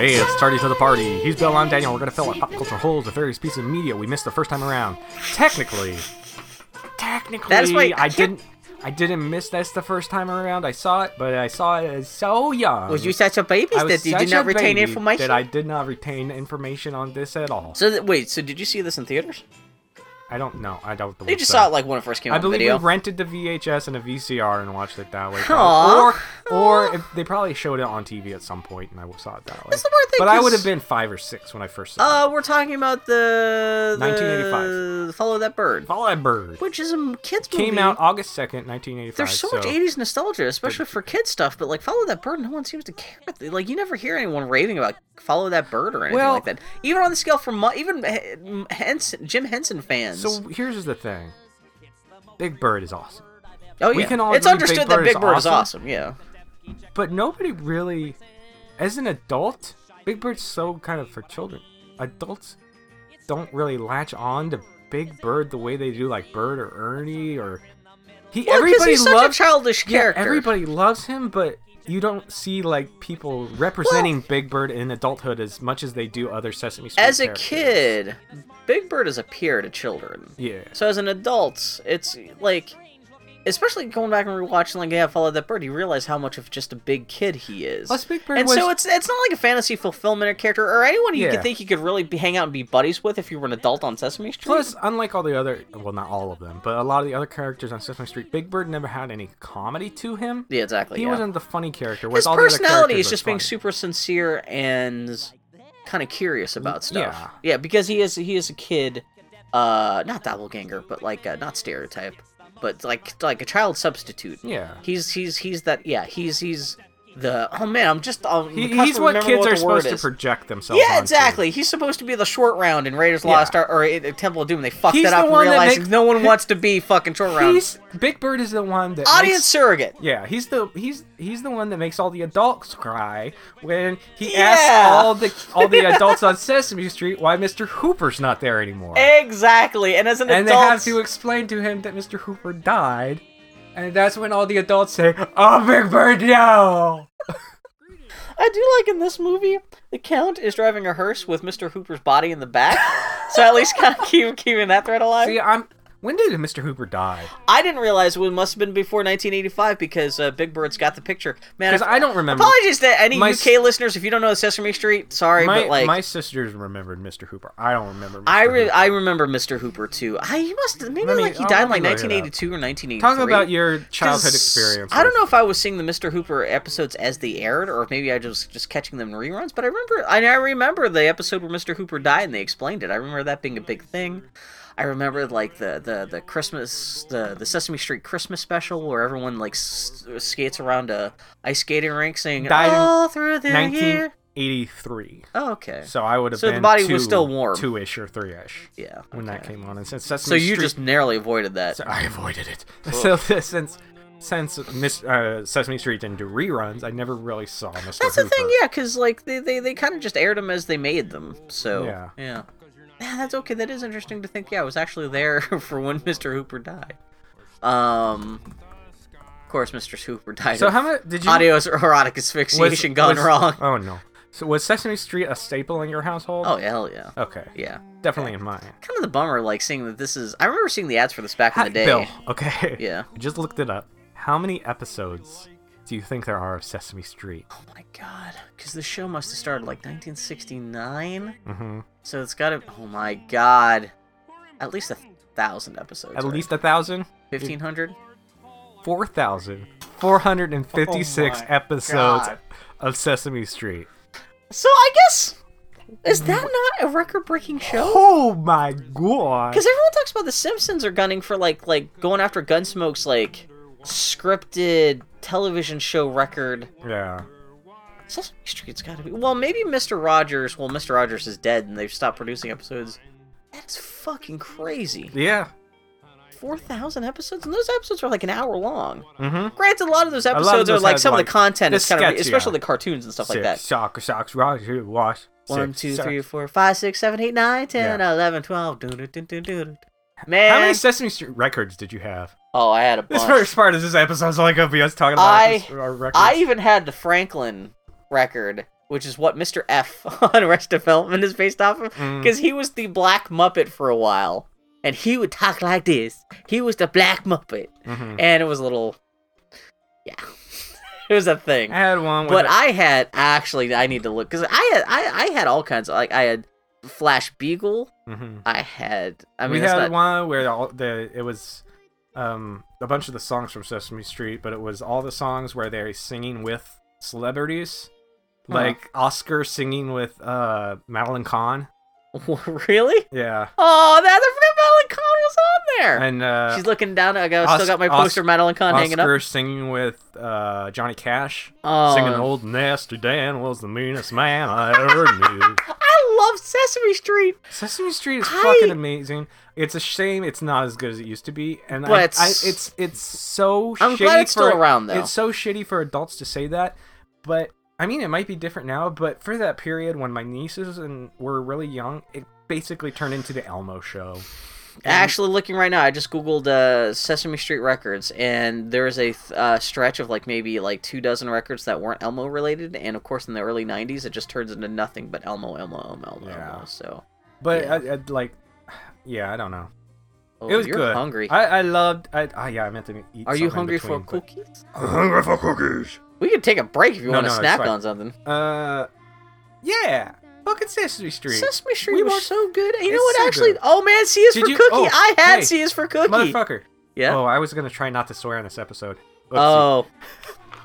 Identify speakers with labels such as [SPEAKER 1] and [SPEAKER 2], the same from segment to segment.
[SPEAKER 1] Hey, it's Tardy to the Party. He's Bill, I'm Daniel. We're going to fill our pop culture holes with various pieces of media we missed the first time around. Technically, technically,
[SPEAKER 2] That's why-
[SPEAKER 1] I didn't. I didn't miss this the first time around. I saw it, but I saw it as so young.
[SPEAKER 2] Was you such a baby
[SPEAKER 1] I was
[SPEAKER 2] that you
[SPEAKER 1] such
[SPEAKER 2] did not
[SPEAKER 1] a
[SPEAKER 2] retain
[SPEAKER 1] baby
[SPEAKER 2] information?
[SPEAKER 1] That I did not retain information on this at all.
[SPEAKER 2] So th- wait, so did you see this in theaters?
[SPEAKER 1] I don't know. I don't believe
[SPEAKER 2] You just
[SPEAKER 1] so.
[SPEAKER 2] saw it like when it first came
[SPEAKER 1] I
[SPEAKER 2] out on
[SPEAKER 1] believe
[SPEAKER 2] video.
[SPEAKER 1] we rented the VHS and a VCR and watched it that way.
[SPEAKER 2] Aw.
[SPEAKER 1] probably. Or, or if they probably showed it on TV at some point, and I saw it that way.
[SPEAKER 2] That's the weird thing,
[SPEAKER 1] But I
[SPEAKER 2] 'cause-
[SPEAKER 1] would have been five or six when I first saw it.
[SPEAKER 2] uh, we're talking about the, the
[SPEAKER 1] 1985.
[SPEAKER 2] Follow That Bird,
[SPEAKER 1] Follow that bird.
[SPEAKER 2] which is a kids movie.
[SPEAKER 1] Came out August second, nineteen eighty-five.
[SPEAKER 2] There's so, much 80s nostalgia, especially for kids stuff. But like Follow That Bird, no one seems to care. Like you never hear anyone raving about Follow That Bird or anything
[SPEAKER 1] Well-
[SPEAKER 2] like that. Even on the scale from mu- even H- Henson, Jim Henson fans.
[SPEAKER 1] So here's the thing. Big Bird is awesome,
[SPEAKER 2] oh yeah,
[SPEAKER 1] we can all
[SPEAKER 2] it's
[SPEAKER 1] agree
[SPEAKER 2] understood
[SPEAKER 1] Big
[SPEAKER 2] that
[SPEAKER 1] Bird is
[SPEAKER 2] Big Bird is
[SPEAKER 1] awesome.
[SPEAKER 2] awesome. Yeah.
[SPEAKER 1] but nobody really, as an adult, Big Bird's so kind of for children. Adults don't really latch on to Big Bird the way they do like Bird or Ernie or he.
[SPEAKER 2] Well, 'cause
[SPEAKER 1] everybody
[SPEAKER 2] he's such a
[SPEAKER 1] loves
[SPEAKER 2] childish
[SPEAKER 1] yeah,
[SPEAKER 2] character.
[SPEAKER 1] everybody loves him, but you don't see like people representing Big Bird in adulthood as much as they do other Sesame Street.
[SPEAKER 2] As a
[SPEAKER 1] characters.
[SPEAKER 2] kid, Big Bird is a peer to children.
[SPEAKER 1] Yeah.
[SPEAKER 2] So as an adult, it's like, especially going back and rewatching like yeah, Follow That Bird, you realize how much of just a big kid he is.
[SPEAKER 1] Plus, Big Bird
[SPEAKER 2] and so
[SPEAKER 1] was-
[SPEAKER 2] it's it's not like a fantasy fulfillment or character or anyone you
[SPEAKER 1] Yeah.
[SPEAKER 2] could think you could really be, hang out and be buddies with if you were an adult on Sesame Street.
[SPEAKER 1] Plus, unlike all the other, well, not all of them, but a lot of the other characters on Sesame Street, Big Bird never had any comedy to him.
[SPEAKER 2] yeah, exactly.
[SPEAKER 1] He
[SPEAKER 2] yeah.
[SPEAKER 1] wasn't the funny character. whereas
[SPEAKER 2] His
[SPEAKER 1] all the other
[SPEAKER 2] personality
[SPEAKER 1] characters
[SPEAKER 2] is
[SPEAKER 1] are
[SPEAKER 2] just being
[SPEAKER 1] funny.
[SPEAKER 2] super sincere and kind of curious about stuff.
[SPEAKER 1] Mm, yeah.
[SPEAKER 2] Yeah, because he is he is a kid, uh, not doppelganger, but like uh, not stereotype, but like like a child substitute.
[SPEAKER 1] Yeah.
[SPEAKER 2] He's he's he's that yeah he's he's the oh man I'm just um,
[SPEAKER 1] He- he's what kids are supposed to
[SPEAKER 2] produce.
[SPEAKER 1] project themselves.
[SPEAKER 2] Yeah,
[SPEAKER 1] onto.
[SPEAKER 2] exactly. He's supposed to be the short round in Raiders of the
[SPEAKER 1] Yeah.
[SPEAKER 2] Lost Ark or uh, Temple of Doom. They fucked
[SPEAKER 1] He's
[SPEAKER 2] that
[SPEAKER 1] the
[SPEAKER 2] up and
[SPEAKER 1] one that
[SPEAKER 2] realized
[SPEAKER 1] makes-
[SPEAKER 2] no one wants to be fucking short round.
[SPEAKER 1] He's Big Bird is the one that
[SPEAKER 2] Audience
[SPEAKER 1] makes-
[SPEAKER 2] surrogate.
[SPEAKER 1] yeah, he's the he's he's the one that makes all the adults cry when he
[SPEAKER 2] Yeah.
[SPEAKER 1] asks all the all the adults on Sesame Street why Mr. Hooper's not there anymore,
[SPEAKER 2] Exactly. And as an
[SPEAKER 1] and they
[SPEAKER 2] adult,
[SPEAKER 1] have to explain to him that Mr. Hooper died, and that's when all the adults say, "Oh, Big Bird, no!"
[SPEAKER 2] I do like in this movie the Count is driving a hearse with Mr. Hooper's body in the back, so at least kind of keep keeping that thread alive.
[SPEAKER 1] See, I'm. When did Mr. Hooper die?
[SPEAKER 2] I didn't realize it must have been before 1985 because uh, Big Bird's got the picture. Man,
[SPEAKER 1] Because
[SPEAKER 2] if-
[SPEAKER 1] I don't remember.
[SPEAKER 2] apologies to any
[SPEAKER 1] My
[SPEAKER 2] UK
[SPEAKER 1] s-
[SPEAKER 2] listeners if you don't know Sesame Street. Sorry,
[SPEAKER 1] My,
[SPEAKER 2] but like
[SPEAKER 1] my sisters remembered Mr. Hooper. I don't remember. Mr.
[SPEAKER 2] I re-
[SPEAKER 1] Hooper.
[SPEAKER 2] I remember Mr. Hooper too. I he must maybe
[SPEAKER 1] Let me-
[SPEAKER 2] like he
[SPEAKER 1] I'll-
[SPEAKER 2] died
[SPEAKER 1] let
[SPEAKER 2] in like
[SPEAKER 1] me look it up.
[SPEAKER 2] 1982 or 1983.
[SPEAKER 1] Talk about your childhood
[SPEAKER 2] 'Cause
[SPEAKER 1] experience.
[SPEAKER 2] I don't know if I was seeing the Mr. Hooper episodes as they aired, or if maybe I was just catching them in reruns. But I remember, I, I remember the episode where Mr. Hooper died, and they explained it. I remember that being a big thing. I remember like the the the Christmas the the Sesame Street Christmas special where everyone like s- skates around a ice skating rink saying
[SPEAKER 1] Died in
[SPEAKER 2] all through the year.
[SPEAKER 1] 1983.
[SPEAKER 2] Oh, okay.
[SPEAKER 1] So I would have
[SPEAKER 2] So the
[SPEAKER 1] been
[SPEAKER 2] body
[SPEAKER 1] two,
[SPEAKER 2] was still warm.
[SPEAKER 1] two ish or three ish
[SPEAKER 2] yeah.
[SPEAKER 1] when that
[SPEAKER 2] okay.
[SPEAKER 1] came on. And since Sesame
[SPEAKER 2] So you
[SPEAKER 1] Street-
[SPEAKER 2] just narrowly avoided that.
[SPEAKER 1] so I avoided it. So this- since since Miss, uh, Sesame Street didn't do reruns, I never really saw Mr.
[SPEAKER 2] That's
[SPEAKER 1] Hooper.
[SPEAKER 2] the thing, yeah, because like they they, they kind of just aired them as they made them. So
[SPEAKER 1] Yeah.
[SPEAKER 2] yeah, yeah, that's okay. That is interesting to think. Yeah, I was actually there for when Mr. Hooper died. Um, of course, Mr. Hooper died.
[SPEAKER 1] So
[SPEAKER 2] of
[SPEAKER 1] how much did you?
[SPEAKER 2] audio erotic asphyxiation gone
[SPEAKER 1] was-
[SPEAKER 2] wrong?
[SPEAKER 1] Oh no. So was Sesame Street a staple in your household?
[SPEAKER 2] oh hell yeah,
[SPEAKER 1] Okay.
[SPEAKER 2] yeah.
[SPEAKER 1] Definitely in mine.
[SPEAKER 2] Kind of the bummer, like seeing that this is. I remember seeing the ads for this back in
[SPEAKER 1] Hi,
[SPEAKER 2] the day.
[SPEAKER 1] Bill. Okay.
[SPEAKER 2] Yeah.
[SPEAKER 1] Just looked it up. How many episodes do you think there are of Sesame Street?
[SPEAKER 2] Oh my god, because the show must have started like 1969.
[SPEAKER 1] hmm
[SPEAKER 2] So it's got to. Oh my god, at least a thousand episodes.
[SPEAKER 1] At
[SPEAKER 2] right?
[SPEAKER 1] least a thousand.
[SPEAKER 2] 1500
[SPEAKER 1] Four thousand four hundred and fifty-six
[SPEAKER 2] Oh my
[SPEAKER 1] episodes
[SPEAKER 2] God.
[SPEAKER 1] of Sesame Street.
[SPEAKER 2] so i guess is that not a record-breaking show
[SPEAKER 1] Oh my god!
[SPEAKER 2] because everyone talks about the simpsons are gunning for like like going after gunsmoke's like scripted television show record
[SPEAKER 1] Yeah.
[SPEAKER 2] sesame street's gotta be well maybe mr rogers well mr rogers is dead and they've stopped producing episodes that's fucking crazy
[SPEAKER 1] Yeah.
[SPEAKER 2] 4000 episodes and those episodes are like an hour long
[SPEAKER 1] Mm-hmm.
[SPEAKER 2] granted a lot of those
[SPEAKER 1] lot of
[SPEAKER 2] episodes are
[SPEAKER 1] those
[SPEAKER 2] like
[SPEAKER 1] have,
[SPEAKER 2] some of
[SPEAKER 1] like,
[SPEAKER 2] the content
[SPEAKER 1] the
[SPEAKER 2] is kind of
[SPEAKER 1] sketch, yeah.
[SPEAKER 2] especially the cartoons and stuff like that
[SPEAKER 1] Shock, shocks, Roger, wash.
[SPEAKER 2] One,
[SPEAKER 1] six,
[SPEAKER 2] two,
[SPEAKER 1] socks.
[SPEAKER 2] three, four, five, six, seven, eight, nine, ten,
[SPEAKER 1] Yeah.
[SPEAKER 2] eleven, twelve. Doo, doo, doo, doo, doo, doo.
[SPEAKER 1] How
[SPEAKER 2] Man,
[SPEAKER 1] many Sesame Street records did you have?
[SPEAKER 2] oh, I had a bunch.
[SPEAKER 1] This first part of this episode is all going to be us talking about
[SPEAKER 2] I-
[SPEAKER 1] this- our records.
[SPEAKER 2] I even had the Franklin record, which is what Mr. F on Arrested Development is based off of,
[SPEAKER 1] Mm.
[SPEAKER 2] because he was the Black Muppet for a while, and he would talk like this. He was the Black Muppet,
[SPEAKER 1] Mhm.
[SPEAKER 2] and it was a little, yeah, it was a thing.
[SPEAKER 1] I had one. With
[SPEAKER 2] But
[SPEAKER 1] a-
[SPEAKER 2] I had actually, I need to look because I had I, I had all kinds of like I had Flash Beagle.
[SPEAKER 1] Mhm.
[SPEAKER 2] I had I mean
[SPEAKER 1] we
[SPEAKER 2] that's
[SPEAKER 1] had
[SPEAKER 2] not,
[SPEAKER 1] one where all the it was um, a bunch of the songs from Sesame Street, but it was all the songs where they're singing with celebrities,
[SPEAKER 2] Uh-huh.
[SPEAKER 1] like Oscar singing with uh, Madeline Kahn.
[SPEAKER 2] really.
[SPEAKER 1] Yeah,
[SPEAKER 2] Oh, that I forgot Madeline Kahn was on there.
[SPEAKER 1] and uh,
[SPEAKER 2] She's looking down. I got, still
[SPEAKER 1] Os-
[SPEAKER 2] got my
[SPEAKER 1] Os-
[SPEAKER 2] poster Madeline Kahn hanging up.
[SPEAKER 1] Oscar singing with uh, Johnny Cash,
[SPEAKER 2] Oh,
[SPEAKER 1] singing "Old Nasty Dan was the meanest man I ever knew."
[SPEAKER 2] I love Sesame Street,
[SPEAKER 1] Sesame Street is
[SPEAKER 2] I-
[SPEAKER 1] fucking amazing. It's a shame it's not as good as it used to be, and I,
[SPEAKER 2] But-
[SPEAKER 1] I, it's it's so.
[SPEAKER 2] I'm
[SPEAKER 1] shitty
[SPEAKER 2] glad it's
[SPEAKER 1] for,
[SPEAKER 2] still around, though.
[SPEAKER 1] It's so shitty for adults to say that, but I mean it might be different now. But for that period when my nieces and were really young, it basically turned into the Elmo show.
[SPEAKER 2] Actually, looking right now, I just googled uh, Sesame Street records, and there is a th- uh, stretch of like maybe like two dozen records that weren't Elmo related, and of course, in the early '90s, it just turns into nothing but Elmo, Elmo, Elmo, Elmo.
[SPEAKER 1] Yeah.
[SPEAKER 2] Elmo. So
[SPEAKER 1] But
[SPEAKER 2] Yeah.
[SPEAKER 1] I, I, like, yeah, I don't know.
[SPEAKER 2] oh,
[SPEAKER 1] it was
[SPEAKER 2] you're
[SPEAKER 1] good.
[SPEAKER 2] hungry.
[SPEAKER 1] I, I loved. I, oh, yeah, I meant to eat.
[SPEAKER 2] Are you
[SPEAKER 1] something
[SPEAKER 2] hungry
[SPEAKER 1] in
[SPEAKER 2] for
[SPEAKER 1] between, but-
[SPEAKER 2] cookies?
[SPEAKER 1] I'm hungry for cookies.
[SPEAKER 2] We could take a break if you
[SPEAKER 1] No,
[SPEAKER 2] want to
[SPEAKER 1] no, it's
[SPEAKER 2] snack
[SPEAKER 1] fine.
[SPEAKER 2] on something.
[SPEAKER 1] Uh, yeah, fucking Sesame Street.
[SPEAKER 2] Sesame Street
[SPEAKER 1] We
[SPEAKER 2] was
[SPEAKER 1] watched-
[SPEAKER 2] so good. You know
[SPEAKER 1] It's
[SPEAKER 2] what?
[SPEAKER 1] so
[SPEAKER 2] actually,
[SPEAKER 1] good.
[SPEAKER 2] oh man, C is
[SPEAKER 1] Did
[SPEAKER 2] for
[SPEAKER 1] you-
[SPEAKER 2] cookie.
[SPEAKER 1] oh,
[SPEAKER 2] I had
[SPEAKER 1] hey,
[SPEAKER 2] C is for cookie.
[SPEAKER 1] Motherfucker.
[SPEAKER 2] Yeah.
[SPEAKER 1] Oh, I was gonna try not to swear on this episode. Oopsie.
[SPEAKER 2] Oh,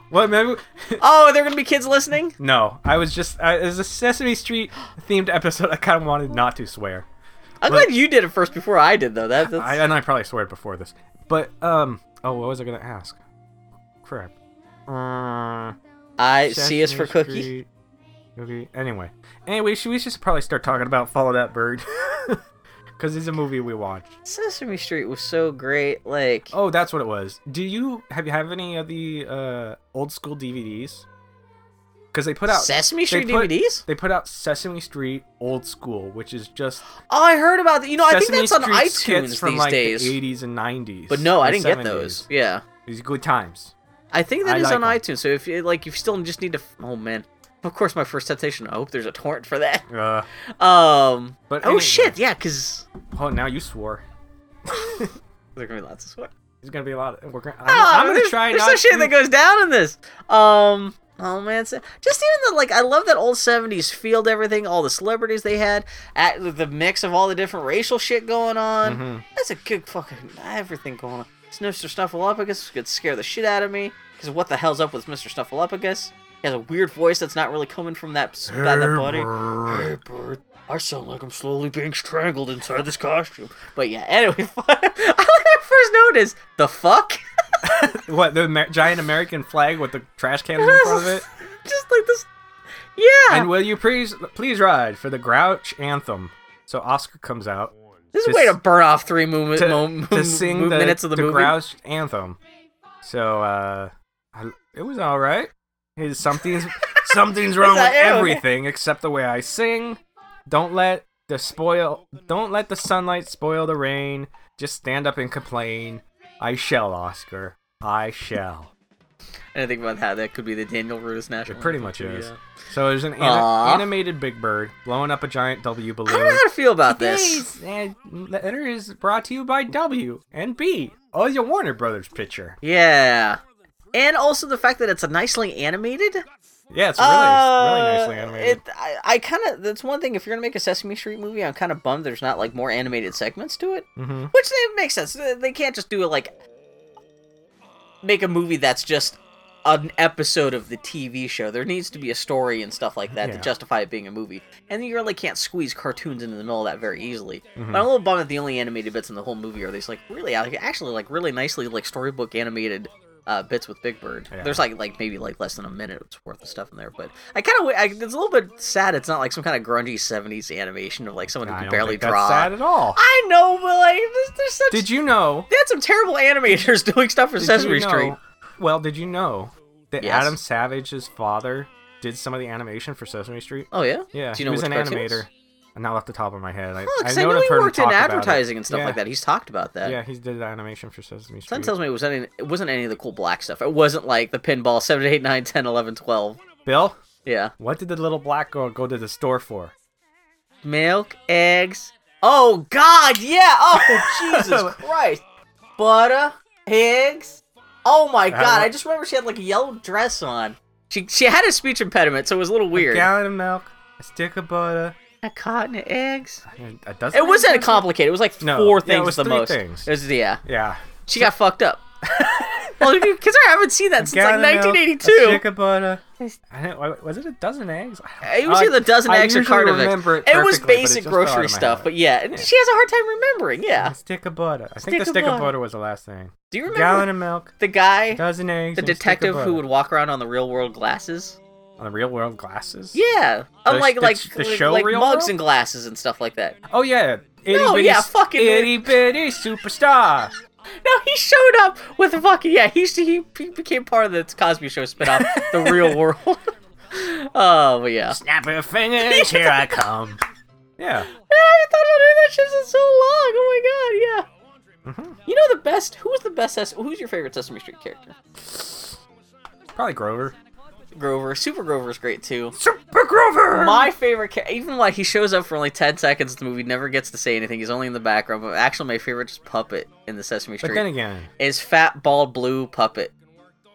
[SPEAKER 1] What? Maybe.
[SPEAKER 2] oh, are there gonna be kids listening?
[SPEAKER 1] no, I was just. I, it was a Sesame Street themed episode. I kind of wanted not to swear,
[SPEAKER 2] I'm
[SPEAKER 1] But-
[SPEAKER 2] glad you did it first before I did, though. That, that's
[SPEAKER 1] I, and I probably swear before this. But um. Oh, what was I gonna ask? Crap. Uh,
[SPEAKER 2] Mm, I C is for
[SPEAKER 1] Sesame
[SPEAKER 2] cookie.
[SPEAKER 1] Street, Cookie. Anyway, anyway, should we should probably start talking about Follow That Bird, because it's a movie we watched.
[SPEAKER 2] Sesame Street was so great. Like,
[SPEAKER 1] Oh, that's what it was. Do you have you have any of the uh, old school DVDs? Because they put out
[SPEAKER 2] Sesame
[SPEAKER 1] they
[SPEAKER 2] Street
[SPEAKER 1] put-
[SPEAKER 2] DVDs.
[SPEAKER 1] They put out Sesame Street Old School, which is just
[SPEAKER 2] Oh, I heard about that. You know,
[SPEAKER 1] Sesame
[SPEAKER 2] I think that's on
[SPEAKER 1] Street skits
[SPEAKER 2] iTunes
[SPEAKER 1] from
[SPEAKER 2] these
[SPEAKER 1] like
[SPEAKER 2] days.
[SPEAKER 1] the 80s and 90s.
[SPEAKER 2] but no, I didn't
[SPEAKER 1] and
[SPEAKER 2] get those.
[SPEAKER 1] 70s.
[SPEAKER 2] Yeah,
[SPEAKER 1] These are good times.
[SPEAKER 2] I think that
[SPEAKER 1] I
[SPEAKER 2] is
[SPEAKER 1] like
[SPEAKER 2] on
[SPEAKER 1] 'em.
[SPEAKER 2] iTunes. So if you like, you still just need to. Oh man. Of course, my first temptation. I hope there's a torrent for that.
[SPEAKER 1] Uh,
[SPEAKER 2] Um.
[SPEAKER 1] But
[SPEAKER 2] oh
[SPEAKER 1] anyway.
[SPEAKER 2] shit, yeah, because
[SPEAKER 1] oh, now you swore.
[SPEAKER 2] there's gonna be lots of sweat.
[SPEAKER 1] There's gonna be a lot. Of, we're gonna. I'm,
[SPEAKER 2] Ah,
[SPEAKER 1] I'm gonna
[SPEAKER 2] there's-
[SPEAKER 1] try
[SPEAKER 2] There's
[SPEAKER 1] not.
[SPEAKER 2] some shit
[SPEAKER 1] to-
[SPEAKER 2] that goes down in this. Um. Oh man, so- just even the like, I love that old '70s field. Everything, all the celebrities they had, at the mix of all the different racial shit going on.
[SPEAKER 1] Mhm.
[SPEAKER 2] That's a good fucking everything going on. This Mr. Snuffleupagus could scare the shit out of me because what the hell's up with Mr. Snuffleupagus? He has a weird voice that's not really coming from that s- that, that body. Hey, bird. I sound like I'm slowly being strangled inside this costume. But yeah, anyway, I like that first note is the fuck.
[SPEAKER 1] What the Amer- giant American flag with the trash cans in front of it?
[SPEAKER 2] Just like this. Yeah.
[SPEAKER 1] And will you please please ride for the Grouch anthem? So Oscar comes out
[SPEAKER 2] this is
[SPEAKER 1] to
[SPEAKER 2] a way to
[SPEAKER 1] s-
[SPEAKER 2] burn off three movement,
[SPEAKER 1] to,
[SPEAKER 2] mo-
[SPEAKER 1] to sing
[SPEAKER 2] mo-
[SPEAKER 1] the,
[SPEAKER 2] minutes of the,
[SPEAKER 1] the
[SPEAKER 2] movie.
[SPEAKER 1] Grouch anthem. So uh, I, it was all right. His something's something's wrong
[SPEAKER 2] Is that
[SPEAKER 1] with
[SPEAKER 2] it? Okay.
[SPEAKER 1] everything except the way I sing. Don't let the spoil. Don't let the sunlight spoil the rain. Just stand up and complain. I shall, Oscar. I shall.
[SPEAKER 2] And I think about how that could be the Daniel Rudis national.
[SPEAKER 1] It pretty much
[SPEAKER 2] Anthem,
[SPEAKER 1] is.
[SPEAKER 2] yeah.
[SPEAKER 1] So there's an ani-
[SPEAKER 2] Aw.
[SPEAKER 1] animated Big Bird blowing up a giant W balloon.
[SPEAKER 2] I don't know how to feel about this.
[SPEAKER 1] Today's ad letter is brought to you by W and B. Oh, your Warner Brothers picture.
[SPEAKER 2] Yeah. And also the fact that it's a nicely animated. Really,
[SPEAKER 1] Yeah, it's really, really nicely animated.
[SPEAKER 2] Uh, It, I, I kind of, that's one thing. If you're going to make a Sesame Street movie, I'm kind of bummed there's not like more animated segments to it.
[SPEAKER 1] mm-hmm.
[SPEAKER 2] Which it makes sense. They they can't just do it like, make a movie that's just an episode of the TV show. There needs to be a story and stuff like that
[SPEAKER 1] Yeah.
[SPEAKER 2] to justify it being a movie. And you really can't squeeze cartoons into the middle of that very easily.
[SPEAKER 1] Mhm.
[SPEAKER 2] But I'm a little bummed that the only animated bits in the whole movie are these like really like, actually like really nicely like storybook animated uh, bits with Big Bird.
[SPEAKER 1] Yeah.
[SPEAKER 2] There's like like maybe like less than a minute's worth of stuff in there, but I kind of it's a little bit sad. It's not like some kind of grungy '70s animation of like someone who
[SPEAKER 1] I
[SPEAKER 2] can
[SPEAKER 1] don't
[SPEAKER 2] barely
[SPEAKER 1] think that's
[SPEAKER 2] draw.
[SPEAKER 1] sad at all.
[SPEAKER 2] I know, but like there's, there's such
[SPEAKER 1] Did you know?
[SPEAKER 2] they had some terrible animators doing stuff for
[SPEAKER 1] did you
[SPEAKER 2] Sesame
[SPEAKER 1] know-
[SPEAKER 2] Street.
[SPEAKER 1] Well, did you know that
[SPEAKER 2] Yes.
[SPEAKER 1] Adam Savage's father did some of the animation for Sesame Street?
[SPEAKER 2] Oh yeah,
[SPEAKER 1] Yeah,
[SPEAKER 2] Do
[SPEAKER 1] he
[SPEAKER 2] you know
[SPEAKER 1] was an
[SPEAKER 2] which cartoons?
[SPEAKER 1] animator. Not off the top of my head. I,
[SPEAKER 2] Oh, 'cause
[SPEAKER 1] I
[SPEAKER 2] I
[SPEAKER 1] know
[SPEAKER 2] know
[SPEAKER 1] I've
[SPEAKER 2] he
[SPEAKER 1] heard him
[SPEAKER 2] worked in
[SPEAKER 1] talk about it.
[SPEAKER 2] advertising and stuff
[SPEAKER 1] Yeah.
[SPEAKER 2] like that. He's talked about that.
[SPEAKER 1] Yeah, he did the animation for Sesame
[SPEAKER 2] Something
[SPEAKER 1] Street.
[SPEAKER 2] tells me it wasn't any, it wasn't any of the cool black stuff. It wasn't like the pinball 7, 8, 9, 10, 11, 12.
[SPEAKER 1] Bill,
[SPEAKER 2] Yeah.
[SPEAKER 1] What did the little black girl go to the store for?
[SPEAKER 2] Milk, eggs. Oh God, yeah. Oh Jesus Christ. Butter, eggs. Oh my
[SPEAKER 1] That
[SPEAKER 2] God,
[SPEAKER 1] one-
[SPEAKER 2] I just remember she had like a yellow dress on. She she had a speech impediment, so it was a little weird.
[SPEAKER 1] A gallon of milk, a stick of butter,
[SPEAKER 2] A carton of eggs.
[SPEAKER 1] a dozen.
[SPEAKER 2] It wasn't complicated. It was like
[SPEAKER 1] No.
[SPEAKER 2] four
[SPEAKER 1] Yeah, it
[SPEAKER 2] things
[SPEAKER 1] was
[SPEAKER 2] at the
[SPEAKER 1] three
[SPEAKER 2] most.
[SPEAKER 1] things.
[SPEAKER 2] It was, yeah.
[SPEAKER 1] Yeah.
[SPEAKER 2] She got fucked up. well, because I haven't seen that since like
[SPEAKER 1] Gallon of milk, A
[SPEAKER 2] 1982.
[SPEAKER 1] stick of butter. I didn't, wa- was it a dozen eggs? I
[SPEAKER 2] It was either a dozen
[SPEAKER 1] I
[SPEAKER 2] eggs or
[SPEAKER 1] usually
[SPEAKER 2] carton of eggs.
[SPEAKER 1] remember it perfectly,
[SPEAKER 2] was
[SPEAKER 1] but it
[SPEAKER 2] basic
[SPEAKER 1] just fell out
[SPEAKER 2] grocery
[SPEAKER 1] of my
[SPEAKER 2] stuff,
[SPEAKER 1] head.
[SPEAKER 2] but yeah, and she has a hard time remembering. Yeah,
[SPEAKER 1] A stick of butter. I
[SPEAKER 2] Stick
[SPEAKER 1] think the
[SPEAKER 2] of
[SPEAKER 1] stick of
[SPEAKER 2] butter.
[SPEAKER 1] butter was the last thing.
[SPEAKER 2] do you
[SPEAKER 1] Gallon
[SPEAKER 2] remember
[SPEAKER 1] of milk,
[SPEAKER 2] the guy,
[SPEAKER 1] dozen eggs.
[SPEAKER 2] the
[SPEAKER 1] and a stick of
[SPEAKER 2] detective
[SPEAKER 1] butter.
[SPEAKER 2] who would walk around on the real world glasses?
[SPEAKER 1] on the real world glasses.
[SPEAKER 2] Yeah,
[SPEAKER 1] The-
[SPEAKER 2] unlike
[SPEAKER 1] the-
[SPEAKER 2] like
[SPEAKER 1] the
[SPEAKER 2] like,
[SPEAKER 1] show
[SPEAKER 2] like
[SPEAKER 1] Real
[SPEAKER 2] mugs
[SPEAKER 1] World?
[SPEAKER 2] and glasses and stuff like that.
[SPEAKER 1] Oh yeah. Itty
[SPEAKER 2] No,
[SPEAKER 1] bitty,
[SPEAKER 2] yeah,
[SPEAKER 1] s-
[SPEAKER 2] fucking-
[SPEAKER 1] itty bitty superstar.
[SPEAKER 2] No, he showed up with a fucking yeah. He he, he became part of the Cosby Show spinoff, The Real World. Oh, but yeah.
[SPEAKER 1] Snap your fingers, here I come. Yeah.
[SPEAKER 2] Yeah, I haven't thought about any of that shit in so long. Oh my god, yeah.
[SPEAKER 1] Mhm.
[SPEAKER 2] You know the best? Who was the best? Ses- who's your favorite Sesame Street character?
[SPEAKER 1] Probably Grover.
[SPEAKER 2] Grover. Super Grover's great too.
[SPEAKER 1] Super Grover.
[SPEAKER 2] My favorite, cha- even like he shows up for only ten seconds in the movie, never gets to say anything. He's only in the background. But actually, my favorite just puppet in the Sesame
[SPEAKER 1] But
[SPEAKER 2] Street
[SPEAKER 1] then again,
[SPEAKER 2] is fat, bald, blue puppet.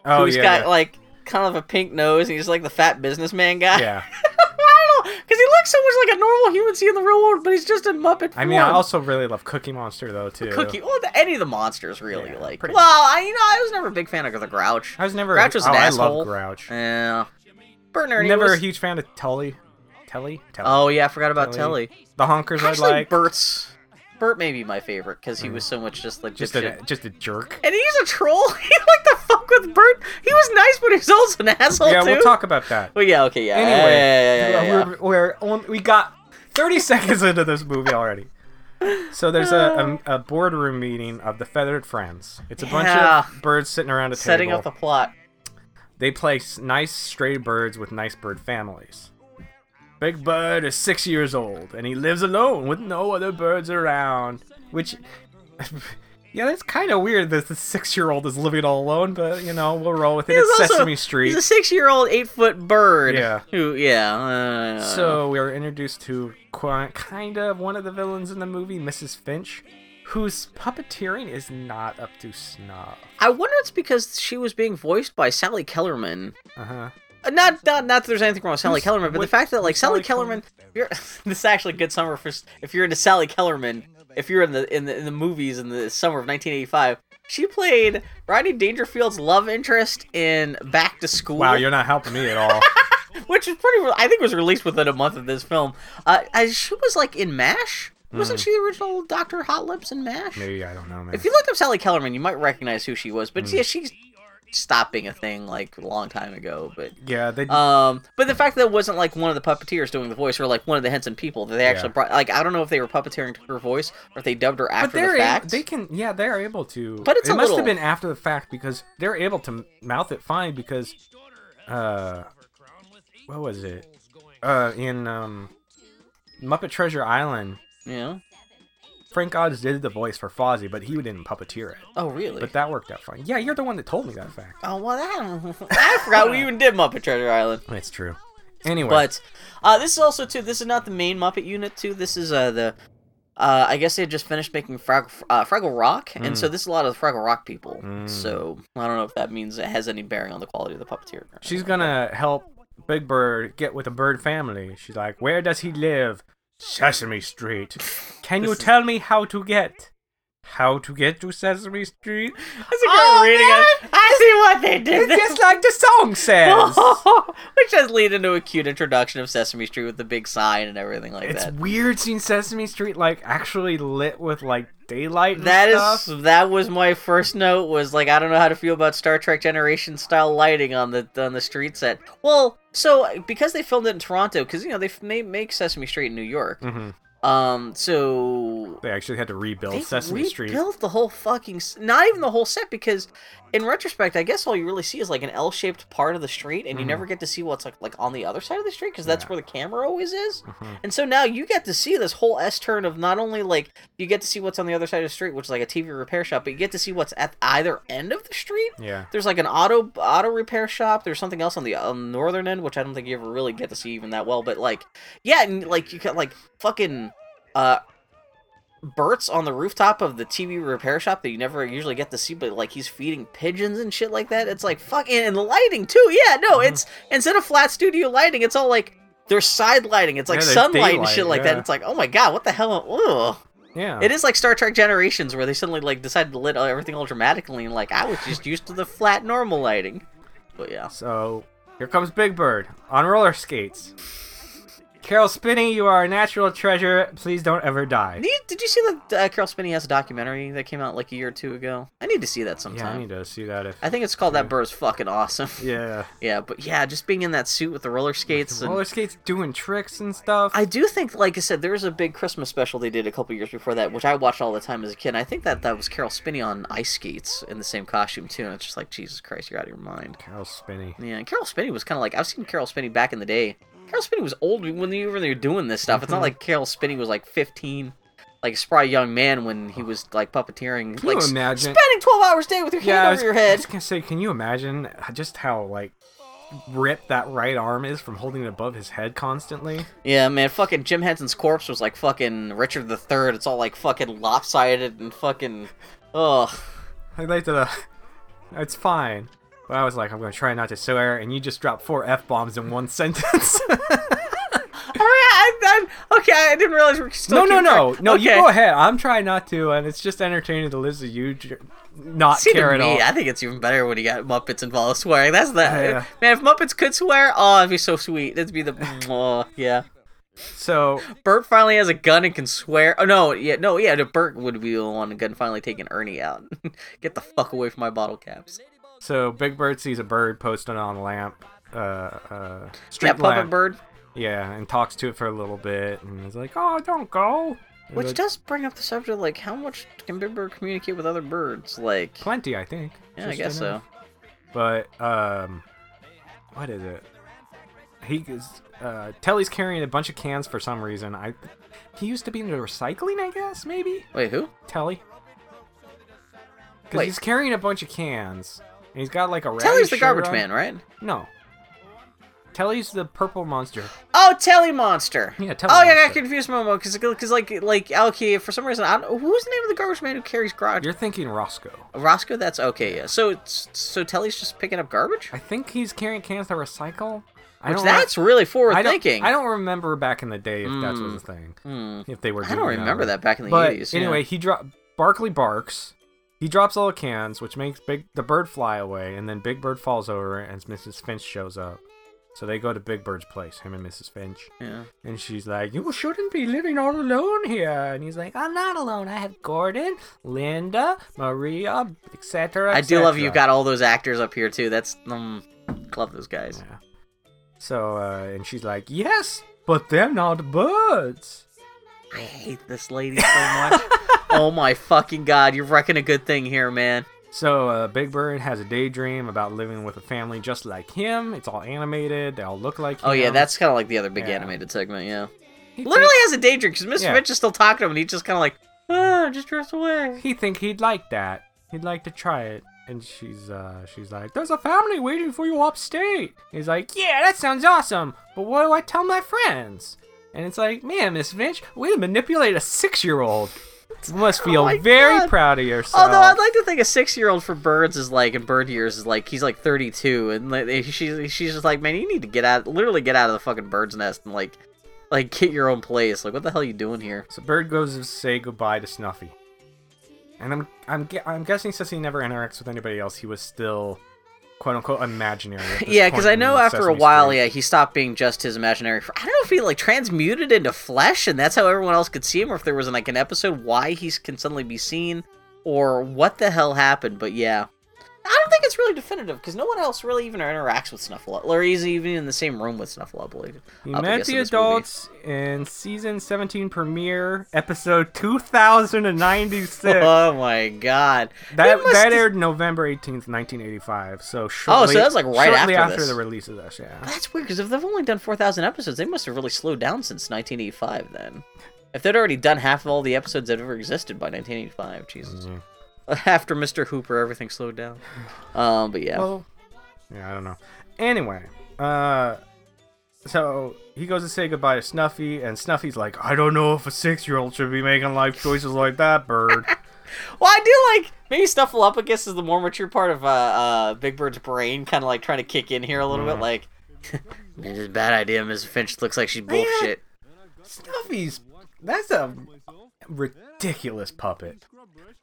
[SPEAKER 1] oh
[SPEAKER 2] who's
[SPEAKER 1] yeah,
[SPEAKER 2] got
[SPEAKER 1] yeah.
[SPEAKER 2] like kind of a pink nose, and he's like the fat businessman guy.
[SPEAKER 1] yeah.
[SPEAKER 2] I don't know, because he looks so much like a normal human see in the real world, but he's just in Muppet.
[SPEAKER 1] I mean, I
[SPEAKER 2] form.
[SPEAKER 1] also really love Cookie Monster though too.
[SPEAKER 2] Cookie, well, the, any of the monsters really.
[SPEAKER 1] Yeah,
[SPEAKER 2] like,
[SPEAKER 1] pretty
[SPEAKER 2] well, I you know I was never a big fan of the Grouch.
[SPEAKER 1] I was never.
[SPEAKER 2] Grouch was
[SPEAKER 1] oh,
[SPEAKER 2] an
[SPEAKER 1] I
[SPEAKER 2] asshole.
[SPEAKER 1] love Grouch.
[SPEAKER 2] Yeah, Bert and Ernie
[SPEAKER 1] Never
[SPEAKER 2] was-
[SPEAKER 1] a huge fan of Tully. Telly. Telly.
[SPEAKER 2] Oh yeah, I forgot about
[SPEAKER 1] Telly.
[SPEAKER 2] Telly.
[SPEAKER 1] the honkers I
[SPEAKER 2] Actually,
[SPEAKER 1] like.
[SPEAKER 2] Bert's Bert may be my favorite because he was so much just like
[SPEAKER 1] just
[SPEAKER 2] dipshit.
[SPEAKER 1] a just a jerk.
[SPEAKER 2] and he's a troll. he liked to fuck with Bert. He was nice, but he was also an asshole
[SPEAKER 1] yeah,
[SPEAKER 2] too.
[SPEAKER 1] we'll talk about that.
[SPEAKER 2] Well, yeah, okay, yeah.
[SPEAKER 1] Anyway,
[SPEAKER 2] yeah, yeah, yeah, yeah, yeah, yeah.
[SPEAKER 1] We're, we're on, we got 30 seconds into this movie already. So there's a, a, a boardroom meeting of the Feathered Friends. It's a
[SPEAKER 2] Yeah.
[SPEAKER 1] bunch of birds sitting around a
[SPEAKER 2] setting
[SPEAKER 1] table.
[SPEAKER 2] up the plot.
[SPEAKER 1] They place nice stray birds with nice bird families. Big Bird is six years old, and he lives alone with no other birds around. Which, yeah, that's kind of weird that the six-year-old is living all alone. But you know, we'll roll with it.
[SPEAKER 2] He was
[SPEAKER 1] It's
[SPEAKER 2] also-
[SPEAKER 1] Sesame Street.
[SPEAKER 2] He's a six-year-old, eight-foot bird.
[SPEAKER 1] Yeah.
[SPEAKER 2] Who? Yeah. Uh,
[SPEAKER 1] So we are introduced to qui- kind of one of the villains in the movie, Mrs. Finch, whose puppeteering is not up to snuff.
[SPEAKER 2] I wonder it's because she was being voiced by Sally Kellerman.
[SPEAKER 1] Uh huh.
[SPEAKER 2] Uh, Not, not, not that there's anything wrong with Sally
[SPEAKER 1] Who's-
[SPEAKER 2] Kellerman, but
[SPEAKER 1] what-
[SPEAKER 2] the fact that like
[SPEAKER 1] who's
[SPEAKER 2] Sally
[SPEAKER 1] Sally Kellerman?
[SPEAKER 2] Kellerman, if you're, this is actually a good summer for s- if you're into Sally Kellerman. If you're in the in the in the movies in the summer of 1985, she played Rodney Dangerfield's love interest in Back to School,
[SPEAKER 1] Wow, you're not helping me at all.
[SPEAKER 2] which is pretty. I think was released within a month of this film. Uh, as she was like in Mash, wasn't she the original Doctor Hot Lips in Mash?
[SPEAKER 1] Hmm. Maybe I don't know, man.
[SPEAKER 2] If you look up Sally Kellerman, you might recognize who she was, but
[SPEAKER 1] Hmm.
[SPEAKER 2] yeah, she's stopped being a thing like a long time ago. But
[SPEAKER 1] yeah, they.
[SPEAKER 2] um, but the fact that it wasn't like one of the puppeteers doing the voice, or like one of the Henson people that they actually
[SPEAKER 1] Yeah.
[SPEAKER 2] brought, like I don't know if they were puppeteering her voice or if they dubbed her
[SPEAKER 1] but
[SPEAKER 2] after
[SPEAKER 1] they're a-
[SPEAKER 2] the fact.
[SPEAKER 1] they can yeah they're able to.
[SPEAKER 2] But it's
[SPEAKER 1] it
[SPEAKER 2] a
[SPEAKER 1] must have
[SPEAKER 2] little-
[SPEAKER 1] been after the fact because they're able to mouth it fine because, uh, what was it? Uh, in um, Muppet Treasure Island,
[SPEAKER 2] You know?
[SPEAKER 1] Frank Oz did the voice for Fozzie, but he didn't puppeteer it.
[SPEAKER 2] Oh really?
[SPEAKER 1] But that worked out fine. Yeah, you're the one that told me that fact.
[SPEAKER 2] oh well, that, I forgot we even did Muppet Treasure Island.
[SPEAKER 1] It's true. Anyway,
[SPEAKER 2] But uh, this is also too. This is not the main Muppet unit too. This is uh the. Uh, I guess they had just finished making Frag- uh, Fraggle Rock, and
[SPEAKER 1] Hmm.
[SPEAKER 2] so this is a lot of Fraggle Rock people. So I don't know if that means it has any bearing on the quality of the puppeteer.
[SPEAKER 1] she's gonna help Big Bird get with the bird family. She's like, "Where does he live? Sesame Street. Can you
[SPEAKER 2] This is-
[SPEAKER 1] tell me how to get? How to get to Sesame Street?
[SPEAKER 2] That's a
[SPEAKER 1] great Oh, reading.
[SPEAKER 2] I, see what they did.
[SPEAKER 1] It's just like the song says.
[SPEAKER 2] Oh, Which does lead into a cute introduction of Sesame Street with the big sign and everything like
[SPEAKER 1] it's
[SPEAKER 2] that.
[SPEAKER 1] weird seeing Sesame Street like actually lit with like daylight. And
[SPEAKER 2] That
[SPEAKER 1] stuff.
[SPEAKER 2] is that was my first note was like I don't know how to feel about Star Trek Generation style lighting on the on the street set. Well, so because they filmed it in Toronto, because you know they f- may make Sesame Street in New York.
[SPEAKER 1] Mhm.
[SPEAKER 2] Um, so
[SPEAKER 1] They actually had to rebuild
[SPEAKER 2] they
[SPEAKER 1] Sesame Street.
[SPEAKER 2] rebuilt the whole fucking, s- not even the whole set because, in retrospect, I guess all you really see is like an L-shaped part of the street, and you
[SPEAKER 1] Mhm.
[SPEAKER 2] never get to see what's like like on the other side of the street because that's
[SPEAKER 1] Yeah.
[SPEAKER 2] where the camera always is.
[SPEAKER 1] Mhm.
[SPEAKER 2] And so now you get to see this whole S turn of not only like you get to see what's on the other side of the street, which is like a TV repair shop, but you get to see what's at either end of the street.
[SPEAKER 1] Yeah.
[SPEAKER 2] There's like an auto auto repair shop. There's something else on the on the northern end, which I don't think you ever really get to see even that well. But like, yeah, and like you got like fucking uh, Bert's on the rooftop of the TV repair shop that you never usually get to see. But like he's feeding pigeons and shit like that. It's like fucking and lighting too. Yeah, no,
[SPEAKER 1] Mhm.
[SPEAKER 2] it's instead of flat studio lighting, it's all like there's side lighting. It's like
[SPEAKER 1] Yeah, there's
[SPEAKER 2] sunlight and shit
[SPEAKER 1] daylight,
[SPEAKER 2] like that.
[SPEAKER 1] yeah.
[SPEAKER 2] It's like oh my god, what the hell? Ugh.
[SPEAKER 1] Yeah.
[SPEAKER 2] It is like Star Trek Generations, where they suddenly like decided to lit everything all dramatically, and like I was just used to the flat normal lighting. But yeah,
[SPEAKER 1] So here comes Big Bird on roller skates. Carol Spinney, you are a natural treasure. Please don't ever die.
[SPEAKER 2] did you, did you see that uh, Carol Spinney has a documentary that came out like a year or two ago? I need to see that
[SPEAKER 1] Yeah, I
[SPEAKER 2] sometime.
[SPEAKER 1] need to see that. If
[SPEAKER 2] I think it's called That Bird's Fucking Awesome.
[SPEAKER 1] yeah,
[SPEAKER 2] yeah, but yeah, just being in that suit with the roller skates. And...
[SPEAKER 1] roller skates doing tricks and stuff.
[SPEAKER 2] I do think, like I said, there was a big Christmas special they did a couple years before that, which I watched all the time as a kid. And I think that that was Carol Spinney on ice skates in the same costume too, and it's just like Jesus Christ, you're out of your mind.
[SPEAKER 1] Carol Spinney.
[SPEAKER 2] Yeah, and Carol Spinney was kind of like I've seen Carol Spinney back in the day. Carol Spinney was old when you were there doing this stuff. It's not
[SPEAKER 1] Mhm.
[SPEAKER 2] like Carol Spinney was like 15, like a spry young man when he was like puppeteering.
[SPEAKER 1] Can
[SPEAKER 2] like,
[SPEAKER 1] you
[SPEAKER 2] s-
[SPEAKER 1] imagine?
[SPEAKER 2] spending 12 hours a day with your hand
[SPEAKER 1] yeah, I
[SPEAKER 2] over
[SPEAKER 1] was,
[SPEAKER 2] your
[SPEAKER 1] I
[SPEAKER 2] head?
[SPEAKER 1] was gonna say, can you imagine just how like ripped that right arm is from holding it above his head constantly?
[SPEAKER 2] Yeah, man, fucking Jim Henson's corpse was like fucking Richard the Third. It's all like fucking lopsided and fucking, ugh.
[SPEAKER 1] I like that. uh, It's fine. But I was like, I'm gonna try not to swear, and you just dropped four f bombs in one sentence.
[SPEAKER 2] All right, I'm, I'm okay. I didn't realize we're still.
[SPEAKER 1] no, no,
[SPEAKER 2] keeping
[SPEAKER 1] no,
[SPEAKER 2] track-
[SPEAKER 1] no. You
[SPEAKER 2] Okay.
[SPEAKER 1] go ahead. I'm trying not to, and it's just entertaining to listen to you j- not
[SPEAKER 2] See,
[SPEAKER 1] care
[SPEAKER 2] to
[SPEAKER 1] at
[SPEAKER 2] me,
[SPEAKER 1] all.
[SPEAKER 2] I think it's even better when you got Muppets involved swearing. That's the
[SPEAKER 1] Yeah.
[SPEAKER 2] man. If Muppets could swear, oh, it'd be so sweet. That'd be the oh yeah.
[SPEAKER 1] So
[SPEAKER 2] Bert finally has a gun and can swear. Oh no, yeah, no, yeah. the Bert would be the one the gun finally taking Ernie out. Get the fuck away from my bottle caps.
[SPEAKER 1] So Big Bird sees a bird posted on a lamp, uh, uh, street
[SPEAKER 2] yeah, Puppet
[SPEAKER 1] lamp.
[SPEAKER 2] Bird,
[SPEAKER 1] Yeah, and talks to it for a little bit, and is like, "Oh, don't go." And
[SPEAKER 2] which
[SPEAKER 1] like,
[SPEAKER 2] does bring up the subject like how much can Big Bird communicate with other birds? Like,
[SPEAKER 1] plenty, I think.
[SPEAKER 2] yeah, I
[SPEAKER 1] Just
[SPEAKER 2] guess so.
[SPEAKER 1] enough. But um, what is it? He is. Uh, Telly's carrying a bunch of cans for some reason. I, he used to be into recycling, I guess. Maybe
[SPEAKER 2] Wait, who?
[SPEAKER 1] Telly. Because
[SPEAKER 2] Wait.
[SPEAKER 1] he's carrying a bunch of cans, and he's got like a.
[SPEAKER 2] Telly's
[SPEAKER 1] ratty
[SPEAKER 2] the
[SPEAKER 1] shirt
[SPEAKER 2] garbage
[SPEAKER 1] on.
[SPEAKER 2] man, right?
[SPEAKER 1] No. Telly's the purple monster.
[SPEAKER 2] Oh, Telly Monster.
[SPEAKER 1] Yeah,
[SPEAKER 2] Oh yeah, I got
[SPEAKER 1] Telemonster.
[SPEAKER 2] confused Momo because because like like Alki for some reason I don't who's the name of the garbage man who carries garage
[SPEAKER 1] You're thinking Roscoe.
[SPEAKER 2] Roscoe. That's okay. Yeah. So it's so Telly's just picking up garbage.
[SPEAKER 1] I think he's carrying cans to recycle. I
[SPEAKER 2] Which
[SPEAKER 1] don't
[SPEAKER 2] that's really forward
[SPEAKER 1] I don't,
[SPEAKER 2] thinking.
[SPEAKER 1] I don't remember back in the day if that
[SPEAKER 2] Mm.
[SPEAKER 1] was a thing.
[SPEAKER 2] Hmm.
[SPEAKER 1] If they were.
[SPEAKER 2] I don't
[SPEAKER 1] doing
[SPEAKER 2] remember that back in the
[SPEAKER 1] But
[SPEAKER 2] 80s. yeah.
[SPEAKER 1] anyway, he drop Barkley barks. He drops all the cans, which makes Big the bird fly away, and then Big Bird falls over, and Mrs. Finch shows up. So they go to Big Bird's place, him and Mrs. Finch,
[SPEAKER 2] Yeah.
[SPEAKER 1] and she's like, "You shouldn't be living all alone here." And he's like, "I'm not alone. I have Gordon, Linda, Maria, etc."
[SPEAKER 2] I do love
[SPEAKER 1] etc."
[SPEAKER 2] you've got all those actors up here too. That's um, love those guys.
[SPEAKER 1] Yeah. So, uh, and she's like, yes, but they're not birds.
[SPEAKER 2] I hate this lady so much. oh my fucking god! You're wrecking a good thing here, man.
[SPEAKER 1] So, uh, Big Bird has a daydream about living with a family just like him. It's all animated. They all look like him.
[SPEAKER 2] Oh yeah, that's kind of like the other big
[SPEAKER 1] Yeah.
[SPEAKER 2] animated segment. Yeah.
[SPEAKER 1] He
[SPEAKER 2] literally has a daydream because Mr.
[SPEAKER 1] Yeah.
[SPEAKER 2] Finch is still talking to him, and he's just kind of like, ah, just drifts away.
[SPEAKER 1] think- he think he'd like that. He'd like to try it. And she's, uh, she's like, there's a family waiting for you upstate. He's like, yeah, that sounds awesome. But what do I tell my friends? And it's like, man, Miss Finch, way to manipulate a six-year-old. You must feel
[SPEAKER 2] oh my
[SPEAKER 1] very
[SPEAKER 2] God.
[SPEAKER 1] proud of yourself.
[SPEAKER 2] Although I'd like to think a six-year-old for birds is like in bird years is like he's like 32, and like, she's she's just like, man, you need to get out, literally get out of the fucking bird's nest and like, like get your own place. Like, what the hell are you doing here?
[SPEAKER 1] So Bird goes to say goodbye to Snuffy, and I'm I'm gue- I'm guessing since he never interacts with anybody else, he was still quote unquote imaginary. at this
[SPEAKER 2] Yeah, because
[SPEAKER 1] point
[SPEAKER 2] I
[SPEAKER 1] in
[SPEAKER 2] know after a
[SPEAKER 1] Sesame
[SPEAKER 2] while,
[SPEAKER 1] Street.
[SPEAKER 2] yeah, he stopped being just his imaginary. Fr- I don't know if he like transmuted into flesh, and that's how everyone else could see him, or if there was like an episode why he can suddenly be seen, or what the hell happened. But yeah, I don't think it's really definitive because no one else really even interacts with Snuffleupagus, or is even in the same room with Snuffleupagus.
[SPEAKER 1] He
[SPEAKER 2] up
[SPEAKER 1] met
[SPEAKER 2] against
[SPEAKER 1] the
[SPEAKER 2] this
[SPEAKER 1] adults in season 17 premiere, episode 2096.
[SPEAKER 2] movie. Oh my god!
[SPEAKER 1] That
[SPEAKER 2] It must-
[SPEAKER 1] that aired November 18th, 1985. So shortly,
[SPEAKER 2] Oh, so that's, like, right
[SPEAKER 1] shortly
[SPEAKER 2] after
[SPEAKER 1] after,
[SPEAKER 2] this.
[SPEAKER 1] the release of this, yeah.
[SPEAKER 2] That's weird because if they've only done four thousand episodes, they must have really slowed down since nineteen eighty five. Then, if they'd already done half of all the episodes that ever existed by nineteen eighty five, Jesus.
[SPEAKER 1] Mm-hmm.
[SPEAKER 2] After Mr. Hooper, everything slowed down. Um, but yeah.
[SPEAKER 1] Well, yeah, I don't know. Anyway, uh, so he goes to say goodbye to Snuffy, and Snuffy's like, I don't know if a six year old should be making life choices like that, bird.
[SPEAKER 2] Well, I do like maybe Snuffleupagus is the more mature part of uh, uh, Big Bird's brain, kind of like trying to kick in here a little
[SPEAKER 1] Mm.
[SPEAKER 2] bit. Like, man, this is a bad idea, Mrs. Finch. Looks like she's
[SPEAKER 1] Man.
[SPEAKER 2] bullshit.
[SPEAKER 1] Snuffy's that's a ridiculous puppet.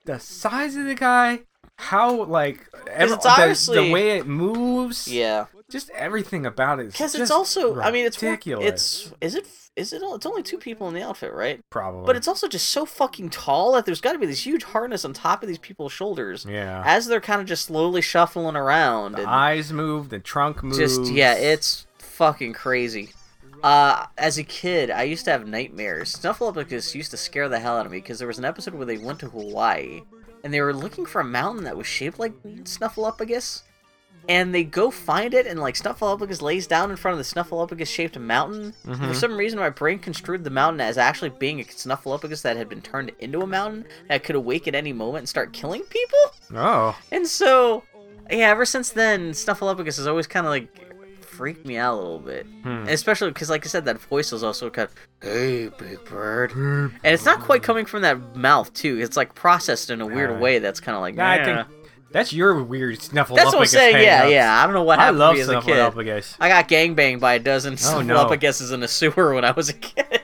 [SPEAKER 1] The size of the guy, how like ev-
[SPEAKER 2] it's
[SPEAKER 1] the- the,
[SPEAKER 2] obviously-
[SPEAKER 1] way it moves,
[SPEAKER 2] Yeah,
[SPEAKER 1] just everything about it. is
[SPEAKER 2] because it's
[SPEAKER 1] just
[SPEAKER 2] also. I mean, it's one-
[SPEAKER 1] ridiculous.
[SPEAKER 2] It's is it is it? It's only two people in the outfit, right?
[SPEAKER 1] probably,
[SPEAKER 2] But it's also just so fucking tall that there's got to be this huge harness on top of these people's shoulders
[SPEAKER 1] yeah.
[SPEAKER 2] as they're kind of just slowly shuffling around.
[SPEAKER 1] The
[SPEAKER 2] and-
[SPEAKER 1] eyes move, the trunk moves.
[SPEAKER 2] just yeah it's fucking crazy uh as a kid i used to have nightmares snuffleupagus used to scare the hell out of me because there was an episode where they went to hawaii and they were looking for a mountain that was shaped like snuffleupagus and they go find it and like snuffleupagus lays down in front of the snuffleupagus shaped mountain for some reason my brain construed the mountain as actually being a snuffleupagus that had been turned into a mountain that could awake at any moment and start killing people
[SPEAKER 1] Oh,
[SPEAKER 2] and so, yeah, ever since then, Snuffleupagus has always kind of like freaked me out a little bit.
[SPEAKER 1] Hmm.
[SPEAKER 2] And Especially because, like I said, that voice was also kind of, hey, big bird. And it's not quite coming from that mouth, too. It's like processed in a weird
[SPEAKER 1] Yeah.
[SPEAKER 2] way that's kind of like,
[SPEAKER 1] Nah, I
[SPEAKER 2] "Nah."
[SPEAKER 1] think that's your weird snuffleupagus.
[SPEAKER 2] That's what I'm saying, yeah,
[SPEAKER 1] hang-ups.
[SPEAKER 2] yeah. I don't know what
[SPEAKER 1] I
[SPEAKER 2] happened
[SPEAKER 1] love
[SPEAKER 2] to me as a kid.
[SPEAKER 1] snuffleupagus.
[SPEAKER 2] I got gangbanged by a dozen
[SPEAKER 1] Oh, no.
[SPEAKER 2] Snuffleupaguses in a sewer when I was a kid.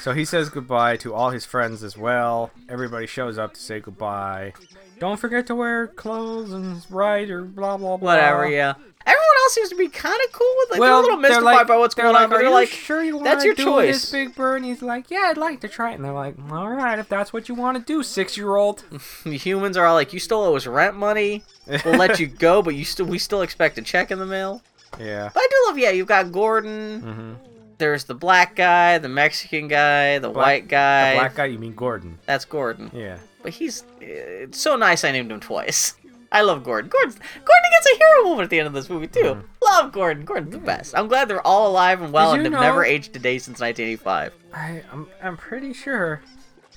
[SPEAKER 1] So he says goodbye to all his friends as well. Everybody shows up to say goodbye. Don't forget to wear clothes and ride or blah blah blah.
[SPEAKER 2] Whatever, yeah. Everyone else seems to be kind of cool with like
[SPEAKER 1] Well,
[SPEAKER 2] they're a little mystified
[SPEAKER 1] like-
[SPEAKER 2] by what's
[SPEAKER 1] they're
[SPEAKER 2] going
[SPEAKER 1] like,
[SPEAKER 2] on, but
[SPEAKER 1] Are
[SPEAKER 2] they're
[SPEAKER 1] you
[SPEAKER 2] like,
[SPEAKER 1] sure you
[SPEAKER 2] "That's
[SPEAKER 1] wanna
[SPEAKER 2] your
[SPEAKER 1] do
[SPEAKER 2] choice."
[SPEAKER 1] This big bird. And he's like, yeah, I'd like to try it. And they're like, all right, if that's what you want to do, six year old.
[SPEAKER 2] The humans are all like, you still owe us rent money. We'll let you go, but you still we still expect a check in the mail.
[SPEAKER 1] Yeah.
[SPEAKER 2] But I do love, yeah, you've got Gordon.
[SPEAKER 1] Mm-hmm.
[SPEAKER 2] There's the black guy, the Mexican guy, the
[SPEAKER 1] Black-
[SPEAKER 2] white guy.
[SPEAKER 1] The black guy, you mean Gordon?
[SPEAKER 2] That's Gordon.
[SPEAKER 1] Yeah.
[SPEAKER 2] But he's uh, it's so nice. I named him twice. I love Gordon. Gordon. Gordon gets a hero moment at the end of this movie too. Love Gordon. Gordon's the best. I'm glad they're all alive and well
[SPEAKER 1] Mm. Did
[SPEAKER 2] and
[SPEAKER 1] you
[SPEAKER 2] have never
[SPEAKER 1] know-
[SPEAKER 2] aged a day since 1985.
[SPEAKER 1] I, I'm, I'm pretty sure,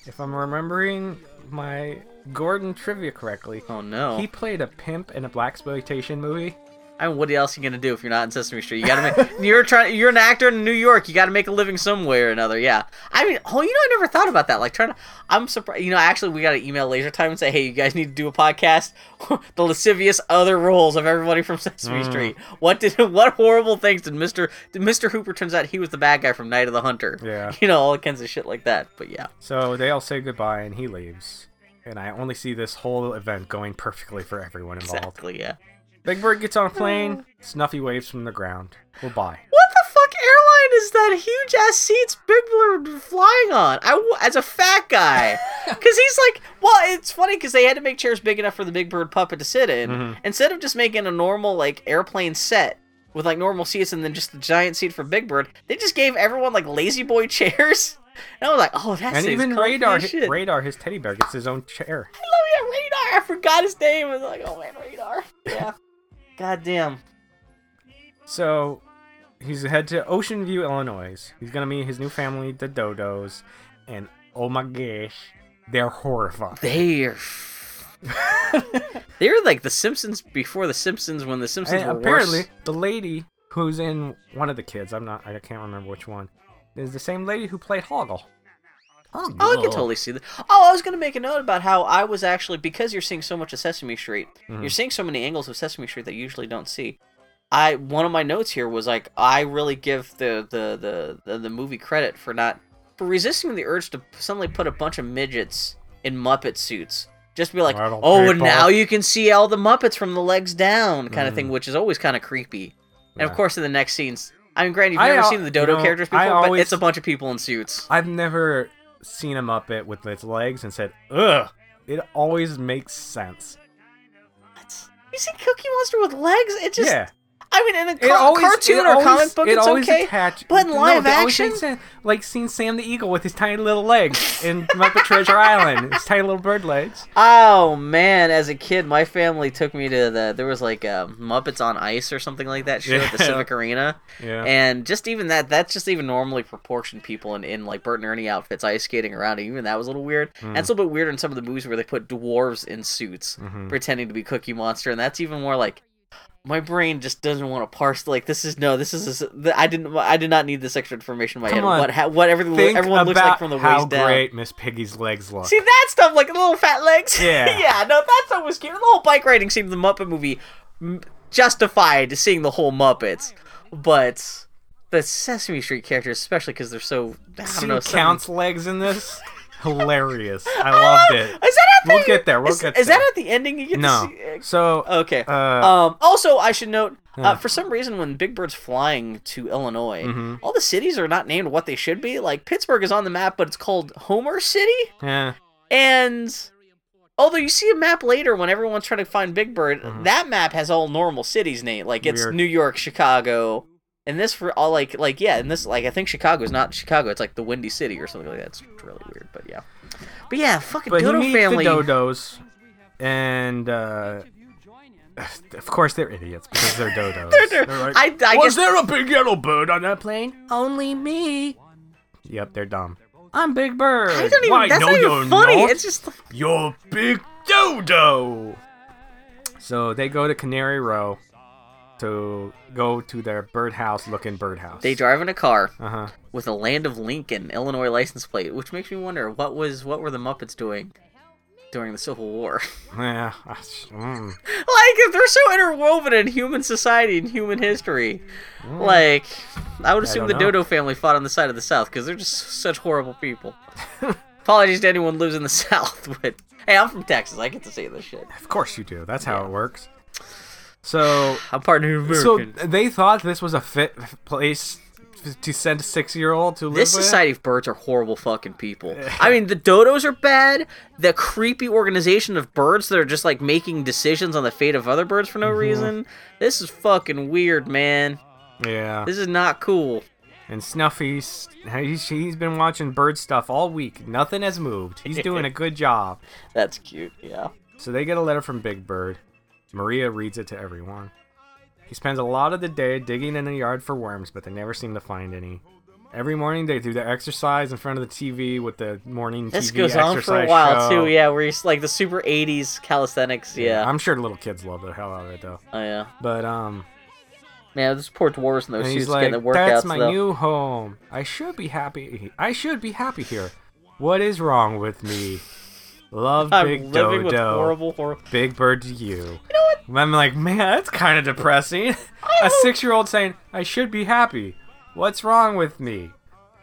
[SPEAKER 1] if I'm remembering my Gordon trivia correctly,
[SPEAKER 2] Oh no.
[SPEAKER 1] he played a pimp in a black exploitation movie.
[SPEAKER 2] I mean, what else you gonna do if you're not in Sesame Street? You gotta make. you're trying. You're an actor in New York. You gotta make a living some way or another. Yeah. I mean, oh, you know, I never thought about that. Like trying to. I'm surprised. You know, actually, we gotta email Laser Time and say, hey, you guys need to do a podcast. the lascivious other roles of everybody from Sesame Street. What did? What horrible things did Mister did Mister Hooper? Turns out he was the bad guy from Night of the Hunter.
[SPEAKER 1] Yeah.
[SPEAKER 2] You know, all kinds of shit like that. But yeah.
[SPEAKER 1] So they all say goodbye and he leaves. And I only see this whole event going perfectly for everyone involved.
[SPEAKER 2] Exactly. Yeah.
[SPEAKER 1] Big Bird gets on a plane. Snuffy waves from the ground. Well, bye.
[SPEAKER 2] What the fuck airline is that huge ass seats Big Bird flying on? I w- as a fat guy, because he's like, well, it's funny because they had to make chairs big enough for the Big Bird puppet to sit in
[SPEAKER 1] Mm-hmm.
[SPEAKER 2] instead of just making a normal like airplane set with like normal seats and then just a giant seat for Big Bird. They just gave everyone like lazy boy chairs, and I was like, oh, that's
[SPEAKER 1] and even radar,
[SPEAKER 2] shit.
[SPEAKER 1] radar, his teddy bear gets his own chair.
[SPEAKER 2] I love you, Radar. I forgot his name. I was like, oh man, Radar. Yeah. God damn.
[SPEAKER 1] So he's head to Ocean View, Illinois. He's gonna meet his new family, the Dodos, and oh my gosh, they're horrifying.
[SPEAKER 2] They are. they were like the Simpsons before the Simpsons when the Simpsons
[SPEAKER 1] And
[SPEAKER 2] were
[SPEAKER 1] apparently,
[SPEAKER 2] worse.
[SPEAKER 1] the lady who's in one of the kids, I'm not, I can't remember which one, is the same lady who played Hoggle. Hoggle.
[SPEAKER 2] Oh, I can totally see that. Oh, I was gonna make a note about how I was actually because you're seeing so much of Sesame Street,
[SPEAKER 1] Mm-hmm.
[SPEAKER 2] you're seeing so many angles of Sesame Street that you usually don't see. I one of my notes here was like I really give the the the the, the movie credit for not for resisting the urge to suddenly put a bunch of midgets in Muppet suits. Just be like,
[SPEAKER 1] Little
[SPEAKER 2] oh, and
[SPEAKER 1] people." Mm-hmm.
[SPEAKER 2] now you can see all the Muppets from the legs down, kind of thing, which is always kind of creepy. And of
[SPEAKER 1] Yeah.
[SPEAKER 2] course, in the next scenes, I mean, granted, you've
[SPEAKER 1] I
[SPEAKER 2] never
[SPEAKER 1] al-
[SPEAKER 2] seen the Dodo
[SPEAKER 1] you know,
[SPEAKER 2] characters
[SPEAKER 1] I
[SPEAKER 2] before, but
[SPEAKER 1] always-
[SPEAKER 2] it's a bunch of people in suits.
[SPEAKER 1] I've never seen a Muppet with its legs and said, ugh. It always makes sense.
[SPEAKER 2] You see Cookie Monster with legs? It just.
[SPEAKER 1] yeah,
[SPEAKER 2] I mean, in a
[SPEAKER 1] It
[SPEAKER 2] ca-
[SPEAKER 1] always-
[SPEAKER 2] cartoon
[SPEAKER 1] it
[SPEAKER 2] or
[SPEAKER 1] always-
[SPEAKER 2] comic book,
[SPEAKER 1] it
[SPEAKER 2] it's
[SPEAKER 1] always
[SPEAKER 2] okay.
[SPEAKER 1] attach-
[SPEAKER 2] but in
[SPEAKER 1] no,
[SPEAKER 2] live
[SPEAKER 1] they always
[SPEAKER 2] action?
[SPEAKER 1] make sense. like seeing Sam the Eagle with his tiny little legs in Muppet Treasure Island, his tiny little bird legs.
[SPEAKER 2] Oh man, as a kid, my family took me to the there was like um Muppets on Ice or something like that show at the
[SPEAKER 1] Yeah.
[SPEAKER 2] Civic Arena,
[SPEAKER 1] Yeah,
[SPEAKER 2] and just even that that's just even normally proportioned people in, in like Bert and Ernie outfits ice skating around. and Even that was a little weird.
[SPEAKER 1] Hmm.
[SPEAKER 2] And it's a little bit weird in some of the movies where they put dwarves in suits
[SPEAKER 1] Mhm.
[SPEAKER 2] pretending to be Cookie Monster, and that's even more like my brain just doesn't want to parse like this is no this is I I didn't I did not need this extra information in my
[SPEAKER 1] Come
[SPEAKER 2] head
[SPEAKER 1] on.
[SPEAKER 2] what ha- what everything
[SPEAKER 1] think
[SPEAKER 2] everyone
[SPEAKER 1] about
[SPEAKER 2] looks like from the
[SPEAKER 1] how
[SPEAKER 2] waist down.
[SPEAKER 1] great Miss Piggy's legs look.
[SPEAKER 2] See that stuff, like the little fat legs.
[SPEAKER 1] Yeah.
[SPEAKER 2] yeah. No, that stuff was cute. The whole bike riding scene in the Muppet movie m- justified seeing the whole Muppets, but the Sesame Street characters, especially because they're so I
[SPEAKER 1] See
[SPEAKER 2] don't know. some-
[SPEAKER 1] Count's legs in this? Hilarious. I loved
[SPEAKER 2] Is
[SPEAKER 1] it.
[SPEAKER 2] that at the?
[SPEAKER 1] We'll get there. We'll
[SPEAKER 2] is,
[SPEAKER 1] get
[SPEAKER 2] is
[SPEAKER 1] there.
[SPEAKER 2] that at the ending? You get
[SPEAKER 1] No.
[SPEAKER 2] To see, eh,
[SPEAKER 1] So,
[SPEAKER 2] okay.
[SPEAKER 1] uh,
[SPEAKER 2] um. Also, I should note. Uh,
[SPEAKER 1] Huh.
[SPEAKER 2] for some reason, when Big Bird's flying to Illinois,
[SPEAKER 1] Mm-hmm.
[SPEAKER 2] all the cities are not named what they should be. Like Pittsburgh is on the map, but it's called Homer City.
[SPEAKER 1] yeah.
[SPEAKER 2] And although you see a map later when everyone's trying to find Big Bird, that map has all normal cities, Nate. Like it's
[SPEAKER 1] Weird.
[SPEAKER 2] New York, Chicago, and this for all like like yeah, and this like I think Chicago's not Chicago. It's like the Windy City or something like that. It's really weird, but yeah. But yeah, fucking
[SPEAKER 1] But he
[SPEAKER 2] Dodo
[SPEAKER 1] meets
[SPEAKER 2] family.
[SPEAKER 1] the Dodos, and uh, of course they're idiots because they're Dodos. They're
[SPEAKER 2] They're-
[SPEAKER 1] like,
[SPEAKER 2] I, I
[SPEAKER 1] Was
[SPEAKER 2] guess
[SPEAKER 1] there a big yellow bird on that plane? Only me. Yep, they're dumb. I'm Big Bird.
[SPEAKER 2] I don't even.
[SPEAKER 1] Why,
[SPEAKER 2] that's
[SPEAKER 1] no,
[SPEAKER 2] not
[SPEAKER 1] you're
[SPEAKER 2] even funny.
[SPEAKER 1] not.
[SPEAKER 2] It's just
[SPEAKER 1] You're Big Dodo! So they go to Canary Row to go to their birdhouse looking birdhouse.
[SPEAKER 2] they drive in a car
[SPEAKER 1] Uh huh.
[SPEAKER 2] with a Land of Lincoln, Illinois license plate, which makes me wonder what was what were the Muppets doing during the Civil War.
[SPEAKER 1] Yeah. Mm.
[SPEAKER 2] like they're so interwoven in human society and human history. Like, I would assume
[SPEAKER 1] Hmm. don't
[SPEAKER 2] the
[SPEAKER 1] know.
[SPEAKER 2] Dodo family fought on the side of the South because they're just such horrible people. Apologies to anyone who lives in the South, but hey, I'm from Texas. I get to say this shit.
[SPEAKER 1] Of course you do. That's how it works. So,
[SPEAKER 2] I'm part Native
[SPEAKER 1] so
[SPEAKER 2] American.
[SPEAKER 1] they thought this was a fit place to send a six-year-old to live
[SPEAKER 2] this
[SPEAKER 1] with.
[SPEAKER 2] society of birds are horrible fucking people. I mean, the dodos are bad. The creepy organization of birds that are just like making decisions on the fate of other birds for
[SPEAKER 1] Mm-hmm.
[SPEAKER 2] no reason. This is fucking weird, man.
[SPEAKER 1] yeah.
[SPEAKER 2] This is not cool.
[SPEAKER 1] And Snuffy's he's, he's been watching bird stuff all week. Nothing has moved. He's doing a good job.
[SPEAKER 2] That's cute. Yeah.
[SPEAKER 1] So they get a letter from Big Bird. Maria reads it to everyone. He spends a lot of the day digging in the yard for worms, but they never seem to find any. Every morning they do their exercise in front of the TV with the morning
[SPEAKER 2] This
[SPEAKER 1] TV
[SPEAKER 2] goes on for a
[SPEAKER 1] exercise
[SPEAKER 2] while
[SPEAKER 1] show.
[SPEAKER 2] too, yeah. Where he's like the super '80s calisthenics, yeah.
[SPEAKER 1] I'm sure little kids love the hell out of it though.
[SPEAKER 2] Oh yeah,
[SPEAKER 1] But um,
[SPEAKER 2] man, this poor dwarves in those
[SPEAKER 1] and
[SPEAKER 2] suits
[SPEAKER 1] he's like,
[SPEAKER 2] getting the workouts
[SPEAKER 1] "That's my
[SPEAKER 2] though.
[SPEAKER 1] new home. I should be happy. I should be happy here. What is wrong with me? Love
[SPEAKER 2] I'm
[SPEAKER 1] Big
[SPEAKER 2] living
[SPEAKER 1] Dodo.
[SPEAKER 2] with horrible, horrible.
[SPEAKER 1] Big bird to you. You know what? I'm like, man, that's kind of depressing. A six year old saying, I should be happy. What's wrong with me?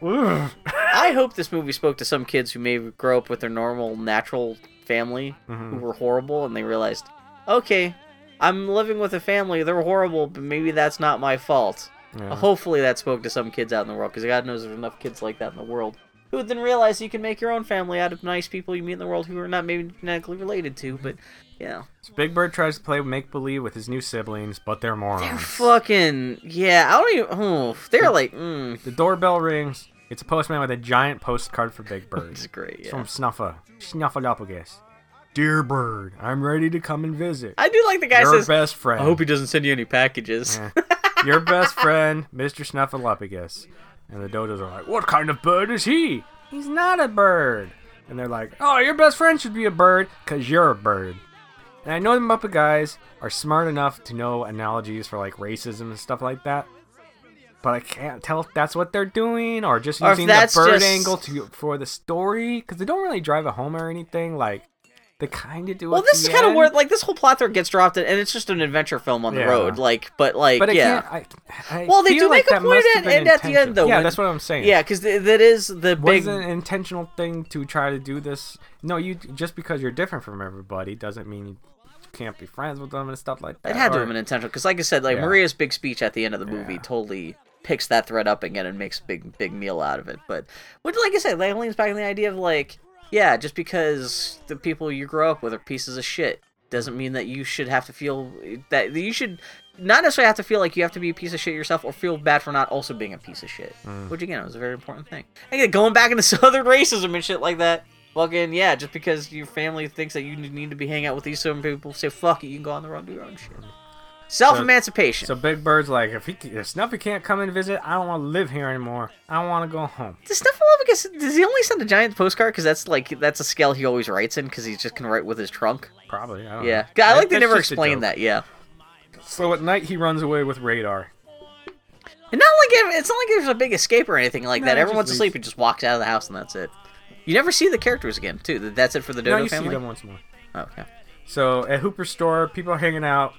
[SPEAKER 1] Ugh.
[SPEAKER 2] I hope this movie spoke to some kids who maybe grow up with their normal, natural family who
[SPEAKER 1] Mm-hmm.
[SPEAKER 2] were horrible, and they realized, okay, I'm living with a family. They're horrible, but maybe that's not my fault.
[SPEAKER 1] Yeah.
[SPEAKER 2] Hopefully, that spoke to some kids out in the world, because God knows there's enough kids like that in the world who then realize you can make your own family out of nice people you meet in the world who are not maybe genetically related to, but yeah.
[SPEAKER 1] So Big Bird tries to play make believe with his new siblings, but they're morons.
[SPEAKER 2] Fucking yeah, I don't even. Oh, they're like, mm,
[SPEAKER 1] The doorbell rings. It's a postman with a giant postcard for Big Bird.
[SPEAKER 2] this is great.
[SPEAKER 1] It's
[SPEAKER 2] Yeah.
[SPEAKER 1] from Snuffa. Snuffleupagus. Dear Bird, I'm ready to come and visit.
[SPEAKER 2] I do like the guy
[SPEAKER 1] Your
[SPEAKER 2] says.
[SPEAKER 1] best friend.
[SPEAKER 2] I hope he doesn't send you any packages.
[SPEAKER 1] Yeah. Your best friend, Mr. Snuffleupagus. And the dodos are like, What kind of bird is he? He's not a bird. And they're like, Oh, your best friend should be a bird, because you're a bird. And I know the Muppet guys are smart enough to know analogies for like racism and stuff like that. But I can't tell if that's what they're doing or just
[SPEAKER 2] Or if
[SPEAKER 1] using the
[SPEAKER 2] that's
[SPEAKER 1] bird
[SPEAKER 2] just-
[SPEAKER 1] angle to for the story because they don't really drive it home or anything. Like they kind of do.
[SPEAKER 2] Well,
[SPEAKER 1] at
[SPEAKER 2] this is
[SPEAKER 1] the
[SPEAKER 2] kind of
[SPEAKER 1] end,
[SPEAKER 2] where like this whole plot thread gets dropped, in, and it's just an adventure film on the
[SPEAKER 1] Yeah.
[SPEAKER 2] road. Like, but like,
[SPEAKER 1] But I
[SPEAKER 2] yeah,
[SPEAKER 1] can't. I, I
[SPEAKER 2] Well, they
[SPEAKER 1] feel
[SPEAKER 2] do
[SPEAKER 1] like
[SPEAKER 2] make a
[SPEAKER 1] that
[SPEAKER 2] point
[SPEAKER 1] must have
[SPEAKER 2] at-
[SPEAKER 1] been
[SPEAKER 2] and at the end, though,
[SPEAKER 1] intentional. Yeah,
[SPEAKER 2] when-
[SPEAKER 1] that's what I'm saying.
[SPEAKER 2] yeah, because that is the big.
[SPEAKER 1] wasn't an intentional thing to try to do this. No, you just because you're different from everybody doesn't mean you can't be friends with them and stuff like that.
[SPEAKER 2] It had to
[SPEAKER 1] or-
[SPEAKER 2] have been intentional, because like I said, like
[SPEAKER 1] Yeah.
[SPEAKER 2] Maria's big speech at the end of the movie
[SPEAKER 1] Yeah.
[SPEAKER 2] totally picks that thread up again and makes a big big meal out of it. But which, like I said, like leans back on the idea of like, yeah, just because the people you grow up with are pieces of shit. doesn't mean that you should have to feel that you should not necessarily have to feel like you have to be a piece of shit yourself or feel bad for not also being a piece of shit.
[SPEAKER 1] Mm.
[SPEAKER 2] Which again was a very important thing. Again, going back into southern racism and shit like that. Fucking yeah, just because your family thinks that you need to be hanging out with these certain people, say fuck it, you can go on the road and do your own shit. Self emancipation.
[SPEAKER 1] So Big Bird's like, if he if Snuffy can't come and visit, I don't want to live here anymore. I want to go home.
[SPEAKER 2] Does Snuffleupagus does he only send a giant postcard? Because that's like that's a scale he always writes in because he's just gonna write with his trunk.
[SPEAKER 1] Probably. I don't
[SPEAKER 2] Yeah,
[SPEAKER 1] Know.
[SPEAKER 2] I like
[SPEAKER 1] That-
[SPEAKER 2] they
[SPEAKER 1] that's
[SPEAKER 2] never
[SPEAKER 1] just a
[SPEAKER 2] explained
[SPEAKER 1] joke.
[SPEAKER 2] that. Yeah,
[SPEAKER 1] So at night he runs away with Radar.
[SPEAKER 2] and not like it- it's not like there's a big escape or anything like
[SPEAKER 1] No,
[SPEAKER 2] that.
[SPEAKER 1] he
[SPEAKER 2] Everyone's
[SPEAKER 1] just
[SPEAKER 2] asleep. He just walks out of the house and that's it. You never see the characters again too. Th- That's it for the
[SPEAKER 1] Now
[SPEAKER 2] Dodo
[SPEAKER 1] you see
[SPEAKER 2] family.
[SPEAKER 1] them once more.
[SPEAKER 2] Oh, okay.
[SPEAKER 1] So at Hooper's store, people are hanging out,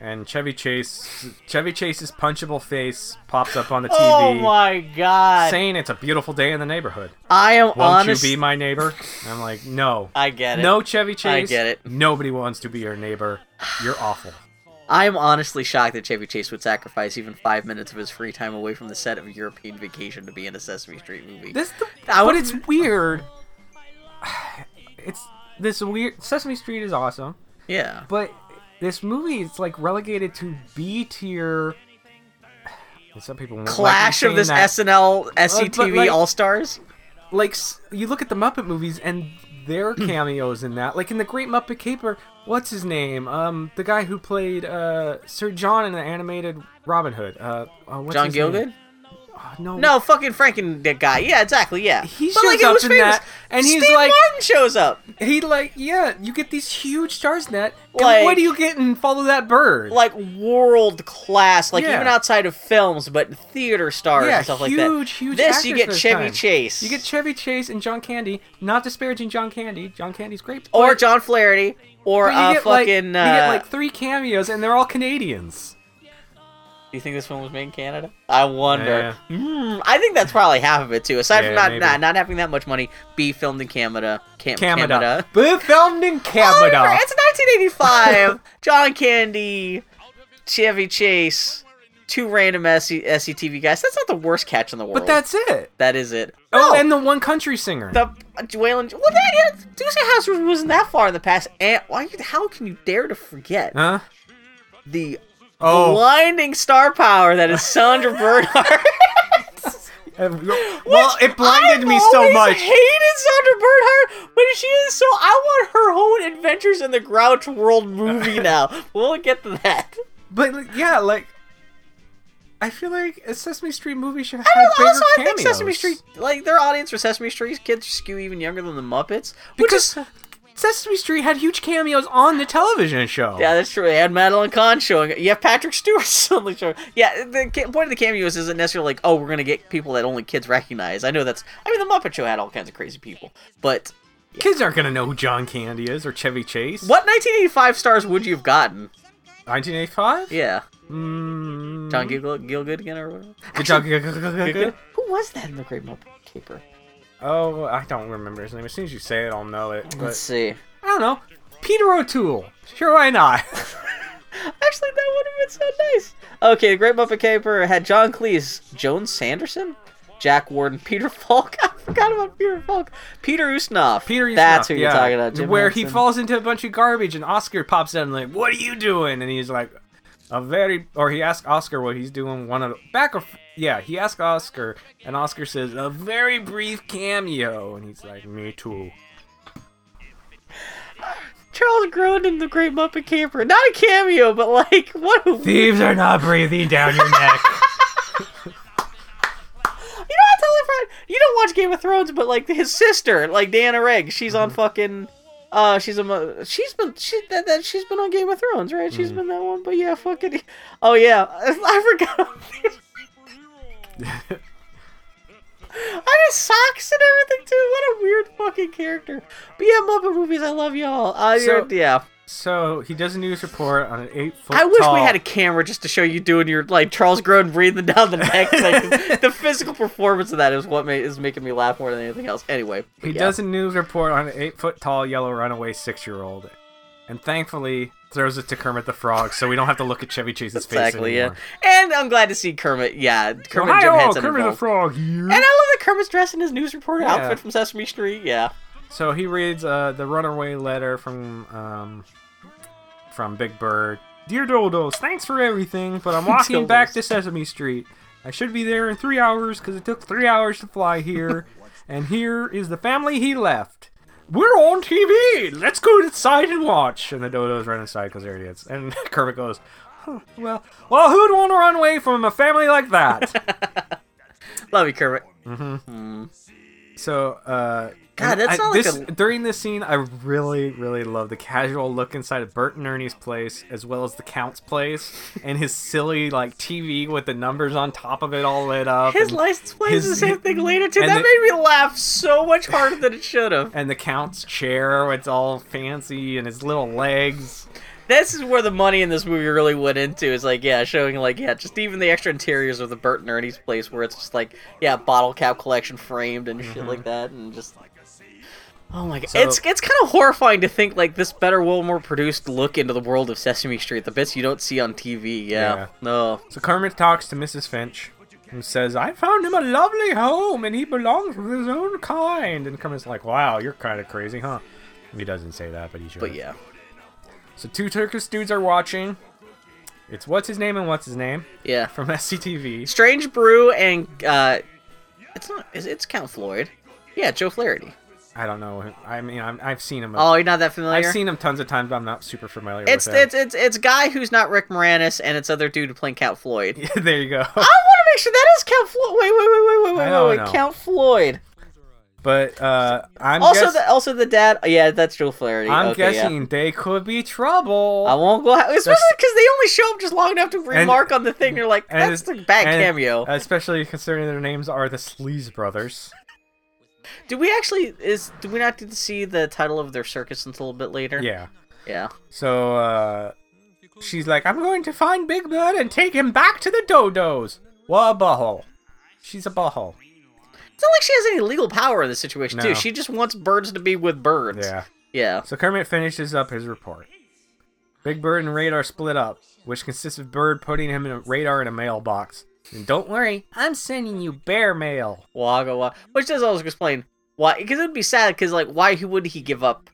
[SPEAKER 1] and Chevy Chase, Chevy Chase's punchable face pops up on the TV,
[SPEAKER 2] Oh my god!
[SPEAKER 1] saying it's a beautiful day in the neighborhood.
[SPEAKER 2] I am
[SPEAKER 1] Won't
[SPEAKER 2] honest.
[SPEAKER 1] you be my neighbor? And I'm like, no,
[SPEAKER 2] I get it.
[SPEAKER 1] no, Chevy Chase.
[SPEAKER 2] I get it.
[SPEAKER 1] Nobody wants to be your neighbor. You're awful.
[SPEAKER 2] I am honestly shocked that Chevy Chase would sacrifice even five minutes of his free time away from the set of European Vacation to be in a Sesame Street movie.
[SPEAKER 1] This, the,
[SPEAKER 2] I
[SPEAKER 1] but
[SPEAKER 2] would-
[SPEAKER 1] it's weird. It's this weird. Sesame Street is awesome,
[SPEAKER 2] yeah.
[SPEAKER 1] but this movie is like relegated to B tier. and Some people won't like me
[SPEAKER 2] Clash of
[SPEAKER 1] saying
[SPEAKER 2] this
[SPEAKER 1] that.
[SPEAKER 2] SNL SCTV
[SPEAKER 1] like-
[SPEAKER 2] All Stars.
[SPEAKER 1] like s- you look at the Muppet movies and their cameos in that, like in the Great Muppet Caper, what's his name? Um, the guy who played uh Sir John in the animated Robin Hood. Uh, uh what's
[SPEAKER 2] John
[SPEAKER 1] his
[SPEAKER 2] Gilgood?
[SPEAKER 1] Name? Oh, no,
[SPEAKER 2] No, fucking Franken that guy. Yeah, exactly. Yeah.
[SPEAKER 1] He
[SPEAKER 2] But, like,
[SPEAKER 1] shows
[SPEAKER 2] it was
[SPEAKER 1] up in
[SPEAKER 2] famous.
[SPEAKER 1] that, and he's
[SPEAKER 2] Steve
[SPEAKER 1] like-
[SPEAKER 2] Martin shows up.
[SPEAKER 1] He like yeah, you get these huge stars in that. and
[SPEAKER 2] Like-
[SPEAKER 1] what do you get in Follow That Bird?
[SPEAKER 2] Like world class, like
[SPEAKER 1] Yeah.
[SPEAKER 2] even outside of films, but theater stars
[SPEAKER 1] yeah,
[SPEAKER 2] and stuff
[SPEAKER 1] huge,
[SPEAKER 2] like that.
[SPEAKER 1] huge.
[SPEAKER 2] This you
[SPEAKER 1] actors
[SPEAKER 2] get
[SPEAKER 1] this
[SPEAKER 2] Chevy
[SPEAKER 1] time.
[SPEAKER 2] Chase.
[SPEAKER 1] You get Chevy Chase and John Candy. Not disparaging John Candy. John Candy's great.
[SPEAKER 2] or
[SPEAKER 1] but-
[SPEAKER 2] John Flaherty, or
[SPEAKER 1] but you
[SPEAKER 2] uh,
[SPEAKER 1] get, like-
[SPEAKER 2] fucking.
[SPEAKER 1] you get
[SPEAKER 2] uh,
[SPEAKER 1] like three cameos, and they're all Canadians.
[SPEAKER 2] Do you think this one was made in Canada? I wonder.
[SPEAKER 1] Yeah.
[SPEAKER 2] Mm, I think that's probably half of it too. Aside
[SPEAKER 1] Yeah,
[SPEAKER 2] from not,
[SPEAKER 1] maybe.
[SPEAKER 2] not not having that much money, be filmed in Canada. Cam-
[SPEAKER 1] Canada.
[SPEAKER 2] Canada.
[SPEAKER 1] Boo filmed in
[SPEAKER 2] Oh,
[SPEAKER 1] Canada.
[SPEAKER 2] right, It's 1985. John Candy, Chevy Chase, two random E, SC- SCTV guys. That's not the worst catch in the world.
[SPEAKER 1] but that's it.
[SPEAKER 2] that is it.
[SPEAKER 1] Oh,
[SPEAKER 2] No,
[SPEAKER 1] and the one country singer.
[SPEAKER 2] the uh, Waylon. Well, that is. Deuce House wasn't that far in the past. And why? How can you dare to forget
[SPEAKER 1] huh?
[SPEAKER 2] the
[SPEAKER 1] Oh,
[SPEAKER 2] blinding star power that is Sandra Bernhard?
[SPEAKER 1] uh, well, it blinded
[SPEAKER 2] I've
[SPEAKER 1] me so
[SPEAKER 2] always
[SPEAKER 1] much.
[SPEAKER 2] Hated Sandra Bernhardt, but she is so. I want her own Adventures in the Grouch World movie now. we'll get to that.
[SPEAKER 1] but like, yeah, like I feel like a Sesame Street movie should have
[SPEAKER 2] And
[SPEAKER 1] bigger
[SPEAKER 2] also, I
[SPEAKER 1] cameos.
[SPEAKER 2] think Sesame Street, like their audience for Sesame Street's kids skew even younger than the Muppets. Which
[SPEAKER 1] because
[SPEAKER 2] is,
[SPEAKER 1] Sesame Street had huge cameos on the television show.
[SPEAKER 2] yeah, that's true. They had Madeline Kahn showing. You have Patrick Stewart suddenly showing. Yeah, the ca- point of the cameos isn't necessarily like, oh, we're gonna get people that only kids recognize. I know that's. I mean, the Muppet Show had all kinds of crazy people, but
[SPEAKER 1] Kids aren't gonna know who John Candy is or Chevy Chase.
[SPEAKER 2] what 1985 stars would you have gotten?
[SPEAKER 1] 1985?
[SPEAKER 2] Yeah,
[SPEAKER 1] Mm,
[SPEAKER 2] John Gil- Gilgood again or whatever.
[SPEAKER 1] John.
[SPEAKER 2] Mm-hmm. Who was that in the Great Muppet Caper?
[SPEAKER 1] Oh, I don't remember his name. As soon as you say it, I'll know it. But
[SPEAKER 2] Let's see.
[SPEAKER 1] I don't know. Peter O'Toole. Sure, why not?
[SPEAKER 2] Actually, that would have been so nice. Okay, the Great Muppet Caper had John Cleese, Joan Sanderson, Jack Warden, Peter Falk. I forgot about Peter Falk. Peter Ustinov.
[SPEAKER 1] Peter Ustinov,
[SPEAKER 2] That's who you're
[SPEAKER 1] yeah.
[SPEAKER 2] talking about. Jim
[SPEAKER 1] Where he
[SPEAKER 2] Henson.
[SPEAKER 1] falls into a bunch of garbage and Oscar pops out and like, what are you doing? And he's like, a very, or he asks Oscar what he's doing. One of the, back of, yeah, he asks Oscar and Oscar says, a very brief cameo. And he's like, me too.
[SPEAKER 2] Charles Grodin, the Great Muppet Caper. Not a cameo, but like what? A... You don't
[SPEAKER 1] Thieves are not breathing down your neck.
[SPEAKER 2] have to live right. You don't watch Game of Thrones, but like his sister, like Diana Rigg, she's
[SPEAKER 1] Mm-hmm.
[SPEAKER 2] on fucking. Uh, she's a mo- she's been she that, that she's been on Game of Thrones, right? She's
[SPEAKER 1] Mm.
[SPEAKER 2] been that one, but yeah, fucking. Oh yeah, I forgot. I just socks and everything too. What a weird fucking character. But yeah, Muppet movies, I love y'all. Uh,
[SPEAKER 1] So- uh,
[SPEAKER 2] you're- yeah,
[SPEAKER 1] so he does a news report on an eight foot
[SPEAKER 2] I wish we had a camera just to show you doing your like Charles Grodin breathing down the neck. Like the physical performance of that is what ma- is making me laugh more than anything else. Anyway, but
[SPEAKER 1] He
[SPEAKER 2] yeah.
[SPEAKER 1] does a news report on an eight foot tall yellow runaway six year old, and thankfully throws it to Kermit the Frog, so we don't have to look at Chevy Chase's face
[SPEAKER 2] exactly. Yeah,
[SPEAKER 1] anymore.
[SPEAKER 2] and I'm glad to see Kermit. Yeah, Kermit and Jim
[SPEAKER 1] Ohio,
[SPEAKER 2] Henson
[SPEAKER 1] Kermit the
[SPEAKER 2] involved.
[SPEAKER 1] Frog.
[SPEAKER 2] And I love that Kermit's dressed in his news reporter
[SPEAKER 1] Yeah.
[SPEAKER 2] outfit from Sesame Street. Yeah,
[SPEAKER 1] So he reads uh, the runaway letter from um, from Big Bird. Dear Dodos, thanks for everything, but I'm walking back to Sesame Street. I should be there in three hours because it took three hours to fly here. and here is the family he left. We're on TV. Let's go inside and watch. And the Dodos run inside because they're idiots. And Kermit goes, "Huh, "Well, well, who'd want to run away from a family like that?"
[SPEAKER 2] Love you, Kermit.
[SPEAKER 1] so, uh,
[SPEAKER 2] God,
[SPEAKER 1] and
[SPEAKER 2] that's
[SPEAKER 1] I-
[SPEAKER 2] not like
[SPEAKER 1] this,
[SPEAKER 2] a-
[SPEAKER 1] during this scene. I really, really love the casual look inside of Bert and Ernie's place, as well as the Count's place, and his silly like TV with the numbers on top of it all lit up.
[SPEAKER 2] His
[SPEAKER 1] and-
[SPEAKER 2] license plate is the
[SPEAKER 1] his-
[SPEAKER 2] same thing later too.
[SPEAKER 1] and
[SPEAKER 2] That
[SPEAKER 1] the-
[SPEAKER 2] made me laugh so much harder than it should have.
[SPEAKER 1] and the count's chair it's all fancy and his little legs
[SPEAKER 2] This is where the money in this movie really went into. Is like, yeah, showing like, yeah, just even the extra interiors of the Bert and Ernie's place, where it's just like, yeah, bottle cap collection framed and shit like that, and just. Oh my god,
[SPEAKER 1] So-
[SPEAKER 2] it's it's kind of horrifying to think like this better, well, more produced look into the world of Sesame Street, the bits you don't see on TV. Yeah,
[SPEAKER 1] Yeah.
[SPEAKER 2] no,
[SPEAKER 1] so kermit talks to mrs finch and says i found him a lovely home and he belongs with his own kind and kermit's like wow you're kind of crazy huh he doesn't say that but he should
[SPEAKER 2] but yeah,
[SPEAKER 1] so two turkish dudes are watching it's what's his name and what's his name
[SPEAKER 2] yeah.
[SPEAKER 1] from sctv
[SPEAKER 2] Strange Brew and uh, it's not. It's, it's Count Floyd. Yeah, Joe Flaherty.
[SPEAKER 1] i don't know who- i mean I'm, i've seen him a-
[SPEAKER 2] Oh, you're not that familiar.
[SPEAKER 1] i've seen him tons of times but i'm not super familiar
[SPEAKER 2] it's
[SPEAKER 1] with him.
[SPEAKER 2] it's it's it's guy who's not Rick Moranis and it's other dude playing Count Floyd.
[SPEAKER 1] there you go
[SPEAKER 2] I want to make sure that is Count Floyd. Wait, wait, wait,
[SPEAKER 1] I
[SPEAKER 2] wait,
[SPEAKER 1] don't
[SPEAKER 2] wait, wait,
[SPEAKER 1] know.
[SPEAKER 2] wait. Count Floyd.
[SPEAKER 1] but uh i'm
[SPEAKER 2] also,
[SPEAKER 1] guess-
[SPEAKER 2] the also the dad. Yeah, that's Joe Flaherty.
[SPEAKER 1] I'm
[SPEAKER 2] Okay, yeah.
[SPEAKER 1] guessing they could be trouble.
[SPEAKER 2] I won't go. Especially because they only show up just long enough to remark on the thing. You're like, that's the bad
[SPEAKER 1] and- uh,
[SPEAKER 2] cameo.
[SPEAKER 1] Especially considering their names are the Sleaze Brothers.
[SPEAKER 2] do we actually is? Do we not get to see the title of their circus until a bit later?
[SPEAKER 1] Yeah.
[SPEAKER 2] Yeah.
[SPEAKER 1] So, uh, she's like, I'm going to find Big Bird and take him back to the Dodos. What a butthole. She's a butthole.
[SPEAKER 2] It's not like she has any legal power in this situation,
[SPEAKER 1] No.
[SPEAKER 2] too. She just wants birds to be with birds.
[SPEAKER 1] Yeah.
[SPEAKER 2] Yeah.
[SPEAKER 1] So Kermit finishes up his report. Big Bird and Radar split up, which consists of Bird putting him in a radar in a mailbox. And don't worry, I'm sending you bear mail.
[SPEAKER 2] Wagga Wagga. Which does also explain why. Because it would be sad, because, like, why he- would he give up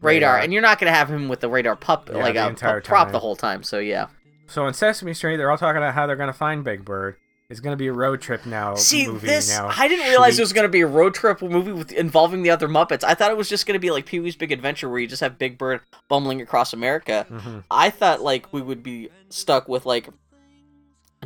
[SPEAKER 2] radar?
[SPEAKER 1] Radar.
[SPEAKER 2] And you're not going to have him with the radar pup,
[SPEAKER 1] Yeah,
[SPEAKER 2] like,
[SPEAKER 1] the
[SPEAKER 2] a
[SPEAKER 1] entire
[SPEAKER 2] pu- prop
[SPEAKER 1] time.
[SPEAKER 2] the whole time. So, yeah.
[SPEAKER 1] So in Sesame Street, they're all talking about how they're going to find Big Bird. It's going to be a road trip now.
[SPEAKER 2] See,
[SPEAKER 1] movie
[SPEAKER 2] this.
[SPEAKER 1] now.
[SPEAKER 2] I didn't realize
[SPEAKER 1] Sweet.
[SPEAKER 2] it was going to be a road trip movie with involving the other Muppets. I thought it was just going to be, like, Pee Wee's Big Adventure, where you just have Big Bird bumbling across America.
[SPEAKER 1] Mhm.
[SPEAKER 2] I thought, like, we would be stuck with, like,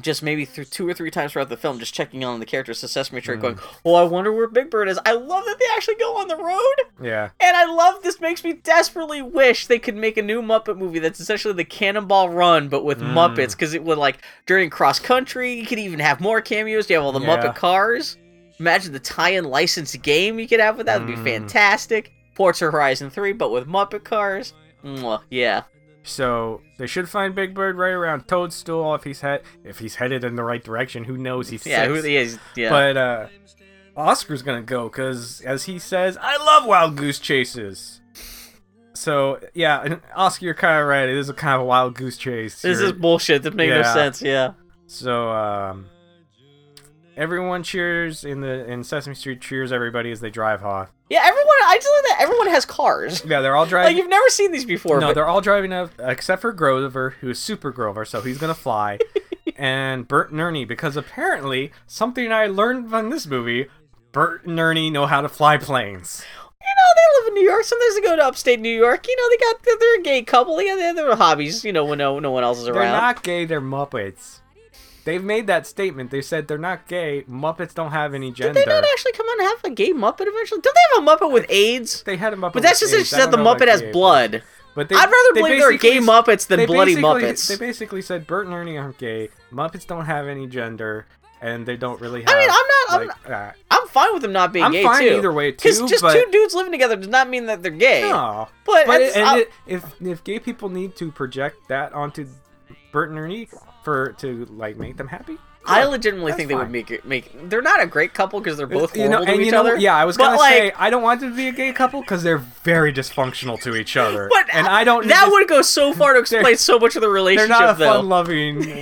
[SPEAKER 2] just maybe through two or three times throughout the film, just checking on the characters to Sesame
[SPEAKER 1] Mm.
[SPEAKER 2] Street, going, "Oh, I wonder where Big Bird is." I love that they actually go on the road,
[SPEAKER 1] Yeah.
[SPEAKER 2] and I love this. Makes me desperately wish they could make a new Muppet movie that's essentially the Cannonball Run, but
[SPEAKER 1] Hmm.
[SPEAKER 2] with Muppets, because it would like during cross country, you could even have more cameos. You have all the
[SPEAKER 1] Yeah.
[SPEAKER 2] Muppet cars. Imagine the tie-in licensed game you could have with that. That'd be
[SPEAKER 1] Mm.
[SPEAKER 2] fantastic. Ports of Horizon Three, but with Muppet cars. Mwah, yeah.
[SPEAKER 1] So they should find Big Bird right around Toadstool if he's head if he's headed in the right direction. Who knows? He's
[SPEAKER 2] Yeah, who
[SPEAKER 1] six.
[SPEAKER 2] he is? Yeah.
[SPEAKER 1] But uh, Oscar's gonna go because, as he says, I love wild goose chases. So yeah, and Oscar, you're kind of right. It is a kind of wild goose chase.
[SPEAKER 2] This is
[SPEAKER 1] You're-
[SPEAKER 2] bullshit. That makes
[SPEAKER 1] Yeah.
[SPEAKER 2] no sense. Yeah.
[SPEAKER 1] so. Um, everyone cheers in the in Sesame Street cheers everybody as they drive off.
[SPEAKER 2] Yeah. Everyone. I just like that everyone has cars.
[SPEAKER 1] Yeah, they're all
[SPEAKER 2] Like
[SPEAKER 1] driving.
[SPEAKER 2] you've never seen these before.
[SPEAKER 1] No,
[SPEAKER 2] but
[SPEAKER 1] they're all driving up except for Grover, who is Super Grover, so he's gonna fly, and Bert and Ernie, because apparently something I learned from this movie, Bert and Ernie know how to fly planes.
[SPEAKER 2] you know they live in New York. Sometimes they go to upstate New York. You know they got they're, they're a gay couple. They got their hobbies. You know when no no one else is
[SPEAKER 1] They're
[SPEAKER 2] around.
[SPEAKER 1] not gay, they're Muppets. They've made that statement. They said they're not gay. Muppets don't have any
[SPEAKER 2] Did
[SPEAKER 1] gender.
[SPEAKER 2] they not actually come on and have a gay Muppet eventually? Don't they have a Muppet with AIDS?
[SPEAKER 1] They had a Muppet.
[SPEAKER 2] But that's
[SPEAKER 1] with
[SPEAKER 2] just it's
[SPEAKER 1] AIDS. I
[SPEAKER 2] that the
[SPEAKER 1] don't know
[SPEAKER 2] Muppet
[SPEAKER 1] about
[SPEAKER 2] has
[SPEAKER 1] gay,
[SPEAKER 2] blood.
[SPEAKER 1] But they,
[SPEAKER 2] I'd rather
[SPEAKER 1] they
[SPEAKER 2] believe they're gay
[SPEAKER 1] basically-
[SPEAKER 2] Muppets than
[SPEAKER 1] they
[SPEAKER 2] bloody
[SPEAKER 1] basically-
[SPEAKER 2] Muppets.
[SPEAKER 1] They basically said Bert and Ernie aren't gay. Muppets don't have any gender, and they don't really have.
[SPEAKER 2] I mean, I'm not- I'm
[SPEAKER 1] Like, that.
[SPEAKER 2] I'm fine with them not being
[SPEAKER 1] I'm
[SPEAKER 2] gay
[SPEAKER 1] fine
[SPEAKER 2] too.
[SPEAKER 1] either way,
[SPEAKER 2] Because
[SPEAKER 1] too,
[SPEAKER 2] just
[SPEAKER 1] but-
[SPEAKER 2] two dudes living together does not mean that they're gay.
[SPEAKER 1] No,
[SPEAKER 2] But
[SPEAKER 1] but
[SPEAKER 2] it's-
[SPEAKER 1] and
[SPEAKER 2] I'll-
[SPEAKER 1] it- if if gay people need to project that onto Bert and Ernie for to like make them happy,
[SPEAKER 2] I
[SPEAKER 1] sure,
[SPEAKER 2] legitimately
[SPEAKER 1] that's
[SPEAKER 2] think they would
[SPEAKER 1] fine.
[SPEAKER 2] make it make. They're not a great couple because they're both
[SPEAKER 1] you know,
[SPEAKER 2] horrible
[SPEAKER 1] and
[SPEAKER 2] to each
[SPEAKER 1] you know,
[SPEAKER 2] other.
[SPEAKER 1] yeah, I was
[SPEAKER 2] but
[SPEAKER 1] gonna
[SPEAKER 2] like,
[SPEAKER 1] say I don't want them to be a gay couple because they're very dysfunctional to each other,
[SPEAKER 2] but
[SPEAKER 1] and I don't.
[SPEAKER 2] That
[SPEAKER 1] need to-
[SPEAKER 2] would go so far to explain so much of the
[SPEAKER 1] They're
[SPEAKER 2] relationship,
[SPEAKER 1] not a
[SPEAKER 2] though.
[SPEAKER 1] fun-loving.
[SPEAKER 2] yeah,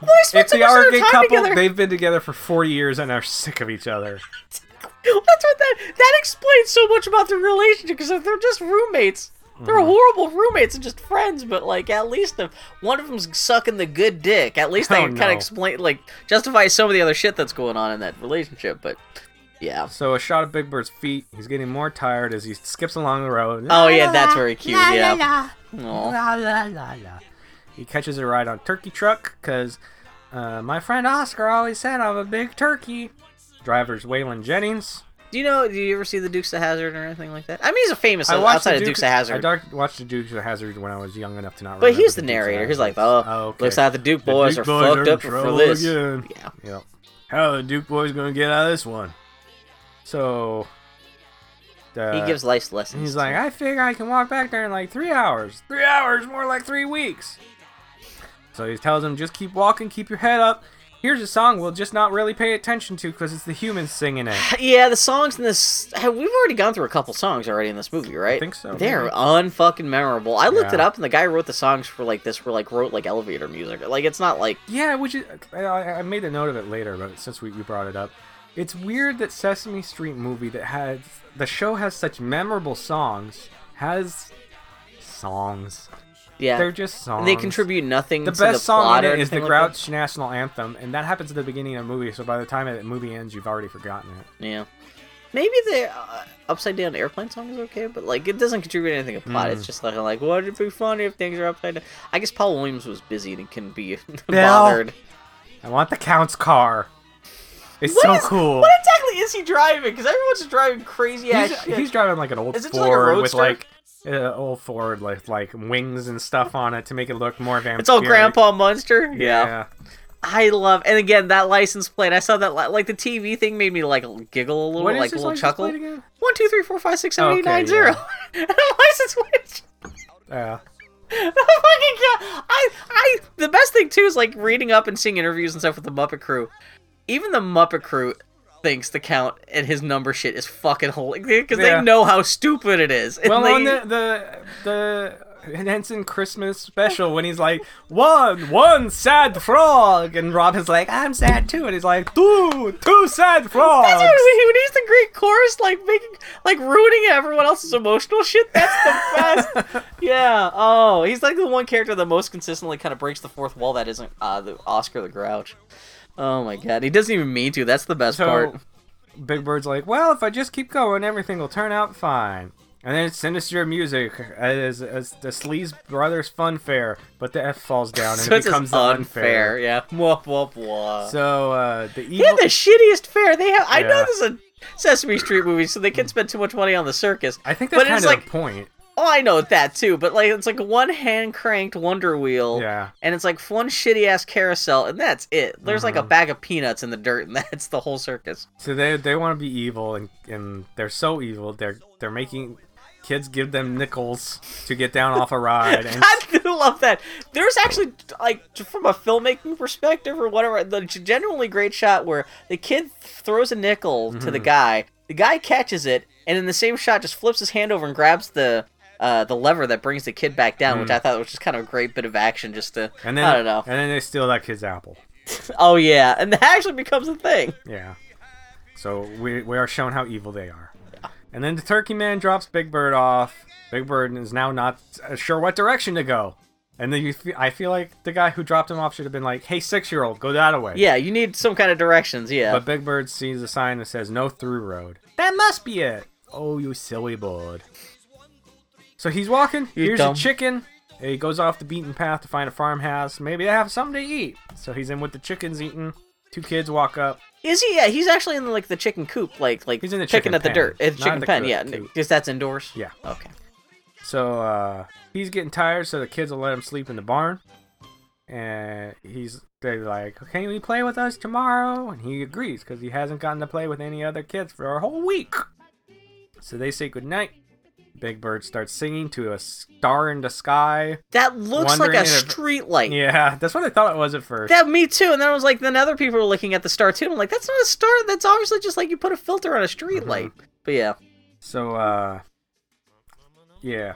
[SPEAKER 2] well, they spent
[SPEAKER 1] if
[SPEAKER 2] so
[SPEAKER 1] they
[SPEAKER 2] much
[SPEAKER 1] are
[SPEAKER 2] of
[SPEAKER 1] a
[SPEAKER 2] their
[SPEAKER 1] gay
[SPEAKER 2] time
[SPEAKER 1] couple,
[SPEAKER 2] together.
[SPEAKER 1] they've been together for forty years and are sick of each other.
[SPEAKER 2] That's what that that explains so much about their relationship because if they're just roommates, They're
[SPEAKER 1] Mm-hmm.
[SPEAKER 2] horrible roommates and just friends, but like at least the one of them's sucking the good dick. At least they
[SPEAKER 1] Oh,
[SPEAKER 2] can kind
[SPEAKER 1] no.
[SPEAKER 2] of explain, like justify some of the other shit that's going on in that relationship. But yeah.
[SPEAKER 1] So a shot of Big Bird's feet. He's getting more tired as he skips along the road.
[SPEAKER 2] Oh yeah, that's very cute. Yeah. Aw.
[SPEAKER 1] He catches a ride on turkey truck because uh, my friend Oscar always said I'm a big turkey. Driver's Waylon Jennings.
[SPEAKER 2] Do you know? Do you ever see the Dukes of Hazard or anything like that? I mean, he's a famous
[SPEAKER 1] I watched
[SPEAKER 2] outside
[SPEAKER 1] the
[SPEAKER 2] of
[SPEAKER 1] Duke-
[SPEAKER 2] Dukes of Hazard.
[SPEAKER 1] I dark, watched the Dukes of Hazard when I was young enough to not.
[SPEAKER 2] But
[SPEAKER 1] remember
[SPEAKER 2] he's
[SPEAKER 1] the
[SPEAKER 2] the
[SPEAKER 1] Dukes of
[SPEAKER 2] narrator. He's like,
[SPEAKER 1] Hazzard.
[SPEAKER 2] oh,
[SPEAKER 1] okay.
[SPEAKER 2] looks like the Duke
[SPEAKER 1] The
[SPEAKER 2] boys
[SPEAKER 1] Duke
[SPEAKER 2] are fucked
[SPEAKER 1] in
[SPEAKER 2] up for
[SPEAKER 1] trouble
[SPEAKER 2] this.
[SPEAKER 1] again.
[SPEAKER 2] Yeah.
[SPEAKER 1] Yep. How are the Duke boys gonna get out of this one? So.
[SPEAKER 2] He
[SPEAKER 1] the-
[SPEAKER 2] gives life lessons.
[SPEAKER 1] He's like, I figure I can walk back there in like three hours. Three hours, more like three weeks. So he tells him, just keep walking, keep your head up. Here's a song we'll just not really pay attention to because it's the humans singing it.
[SPEAKER 2] yeah, the songs in this. Have- We've already gone through a couple songs already in this movie, right?
[SPEAKER 1] think so,
[SPEAKER 2] They're
[SPEAKER 1] maybe.
[SPEAKER 2] unfucking memorable. I looked it
[SPEAKER 1] Yeah.
[SPEAKER 2] up, and the guy who wrote the songs for like this were like wrote like elevator music. Like it's not like
[SPEAKER 1] Yeah, which is, I, I I made a note of it later, but since we, we brought it up, it's weird that Sesame Street movie that has the show has such memorable songs has songs.
[SPEAKER 2] yeah.
[SPEAKER 1] They're just songs.
[SPEAKER 2] and they contribute nothing
[SPEAKER 1] the
[SPEAKER 2] to
[SPEAKER 1] best
[SPEAKER 2] the
[SPEAKER 1] song
[SPEAKER 2] plot
[SPEAKER 1] in
[SPEAKER 2] or
[SPEAKER 1] it is the
[SPEAKER 2] anything like
[SPEAKER 1] Grouch National Anthem, and that happens at the beginning of the movie. So by the time the movie ends, you've already forgotten it.
[SPEAKER 2] that. Yeah. Maybe the uh, upside down airplane song is okay, but like it doesn't contribute anything to plot.
[SPEAKER 1] Hmm.
[SPEAKER 2] It's just like like would it be funny if things are upside down? I guess Paul Williams was busy and couldn't be bothered.
[SPEAKER 1] I want the Count's car. It's
[SPEAKER 2] What
[SPEAKER 1] so
[SPEAKER 2] is-
[SPEAKER 1] cool.
[SPEAKER 2] What exactly is he driving? Because everyone's driving crazy ass
[SPEAKER 1] he's,
[SPEAKER 2] shit.
[SPEAKER 1] he's driving like an old
[SPEAKER 2] Is it just like a
[SPEAKER 1] Ford with
[SPEAKER 2] roadster?
[SPEAKER 1] like uh, old Ford with like wings and stuff on it to make it look more vampiric.
[SPEAKER 2] it's all Grandpa Munster.
[SPEAKER 1] Yeah.
[SPEAKER 2] I love, and again that license plate. I saw that li- like the TV thing made me like giggle a little,
[SPEAKER 1] What is
[SPEAKER 2] like
[SPEAKER 1] his
[SPEAKER 2] a little
[SPEAKER 1] license
[SPEAKER 2] chuckle.
[SPEAKER 1] plate again?
[SPEAKER 2] One two three four five six seven eight
[SPEAKER 1] Okay,
[SPEAKER 2] nine zero. And a license plate.
[SPEAKER 1] Yeah.
[SPEAKER 2] Oh my god! I, I, the best thing too is like reading up and seeing interviews and stuff with the Muppet Crew. Even the Muppet Crew thinks the count and his number shit is fucking holy because
[SPEAKER 1] Yeah.
[SPEAKER 2] they know how stupid it is. And
[SPEAKER 1] Well,
[SPEAKER 2] they-
[SPEAKER 1] on the the the Henson Christmas special, when he's like one one sad frog, and Rob is like I'm sad too, and he's like two two sad frogs.
[SPEAKER 2] That's what when, he, when he's the Greek chorus, like making, like ruining everyone else's emotional shit. That's the best. yeah. Oh, he's like the one character that most consistently kind of breaks the fourth wall. That isn't uh, the Oscar the Grouch. Oh my god, he doesn't even mean to. That's the best part.
[SPEAKER 1] So Big Bird's like, well, if I just keep going, everything will turn out fine. And then it's sinister music as, as the Sleaze Brothers Fun Fair, but the F falls down and
[SPEAKER 2] So
[SPEAKER 1] it
[SPEAKER 2] it's just
[SPEAKER 1] becomes
[SPEAKER 2] unfair. Yeah. Whoop whoop whoop.
[SPEAKER 1] So uh, the
[SPEAKER 2] They
[SPEAKER 1] evil.
[SPEAKER 2] had the shittiest fair. They have. I know
[SPEAKER 1] Yeah. Mm.
[SPEAKER 2] this is a Sesame Street movie, so they can spend too much money on the circus.
[SPEAKER 1] I think that's
[SPEAKER 2] but
[SPEAKER 1] kind of
[SPEAKER 2] it's
[SPEAKER 1] the
[SPEAKER 2] like,
[SPEAKER 1] point.
[SPEAKER 2] oh, I know that too. But like, it's like one hand cranked Wonder Wheel.
[SPEAKER 1] Yeah.
[SPEAKER 2] And it's like one shitty ass carousel, and that's it. There's like a
[SPEAKER 1] Mm-hmm.
[SPEAKER 2] bag of peanuts in the dirt, and that's the whole circus.
[SPEAKER 1] So they they want to be evil, and, and they're so evil. They're they're making kids give them nickels to get down off a ride. And
[SPEAKER 2] I do love that. There's actually like from a filmmaking perspective or whatever, the genuinely great shot where the kid throws a nickel to
[SPEAKER 1] Mm-hmm.
[SPEAKER 2] the guy, the guy catches it, and in the same shot just flips his hand over and grabs the uh, the lever that brings the kid back down, which I thought was just kind of a great bit of action. Just to
[SPEAKER 1] Mm. and then
[SPEAKER 2] I don't know.
[SPEAKER 1] And then they steal that kid's apple.
[SPEAKER 2] Oh yeah, and that actually becomes a thing.
[SPEAKER 1] Yeah. So we, we are shown how evil they are. And then the turkey man drops Big Bird off. Big Bird is now not uh, sure what direction to go. And then you fe I feel like the guy who dropped him off should have been like, hey, six year old, go that way.
[SPEAKER 2] Yeah, you need some kind of directions. Yeah.
[SPEAKER 1] But Big Bird sees a sign that says no through road. That must be it. Oh, you silly bird. So he's walking.
[SPEAKER 2] You
[SPEAKER 1] Here's
[SPEAKER 2] dumb.
[SPEAKER 1] a chicken. He goes off the beaten path to find a farmhouse. Maybe they have something to eat. So he's in with the chickens eating. Two kids walk up.
[SPEAKER 2] Is he? Yeah, he's actually in like the chicken coop, like like
[SPEAKER 1] He's in the
[SPEAKER 2] picking
[SPEAKER 1] chicken
[SPEAKER 2] at the
[SPEAKER 1] pen,
[SPEAKER 2] dirt. It's
[SPEAKER 1] not
[SPEAKER 2] chicken
[SPEAKER 1] in the
[SPEAKER 2] pen,
[SPEAKER 1] coop,
[SPEAKER 2] yeah,
[SPEAKER 1] coop.
[SPEAKER 2] because that's indoors.
[SPEAKER 1] Yeah.
[SPEAKER 2] Okay.
[SPEAKER 1] So uh, he's getting tired, so the kids will let him sleep in the barn. And he's they're like, "Can you play with us tomorrow?" And he agrees because he hasn't gotten to play with any other kids for a whole week. So they say goodnight. Big Bird starts singing to a star in the sky.
[SPEAKER 2] That looks like
[SPEAKER 1] Wondering
[SPEAKER 2] a
[SPEAKER 1] if-
[SPEAKER 2] street light.
[SPEAKER 1] Yeah, that's what I thought it was at first.
[SPEAKER 2] That me too. And then I was like, then other people were looking at the star too. And I'm like, that's not a star. That's obviously just like you put a filter on a street
[SPEAKER 1] Mm-hmm.
[SPEAKER 2] light. But yeah,
[SPEAKER 1] So uh, yeah,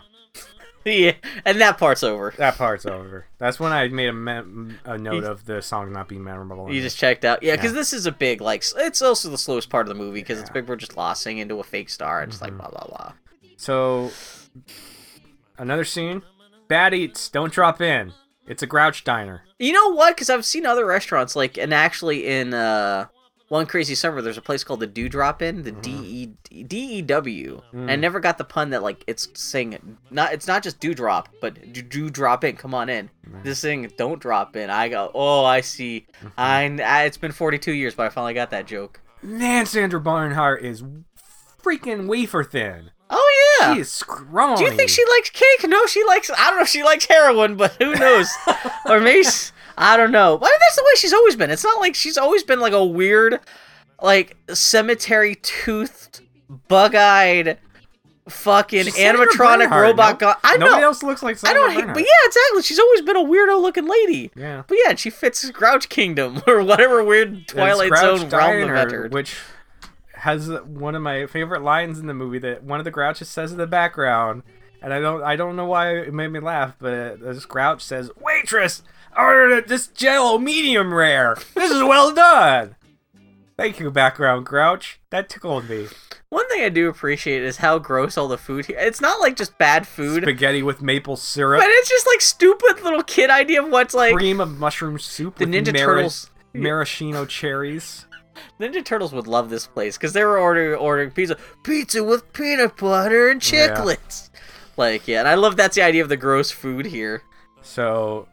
[SPEAKER 2] yeah, and that part's over.
[SPEAKER 1] that part's over. That's when I made a, mem- a note of the song not being memorable.
[SPEAKER 2] You just checked out, yeah. Because
[SPEAKER 1] Yeah.
[SPEAKER 2] this is a big like. s- It's also the slowest part of the movie because it's
[SPEAKER 1] Mm-hmm.
[SPEAKER 2] big. We're just lost singing into a fake star and just like blah blah blah.
[SPEAKER 1] So Another scene. Bad eats. Don't drop in. It's a grouch diner.
[SPEAKER 2] You know what? Because I've seen other restaurants like, and actually in uh, One Crazy Summer, there's a place called the Dew Drop In, the D E D E W. And I never got the pun that like it's saying not it's not just Dew Drop, but do, do Drop In. Come on in. This thing don't drop in. I go. Oh, I see. I, I it's been 42 years, but I finally got that joke.
[SPEAKER 1] Man, Sandra Barnhart is freaking wafer thin.
[SPEAKER 2] Oh yeah.
[SPEAKER 1] She is scrawny.
[SPEAKER 2] Do you think she likes cake? No, she likes. I don't know if she likes heroin, but who knows? or maybe s- I don't know. Well, that's the way she's always been. It's not like she's always been like a weird, like cemetery toothed, bug eyed, fucking
[SPEAKER 1] She's Sandra
[SPEAKER 2] animatronic
[SPEAKER 1] Bernhard,
[SPEAKER 2] robot.
[SPEAKER 1] no-
[SPEAKER 2] go- I know.
[SPEAKER 1] Nobody else looks like
[SPEAKER 2] I
[SPEAKER 1] Sandra
[SPEAKER 2] don't. hate-
[SPEAKER 1] Bernhard.
[SPEAKER 2] But yeah, exactly. She's always been a weirdo looking lady.
[SPEAKER 1] Yeah.
[SPEAKER 2] But yeah, she fits Grouch Kingdom or whatever weird
[SPEAKER 1] And
[SPEAKER 2] Twilight
[SPEAKER 1] Grouch
[SPEAKER 2] Zone realm
[SPEAKER 1] Diner,
[SPEAKER 2] of entered.
[SPEAKER 1] which has one of my favorite lines in the movie that one of the Grouches says in the background, and I don't I don't know why it made me laugh, but this Grouch says, "Waitress, I ordered this Jello medium rare. This is well done." Thank you, background Grouch. That tickled me.
[SPEAKER 2] One thing I do appreciate is how gross all the food here. It's not like just bad food.
[SPEAKER 1] Spaghetti with maple syrup,
[SPEAKER 2] But it's just like stupid little kid idea of what's like
[SPEAKER 1] cream of mushroom soup,
[SPEAKER 2] the
[SPEAKER 1] with
[SPEAKER 2] Ninja
[SPEAKER 1] mara-
[SPEAKER 2] Turtles.
[SPEAKER 1] maraschino cherries.
[SPEAKER 2] Ninja Turtles would love this place because they were ordering ordering pizza, pizza with peanut butter and
[SPEAKER 1] Yeah.
[SPEAKER 2] chiclets. Like yeah, and I love that's the idea of the gross food here.
[SPEAKER 1] So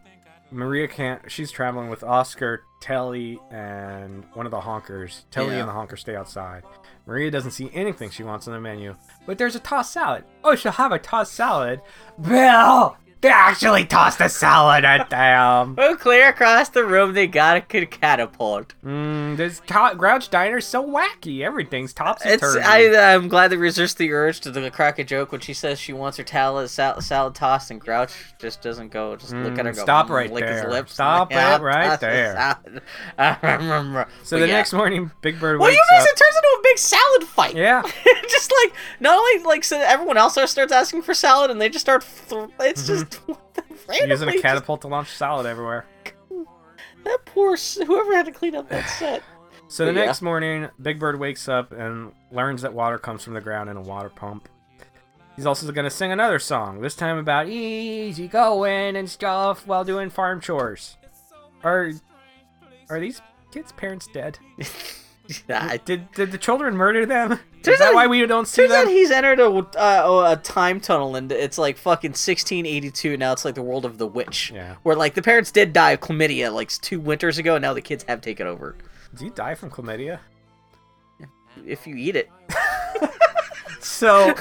[SPEAKER 1] Maria can't. She's traveling with Oscar, Telly, and one of the honkers. Telly
[SPEAKER 2] Yeah.
[SPEAKER 1] and the honker stay outside. Maria doesn't see anything she wants on the menu, but there's a tossed salad. Oh, she'll have a tossed salad. Bill, they actually tossed a salad at them.
[SPEAKER 2] Oh, clear across the room, they got a good catapult.
[SPEAKER 1] Mm, this to- Grouch Diner's so wacky. Everything's topsy
[SPEAKER 2] It's
[SPEAKER 1] turvy.
[SPEAKER 2] I I'm glad they resist the urge to the- crack a joke when she says she wants her talent, sal- salad tossed and Grouch just doesn't go. Just look at her.
[SPEAKER 1] Mm,
[SPEAKER 2] Go,
[SPEAKER 1] stop
[SPEAKER 2] "Mm,"
[SPEAKER 1] right
[SPEAKER 2] lick
[SPEAKER 1] there.
[SPEAKER 2] His lips,
[SPEAKER 1] Stop
[SPEAKER 2] Yeah,
[SPEAKER 1] it right
[SPEAKER 2] toss the
[SPEAKER 1] there.
[SPEAKER 2] salad.
[SPEAKER 1] so
[SPEAKER 2] But
[SPEAKER 1] the
[SPEAKER 2] yeah.
[SPEAKER 1] next morning, Big Bird
[SPEAKER 2] Well, you
[SPEAKER 1] wakes
[SPEAKER 2] guys,
[SPEAKER 1] up.
[SPEAKER 2] it turns into a big salad fight.
[SPEAKER 1] yeah,
[SPEAKER 2] just like not only like so everyone else starts asking for salad and they just start. Th- it's just randomly
[SPEAKER 1] Mm-hmm. using a
[SPEAKER 2] just-
[SPEAKER 1] catapult to launch salad everywhere.
[SPEAKER 2] that poor s- whoever had to clean up that set.
[SPEAKER 1] So the
[SPEAKER 2] Yeah.
[SPEAKER 1] next morning, Big Bird wakes up and learns that water comes from the ground in a water pump. He's also going to sing another song, this time about easy going and stuff while doing farm chores. Are are these kids' parents dead?
[SPEAKER 2] I-
[SPEAKER 1] Did did the children murder them? Is
[SPEAKER 2] Turns
[SPEAKER 1] that
[SPEAKER 2] out-
[SPEAKER 1] why we don't see
[SPEAKER 2] Turns out
[SPEAKER 1] them?
[SPEAKER 2] he's entered a, uh, a time tunnel and it's like fucking 1682 and now it's like the world of the witch.
[SPEAKER 1] Yeah.
[SPEAKER 2] Where like the parents did die of chlamydia like two winters ago and now the kids have taken over.
[SPEAKER 1] Do you die from chlamydia?
[SPEAKER 2] If you eat it.
[SPEAKER 1] So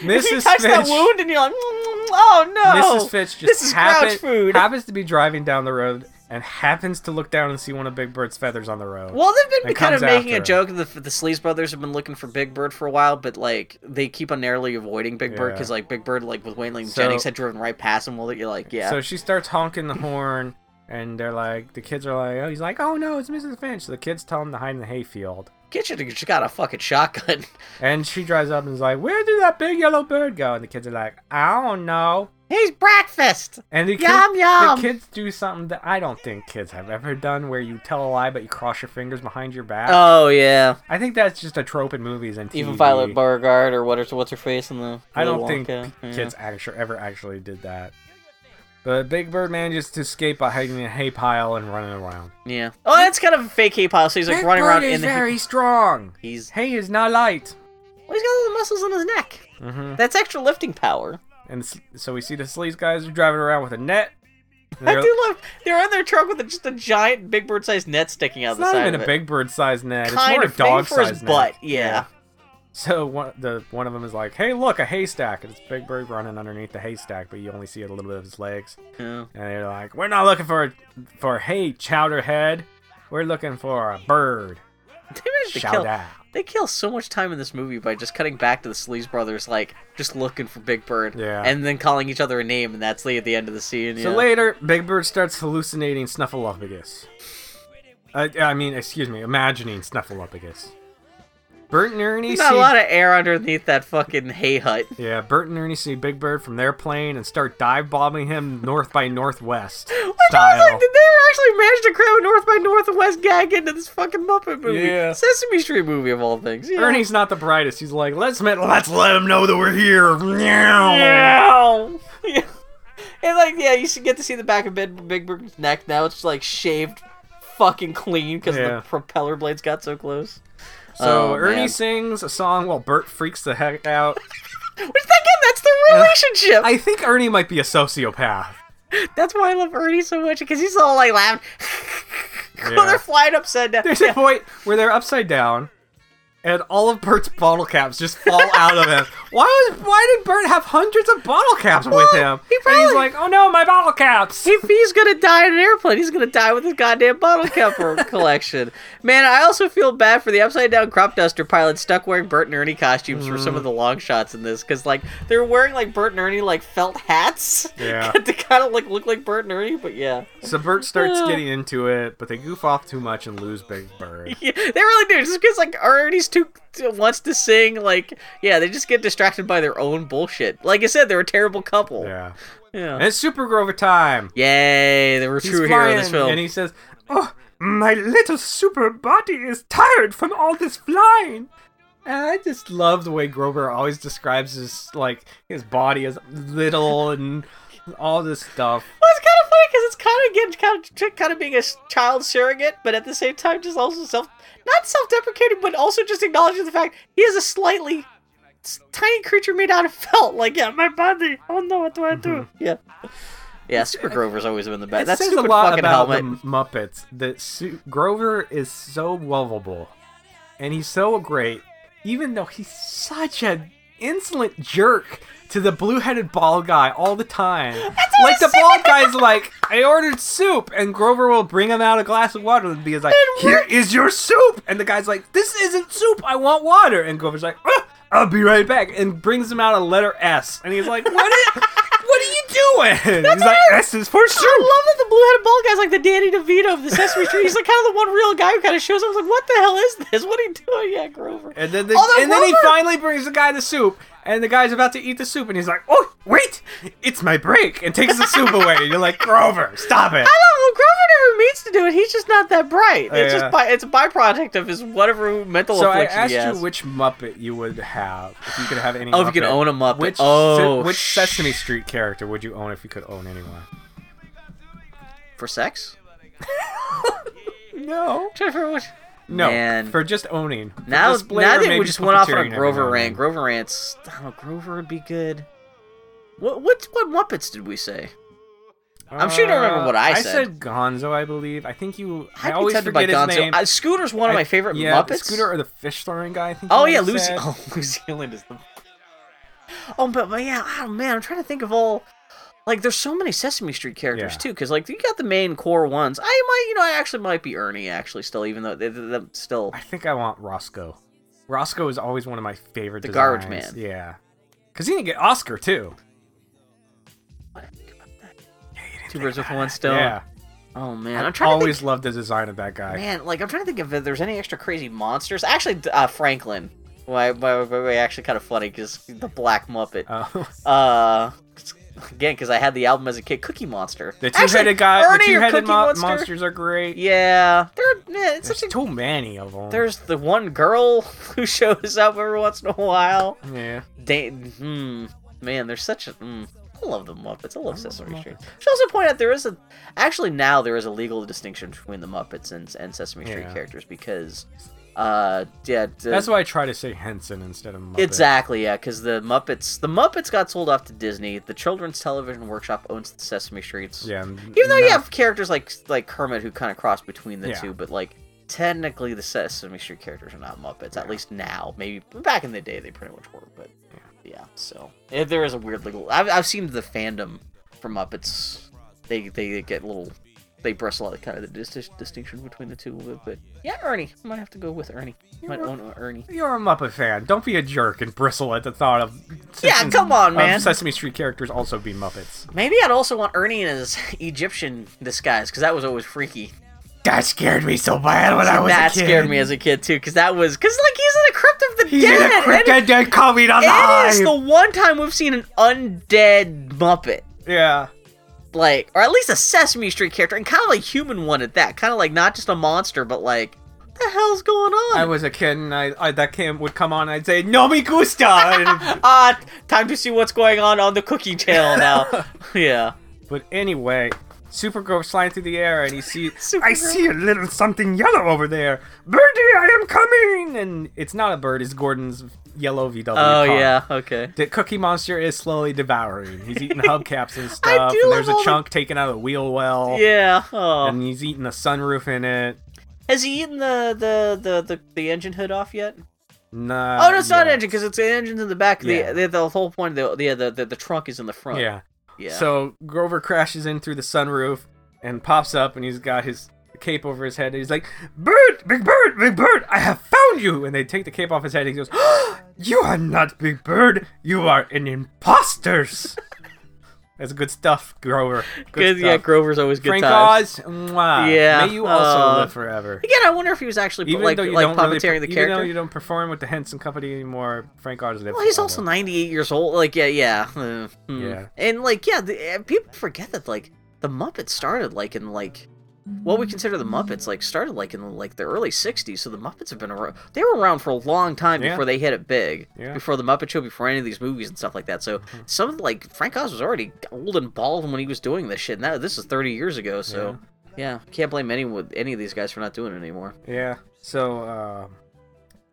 [SPEAKER 1] Mrs.
[SPEAKER 2] you touch that
[SPEAKER 1] Finch,
[SPEAKER 2] wound and you're like, "Mm, oh no.
[SPEAKER 1] Mrs. Finch just
[SPEAKER 2] this is
[SPEAKER 1] happen-
[SPEAKER 2] grouch food.
[SPEAKER 1] happens to be driving down the road and happens to look down and see one of Big Bird's feathers on the road.
[SPEAKER 2] Well, they've been
[SPEAKER 1] and
[SPEAKER 2] kind of
[SPEAKER 1] comes
[SPEAKER 2] making a
[SPEAKER 1] after
[SPEAKER 2] joke. The the Sleaze brothers have been looking for Big Bird for a while, but like they keep on narrowly avoiding Big Bird
[SPEAKER 1] Yeah.
[SPEAKER 2] because like Big Bird, like with Wayne Lane
[SPEAKER 1] So-
[SPEAKER 2] Jennings, had driven right past him. Well, you're like, yeah,
[SPEAKER 1] So she starts honking the horn, and they're like, the kids are like, oh, he's like, oh no, it's Mrs. Finch. So the kids tell him to hide in the hayfield.
[SPEAKER 2] get you. She got a fucking shotgun.
[SPEAKER 1] And she drives up and is like, where did that big yellow bird go? And the kids are like, I don't know.
[SPEAKER 2] He's breakfast.
[SPEAKER 1] And the, kid-
[SPEAKER 2] Yum, yum.
[SPEAKER 1] the kids do something that I don't think kids have ever done where you tell a lie but you cross your fingers behind your back.
[SPEAKER 2] Oh yeah,
[SPEAKER 1] I think that's just a trope in movies and TV.
[SPEAKER 2] even Violet Beauregard or what's what's her face in the.
[SPEAKER 1] I
[SPEAKER 2] Willy
[SPEAKER 1] don't think
[SPEAKER 2] Wonka,
[SPEAKER 1] p-
[SPEAKER 2] yeah.
[SPEAKER 1] kids actually ever actually did that. But Big Bird manages to escape by hiding in a hay pile and running around.
[SPEAKER 2] Yeah. Oh, that's kind of a fake hate pile. So he's like
[SPEAKER 1] Big
[SPEAKER 2] running
[SPEAKER 1] Bird
[SPEAKER 2] around
[SPEAKER 1] is
[SPEAKER 2] in the.
[SPEAKER 1] very strong.
[SPEAKER 2] He's
[SPEAKER 1] Hey is not light.
[SPEAKER 2] well, he's got all the muscles in his neck.
[SPEAKER 1] Mm-hmm.
[SPEAKER 2] That's extra lifting power.
[SPEAKER 1] And s- so we see the sleaze guys are driving around with a net. And
[SPEAKER 2] I
[SPEAKER 1] they're-
[SPEAKER 2] do love. They're on their truck with just a giant Big Bird sized net sticking out
[SPEAKER 1] it's
[SPEAKER 2] the
[SPEAKER 1] not
[SPEAKER 2] side
[SPEAKER 1] even
[SPEAKER 2] of
[SPEAKER 1] a
[SPEAKER 2] it.
[SPEAKER 1] big bird sized net. It's
[SPEAKER 2] Kind
[SPEAKER 1] more
[SPEAKER 2] of
[SPEAKER 1] a
[SPEAKER 2] thing
[SPEAKER 1] dog
[SPEAKER 2] for his
[SPEAKER 1] sized net.
[SPEAKER 2] butt, yeah.
[SPEAKER 1] So one the one of them is like, "Hey, look, a haystack!" And it's Big Bird running underneath the haystack, but you only see a little bit of his legs.
[SPEAKER 2] Yeah.
[SPEAKER 1] And they're like, "We're not looking for for hay, Chowderhead. We're looking for a bird."
[SPEAKER 2] They managed to
[SPEAKER 1] Shout
[SPEAKER 2] kill.
[SPEAKER 1] out.
[SPEAKER 2] They kill so much time in this movie by just cutting back to the Sleaze brothers, like just looking for Big Bird,
[SPEAKER 1] Yeah.
[SPEAKER 2] and then calling each other a name, and that's the at the end of the scene.
[SPEAKER 1] So
[SPEAKER 2] yeah.
[SPEAKER 1] later, Big Bird starts hallucinating Snuffleupagus. I, I mean, excuse me, imagining Snuffleupagus. Bert and Ernie
[SPEAKER 2] There's
[SPEAKER 1] see
[SPEAKER 2] not a lot of air underneath that fucking hay hut.
[SPEAKER 1] yeah, Bert and Ernie see Big Bird from their plane and start dive bombing him north by northwest.
[SPEAKER 2] What I was
[SPEAKER 1] style.
[SPEAKER 2] like, did they actually manage to cram a North by Northwest gag into this fucking Muppet movie?
[SPEAKER 1] Yeah.
[SPEAKER 2] Sesame Street movie of all things. Yeah.
[SPEAKER 1] Ernie's not the brightest. He's like, let's met, let's let him know that we're here. Meow.
[SPEAKER 2] Yeah. Yeah. And like, yeah, you should get to see the back of Big, Big Bird's neck. Now it's like shaved, fucking clean because
[SPEAKER 1] Yeah.
[SPEAKER 2] the propeller blades got so close.
[SPEAKER 1] So
[SPEAKER 2] Oh,
[SPEAKER 1] Ernie
[SPEAKER 2] man.
[SPEAKER 1] sings a song while Bert freaks the heck out.
[SPEAKER 2] Which again, that's the relationship.
[SPEAKER 1] I think Ernie might be a sociopath.
[SPEAKER 2] that's why I love Ernie so much because he's all like laughing.
[SPEAKER 1] Yeah.
[SPEAKER 2] Well, they're flying upside down.
[SPEAKER 1] There's
[SPEAKER 2] Yeah.
[SPEAKER 1] a point where they're upside down, and all of Bert's bottle caps just fall out of him. Why was why did Bert have hundreds of bottle caps with
[SPEAKER 2] Well,
[SPEAKER 1] him?
[SPEAKER 2] he
[SPEAKER 1] And he's
[SPEAKER 2] probably-
[SPEAKER 1] like, oh no, my bottle caps.
[SPEAKER 2] If he's gonna die in an airplane, he's gonna die with his goddamn bottle cap or collection. Man, I also feel bad for the upside down crop duster pilot stuck wearing Bert and Ernie costumes for some of
[SPEAKER 1] Mm.
[SPEAKER 2] the long shots in this, because like they're wearing like Bert and Ernie like felt hats
[SPEAKER 1] Yeah.
[SPEAKER 2] to kind of like look like Bert and Ernie, but yeah.
[SPEAKER 1] So Bert starts getting into it, but they goof off too much and lose Big Bird.
[SPEAKER 2] Yeah, they really do. Just because like Ernie's too wants to sing, like yeah, they just get distracted by their own bullshit. Like I said, they're a terrible couple.
[SPEAKER 1] Yeah.
[SPEAKER 2] Yeah.
[SPEAKER 1] And it's Supergrover time.
[SPEAKER 2] Yay, they were
[SPEAKER 1] He's
[SPEAKER 2] true hero in this
[SPEAKER 1] flying,
[SPEAKER 2] film.
[SPEAKER 1] And he says, Oh, my little super body is tired from all this flying. And I just love the way Grover always describes his like his body as little and all this stuff.
[SPEAKER 2] Well, it's kind of funny because it's kind of getting kind of trick- kind of being a s- child surrogate, but at the same time, just also self not self-deprecating, but also just acknowledging the fact he is a slightly s- tiny creature made out of felt. Like, yeah, my body. Oh no, what do I do? Yeah, yeah. Super Grover's always been the best.
[SPEAKER 1] Mm-hmm. it
[SPEAKER 2] That
[SPEAKER 1] says a
[SPEAKER 2] stupid
[SPEAKER 1] lot
[SPEAKER 2] fucking
[SPEAKER 1] about
[SPEAKER 2] helmet.
[SPEAKER 1] the Muppets that Su- Grover is so lovable, and he's so great, even though he's such an insolent jerk to the blue-headed bald guy all the time. like the bald guy's like, "I ordered soup," and Grover will bring him out a glass of water and be like, "Here is your soup," and the guy's like, "This isn't soup. I want water," and Grover's like, "Ah, "I'll be right back," and brings him out a letter S, and he's like, "What is?" What are you doing? he's like, S is for soup.
[SPEAKER 2] I love that the blue-headed bald guy's like the Danny DeVito of the Sesame Street. He's like kind of the one real guy who kind of shows up. I was like, what the hell is this? What are you doing? Yeah, Grover.
[SPEAKER 1] And then, the,
[SPEAKER 2] Although
[SPEAKER 1] and then he
[SPEAKER 2] Grover-
[SPEAKER 1] finally brings the guy the soup, and the guy's about to eat the soup, and he's like, "Oh, wait, it's my break!" and takes the soup away. And you're like, "Grover, stop it!"
[SPEAKER 2] I don't know. Grover never means to do it. He's just not that bright. It's
[SPEAKER 1] Yeah.
[SPEAKER 2] just by, it's a byproduct of his whatever mental
[SPEAKER 1] So I
[SPEAKER 2] affliction
[SPEAKER 1] asked
[SPEAKER 2] he has.
[SPEAKER 1] you which Muppet you would have if you could have any.
[SPEAKER 2] Oh, if you could
[SPEAKER 1] Muppet.
[SPEAKER 2] own a Muppet.
[SPEAKER 1] Which se-
[SPEAKER 2] Oh,
[SPEAKER 1] which
[SPEAKER 2] sh-
[SPEAKER 1] Sesame Street character would you own if you could own anyone?
[SPEAKER 2] for sex?
[SPEAKER 1] No,
[SPEAKER 2] Trying to figure out which-
[SPEAKER 1] no,
[SPEAKER 2] Man.
[SPEAKER 1] for just owning. For
[SPEAKER 2] Now,
[SPEAKER 1] display
[SPEAKER 2] now
[SPEAKER 1] or
[SPEAKER 2] that we
[SPEAKER 1] maybe
[SPEAKER 2] just went off on a
[SPEAKER 1] puppeteering every now
[SPEAKER 2] Grover
[SPEAKER 1] and
[SPEAKER 2] rant.
[SPEAKER 1] then.
[SPEAKER 2] Grover rants. I don't know. Grover would be good. What what what Muppets did we say? I'm sure you don't remember what I
[SPEAKER 1] Uh, I
[SPEAKER 2] said.
[SPEAKER 1] said Gonzo, I believe. I think you. I,
[SPEAKER 2] I'd be
[SPEAKER 1] always
[SPEAKER 2] tempted
[SPEAKER 1] forget
[SPEAKER 2] by
[SPEAKER 1] his
[SPEAKER 2] Gonzo.
[SPEAKER 1] name.
[SPEAKER 2] Uh, Scooter's one of
[SPEAKER 1] I-
[SPEAKER 2] my favorite
[SPEAKER 1] yeah, the
[SPEAKER 2] Muppets.
[SPEAKER 1] Scooter or the fish throwing guy, I think.
[SPEAKER 2] Oh
[SPEAKER 1] you
[SPEAKER 2] yeah,
[SPEAKER 1] might have
[SPEAKER 2] Lucy.
[SPEAKER 1] said.
[SPEAKER 2] Oh, New Zealand is the. Oh, but, but yeah, oh man, I'm trying to think of all. Like, there's so many Sesame Street characters
[SPEAKER 1] Yeah.
[SPEAKER 2] too, because like you got the main core ones. I might, you know, I actually might be Ernie actually still, even though they, they, they- still.
[SPEAKER 1] I think I want Roscoe. Roscoe is always one of my favorite.
[SPEAKER 2] The garbage
[SPEAKER 1] designs.
[SPEAKER 2] man.
[SPEAKER 1] Yeah, because he didn't get Oscar too.
[SPEAKER 2] Two birds with one stone.
[SPEAKER 1] Yeah,
[SPEAKER 2] Oh
[SPEAKER 1] I
[SPEAKER 2] man, I'm trying
[SPEAKER 1] always
[SPEAKER 2] to
[SPEAKER 1] loved the design of that guy.
[SPEAKER 2] think. Man, like I'm trying to think if there's any extra crazy monsters. Actually, d- uh, Franklin. Why? Why? Why? why actually, kind of funny because the Black Muppet.
[SPEAKER 1] Oh.
[SPEAKER 2] Uh, again, because I had the album as a kid. Cookie Monster.
[SPEAKER 1] the
[SPEAKER 2] Actually,
[SPEAKER 1] two-headed guy,
[SPEAKER 2] Ernie
[SPEAKER 1] the
[SPEAKER 2] or
[SPEAKER 1] two-headed
[SPEAKER 2] Cookie
[SPEAKER 1] mo-
[SPEAKER 2] Monster?
[SPEAKER 1] monsters are great.
[SPEAKER 2] Yeah, they're man, it's
[SPEAKER 1] There's
[SPEAKER 2] such a
[SPEAKER 1] too many of them.
[SPEAKER 2] There's the one girl who shows up every once in a while.
[SPEAKER 1] yeah.
[SPEAKER 2] Da- hmm. Man, there's such a. Mm. I love the Muppets. I love Sesame Street. Should also point out there is a. Actually, now there is a legal distinction between the Muppets and, and Sesame Street
[SPEAKER 1] Yeah.
[SPEAKER 2] characters because. Uh, yeah. the-
[SPEAKER 1] That's why I try to say Henson instead of Muppet.
[SPEAKER 2] Exactly, yeah, because the Muppets, the Muppets got sold off to Disney. The Children's Television Workshop owns the Sesame Streets.
[SPEAKER 1] Yeah.
[SPEAKER 2] Even though you
[SPEAKER 1] no-
[SPEAKER 2] have characters like like Kermit who kind of cross between the
[SPEAKER 1] Yeah.
[SPEAKER 2] two, but like technically the Sesame Street characters are not Muppets. At least now, maybe back in the day they pretty much were. But yeah, so eh, there is a weird little. I've, I've seen the fandom for Muppets. They they get little. They bristle at kind of the dis- distinction between the two, but, but yeah, Ernie. I might have to go with Ernie. Might
[SPEAKER 1] You're-
[SPEAKER 2] own Ernie.
[SPEAKER 1] You're a Muppet fan. Don't be a jerk and bristle at the thought of
[SPEAKER 2] Yeah, come on,
[SPEAKER 1] of
[SPEAKER 2] man.
[SPEAKER 1] Sesame Street characters also be Muppets.
[SPEAKER 2] Maybe I'd also want Ernie in his Egyptian disguise because that was always freaky.
[SPEAKER 1] That scared me so bad when I was
[SPEAKER 2] that scared me as a kid too, because that was because like he's in the crypt of the
[SPEAKER 1] He's
[SPEAKER 2] dead.
[SPEAKER 1] in a crypt
[SPEAKER 2] and-
[SPEAKER 1] and dead coming
[SPEAKER 2] It is
[SPEAKER 1] alive.
[SPEAKER 2] the one time we've seen an undead Muppet.
[SPEAKER 1] Yeah.
[SPEAKER 2] like or at least a Sesame Street character and kind of like human one at that. Kind of like not just a monster, but like what the hell's going on?
[SPEAKER 1] I was a kid, and I, I that cam would come on. and I'd say, "No me gusta." and-
[SPEAKER 2] Ah, time to see what's going on on the cooking channel now. yeah.
[SPEAKER 1] but anyway, Supergirl flying through the air, and he see I
[SPEAKER 2] Supergirl.
[SPEAKER 1] see a little something yellow over there. Birdie, I am coming! And it's not a bird; it's Gordon's yellow VW.
[SPEAKER 2] Oh
[SPEAKER 1] car.
[SPEAKER 2] yeah. Okay.
[SPEAKER 1] The Cookie Monster is slowly devouring. He's eating hubcaps and stuff.
[SPEAKER 2] do
[SPEAKER 1] and
[SPEAKER 2] love
[SPEAKER 1] there's a
[SPEAKER 2] all the-
[SPEAKER 1] chunk taken out of the wheel well.
[SPEAKER 2] Yeah. Oh.
[SPEAKER 1] And he's eating the sunroof in it.
[SPEAKER 2] Has he eaten the the, the, the, the engine hood off yet?
[SPEAKER 1] Nah,
[SPEAKER 2] oh no, it's not
[SPEAKER 1] Uh, yeah.
[SPEAKER 2] an engine because it's the engine's in the back.
[SPEAKER 1] Yeah.
[SPEAKER 2] The, the the whole point of the yeah the, the the trunk is in the front.
[SPEAKER 1] Yeah.
[SPEAKER 2] Yeah.
[SPEAKER 1] So Grover crashes in through the sunroof and pops up, and he's got his cape over his head. And he's like, "Bird, Big Bird, Big Bird, I have found you!" And they take the cape off his head. And he goes, "You are not Big Bird. You are an imposters." That's good stuff, Grover. Good,
[SPEAKER 2] good. Yeah.
[SPEAKER 1] stuff.
[SPEAKER 2] Grover's always good
[SPEAKER 1] Frank
[SPEAKER 2] times.
[SPEAKER 1] Oz, mwah.
[SPEAKER 2] Yeah,
[SPEAKER 1] May you also
[SPEAKER 2] uh,
[SPEAKER 1] live forever.
[SPEAKER 2] Again, I wonder if he was actually
[SPEAKER 1] Even
[SPEAKER 2] like
[SPEAKER 1] though you
[SPEAKER 2] like
[SPEAKER 1] don't really,
[SPEAKER 2] puppeteering the
[SPEAKER 1] even though
[SPEAKER 2] character.
[SPEAKER 1] you don't perform with the Henson Company anymore, Frank Oz lives.
[SPEAKER 2] Well, he's
[SPEAKER 1] forever.
[SPEAKER 2] also 98 years old. Like, yeah, yeah. uh, hmm.
[SPEAKER 1] Yeah.
[SPEAKER 2] And, like, yeah, the, uh, people forget that, like, the Muppets started, like, in, like, what we consider the Muppets, like, started, like, in, like, the early 60s. So the Muppets have been around. They were around for a long time
[SPEAKER 1] Yeah.
[SPEAKER 2] before they hit it big.
[SPEAKER 1] Yeah. Mm-hmm.
[SPEAKER 2] Before the Muppet Show, before any of these movies and stuff like that. So some, of like, Frank Oz was already old and bald when he was doing this shit. Now, this is 30 years ago. So, yeah, can't blame any, with any of these guys for not doing it anymore.
[SPEAKER 1] Yeah. So, uh,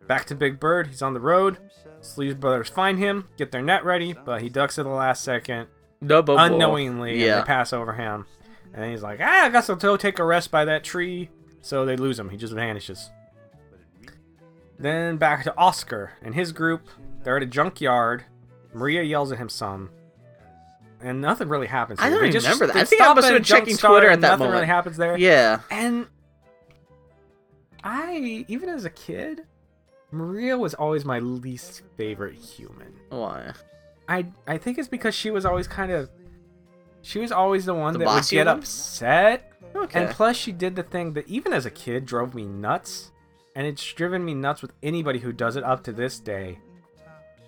[SPEAKER 1] back to Big Bird. He's on the road. Sleeves brothers find him, get their net ready, but he ducks at the last second,
[SPEAKER 2] No, but
[SPEAKER 1] unknowingly, and
[SPEAKER 2] Oh, Yeah.
[SPEAKER 1] they pass over him. And then he's like, ah, I guess I'll go take a rest by that tree. So they lose him. He just vanishes. Then back to Oscar and his group. They're at a junkyard. Maria yells at him some. And nothing really happens.
[SPEAKER 2] I
[SPEAKER 1] here.
[SPEAKER 2] don't
[SPEAKER 1] They
[SPEAKER 2] even
[SPEAKER 1] just-
[SPEAKER 2] remember that.
[SPEAKER 1] they
[SPEAKER 2] I think I
[SPEAKER 1] stop
[SPEAKER 2] must have
[SPEAKER 1] at a
[SPEAKER 2] been checking
[SPEAKER 1] junkyard
[SPEAKER 2] Twitter
[SPEAKER 1] and
[SPEAKER 2] at that
[SPEAKER 1] Nothing really
[SPEAKER 2] moment.
[SPEAKER 1] happens there.
[SPEAKER 2] Yeah.
[SPEAKER 1] And I, even as a kid, Maria was always my least favorite human.
[SPEAKER 2] Why?
[SPEAKER 1] I I think it's because she was always kind of, she was always the one
[SPEAKER 2] The
[SPEAKER 1] that would
[SPEAKER 2] boss
[SPEAKER 1] get
[SPEAKER 2] human?
[SPEAKER 1] upset.
[SPEAKER 2] Okay.
[SPEAKER 1] And plus, she did the thing that even as a kid drove me nuts, and it's driven me nuts with anybody who does it up to this day.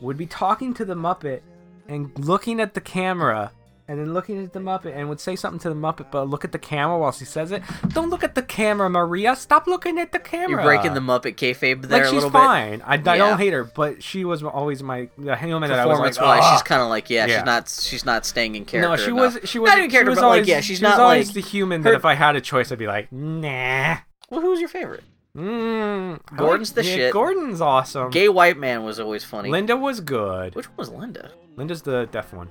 [SPEAKER 1] Would be talking to the Muppet and looking at the camera. And then looking at the Muppet and would say something to the Muppet, but look at the camera while she says it. Don't look at the camera, Maria. Stop looking at the camera.
[SPEAKER 2] You're breaking the Muppet kayfabe there
[SPEAKER 1] like
[SPEAKER 2] a
[SPEAKER 1] she's
[SPEAKER 2] little
[SPEAKER 1] fine. I, I
[SPEAKER 2] Yeah.
[SPEAKER 1] don't hate her, but she was always my the human
[SPEAKER 2] bit.
[SPEAKER 1] that I was like,
[SPEAKER 2] Performance wise,
[SPEAKER 1] "Ugh."
[SPEAKER 2] she's kind of like yeah,
[SPEAKER 1] Yeah.
[SPEAKER 2] she's not she's not staying in character.
[SPEAKER 1] No, she
[SPEAKER 2] enough.
[SPEAKER 1] was. She was.
[SPEAKER 2] Not even
[SPEAKER 1] she
[SPEAKER 2] character,
[SPEAKER 1] was
[SPEAKER 2] but, like,
[SPEAKER 1] always,
[SPEAKER 2] yeah, she's
[SPEAKER 1] she
[SPEAKER 2] not,
[SPEAKER 1] was always
[SPEAKER 2] like,
[SPEAKER 1] the human that
[SPEAKER 2] her-
[SPEAKER 1] if I had a choice, I'd be like, nah.
[SPEAKER 2] Well, who was your favorite?
[SPEAKER 1] Mm, I
[SPEAKER 2] Gordon's the
[SPEAKER 1] yeah,
[SPEAKER 2] shit.
[SPEAKER 1] Gordon's awesome.
[SPEAKER 2] Gay white man was always funny.
[SPEAKER 1] Linda was good.
[SPEAKER 2] Which one was Linda?
[SPEAKER 1] Linda's the deaf one.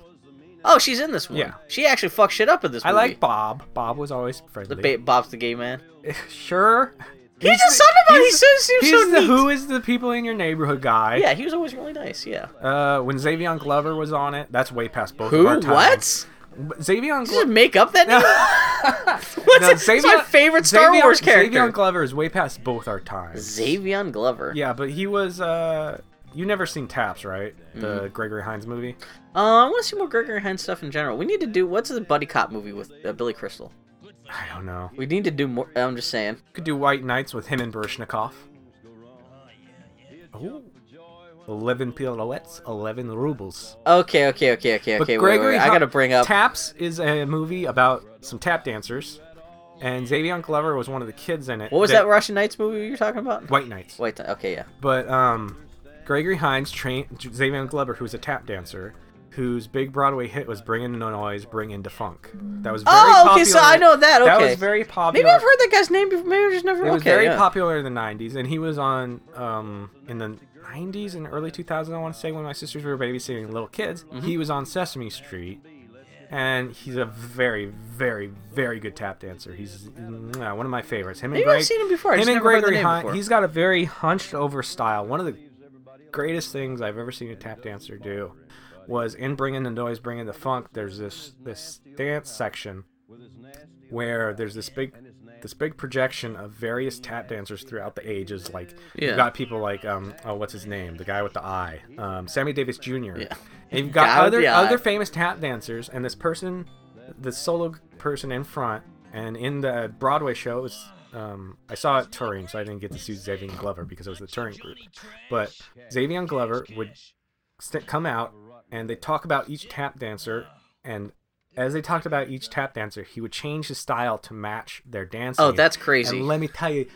[SPEAKER 2] Oh, she's in this one.
[SPEAKER 1] Yeah.
[SPEAKER 2] She actually fucked shit up in this
[SPEAKER 1] I
[SPEAKER 2] movie.
[SPEAKER 1] like Bob. Bob was always
[SPEAKER 2] the
[SPEAKER 1] friendly.
[SPEAKER 2] ba- Bob's the gay man.
[SPEAKER 1] sure.
[SPEAKER 2] He's, just something about he
[SPEAKER 1] he's-
[SPEAKER 2] says he was
[SPEAKER 1] He's
[SPEAKER 2] so
[SPEAKER 1] the
[SPEAKER 2] neat.
[SPEAKER 1] who is the people in your neighborhood guy.
[SPEAKER 2] Yeah, he was always really nice. Yeah.
[SPEAKER 1] Uh, when Xavier Glover was on it, that's way past both
[SPEAKER 2] Who?
[SPEAKER 1] of our
[SPEAKER 2] What?
[SPEAKER 1] time.
[SPEAKER 2] What?
[SPEAKER 1] But Xavier
[SPEAKER 2] Did you just
[SPEAKER 1] Glover.
[SPEAKER 2] make up that name? What's
[SPEAKER 1] No,
[SPEAKER 2] it? It's my
[SPEAKER 1] Xavier-
[SPEAKER 2] favorite Star
[SPEAKER 1] Xavier-
[SPEAKER 2] Wars character.
[SPEAKER 1] Xavier Glover is way past both our times.
[SPEAKER 2] Xavier Glover.
[SPEAKER 1] Yeah, but he was. uh You never seen Taps, right?
[SPEAKER 2] Mm-hmm.
[SPEAKER 1] The Gregory Hines movie.
[SPEAKER 2] Uh, I want to see more Gregory Hines stuff in general. We need to do what's the buddy cop movie with uh, Billy Crystal?
[SPEAKER 1] I don't know.
[SPEAKER 2] We need to do more. I'm just saying.
[SPEAKER 1] Could do White Knights with him and Baryshnikov. Oh. Eleven pirouettes, eleven rubles.
[SPEAKER 2] Okay, okay, okay, okay,
[SPEAKER 1] But
[SPEAKER 2] okay. Wait, wait, wait. I
[SPEAKER 1] Hi-
[SPEAKER 2] gotta bring up.
[SPEAKER 1] Taps is a movie about some tap dancers, and Xavier Glover was one of the kids in it.
[SPEAKER 2] What was that Russian Knights movie you were talking about?
[SPEAKER 1] White Knights.
[SPEAKER 2] Wait. th- Okay, yeah.
[SPEAKER 1] But um, Gregory Hines trained Xavier Glover, who's a tap dancer, whose big Broadway hit was "Bring In the Noise, Bring In the Funk." That was very
[SPEAKER 2] Oh, okay.
[SPEAKER 1] popular.
[SPEAKER 2] So I know that. Okay.
[SPEAKER 1] That was very popular.
[SPEAKER 2] Maybe I've heard that guy's name before. Maybe I just never.
[SPEAKER 1] It was
[SPEAKER 2] okay,
[SPEAKER 1] very
[SPEAKER 2] yeah.
[SPEAKER 1] popular in the '90s, and he was on um in the '90s and early 2000s. I want to say when my sisters were babysitting little kids,
[SPEAKER 2] Mm-hmm.
[SPEAKER 1] he was on Sesame Street, and he's a very, very, very good tap dancer. He's mwah, one of my favorites. Him and
[SPEAKER 2] Maybe
[SPEAKER 1] Greg,
[SPEAKER 2] I've seen him before. I
[SPEAKER 1] him
[SPEAKER 2] just
[SPEAKER 1] and
[SPEAKER 2] never heard the
[SPEAKER 1] Gregory
[SPEAKER 2] name
[SPEAKER 1] Hines,
[SPEAKER 2] before.
[SPEAKER 1] he's got a very hunched over style. One of the greatest things I've ever seen a tap dancer do was in bringing the noise, bringing the funk. There's this this dance section where there's this big this big projection of various tap dancers throughout the ages. Like
[SPEAKER 2] Yeah.
[SPEAKER 1] you've got people like um oh what's his name the guy with the eye um Sammy Davis Jr.
[SPEAKER 2] Yeah.
[SPEAKER 1] And you've got
[SPEAKER 2] Guy with
[SPEAKER 1] other
[SPEAKER 2] the eye.
[SPEAKER 1] other famous tap dancers and this person the solo person in front and in the Broadway show it was um, I saw it touring, so I didn't get to see Xavier Glover because it was the touring group. But Xavier Glover would st- come out and they talk about each tap dancer and as they talked about each tap dancer, he would change his style to match their dancing.
[SPEAKER 2] Oh, that's crazy.
[SPEAKER 1] And let me tell you,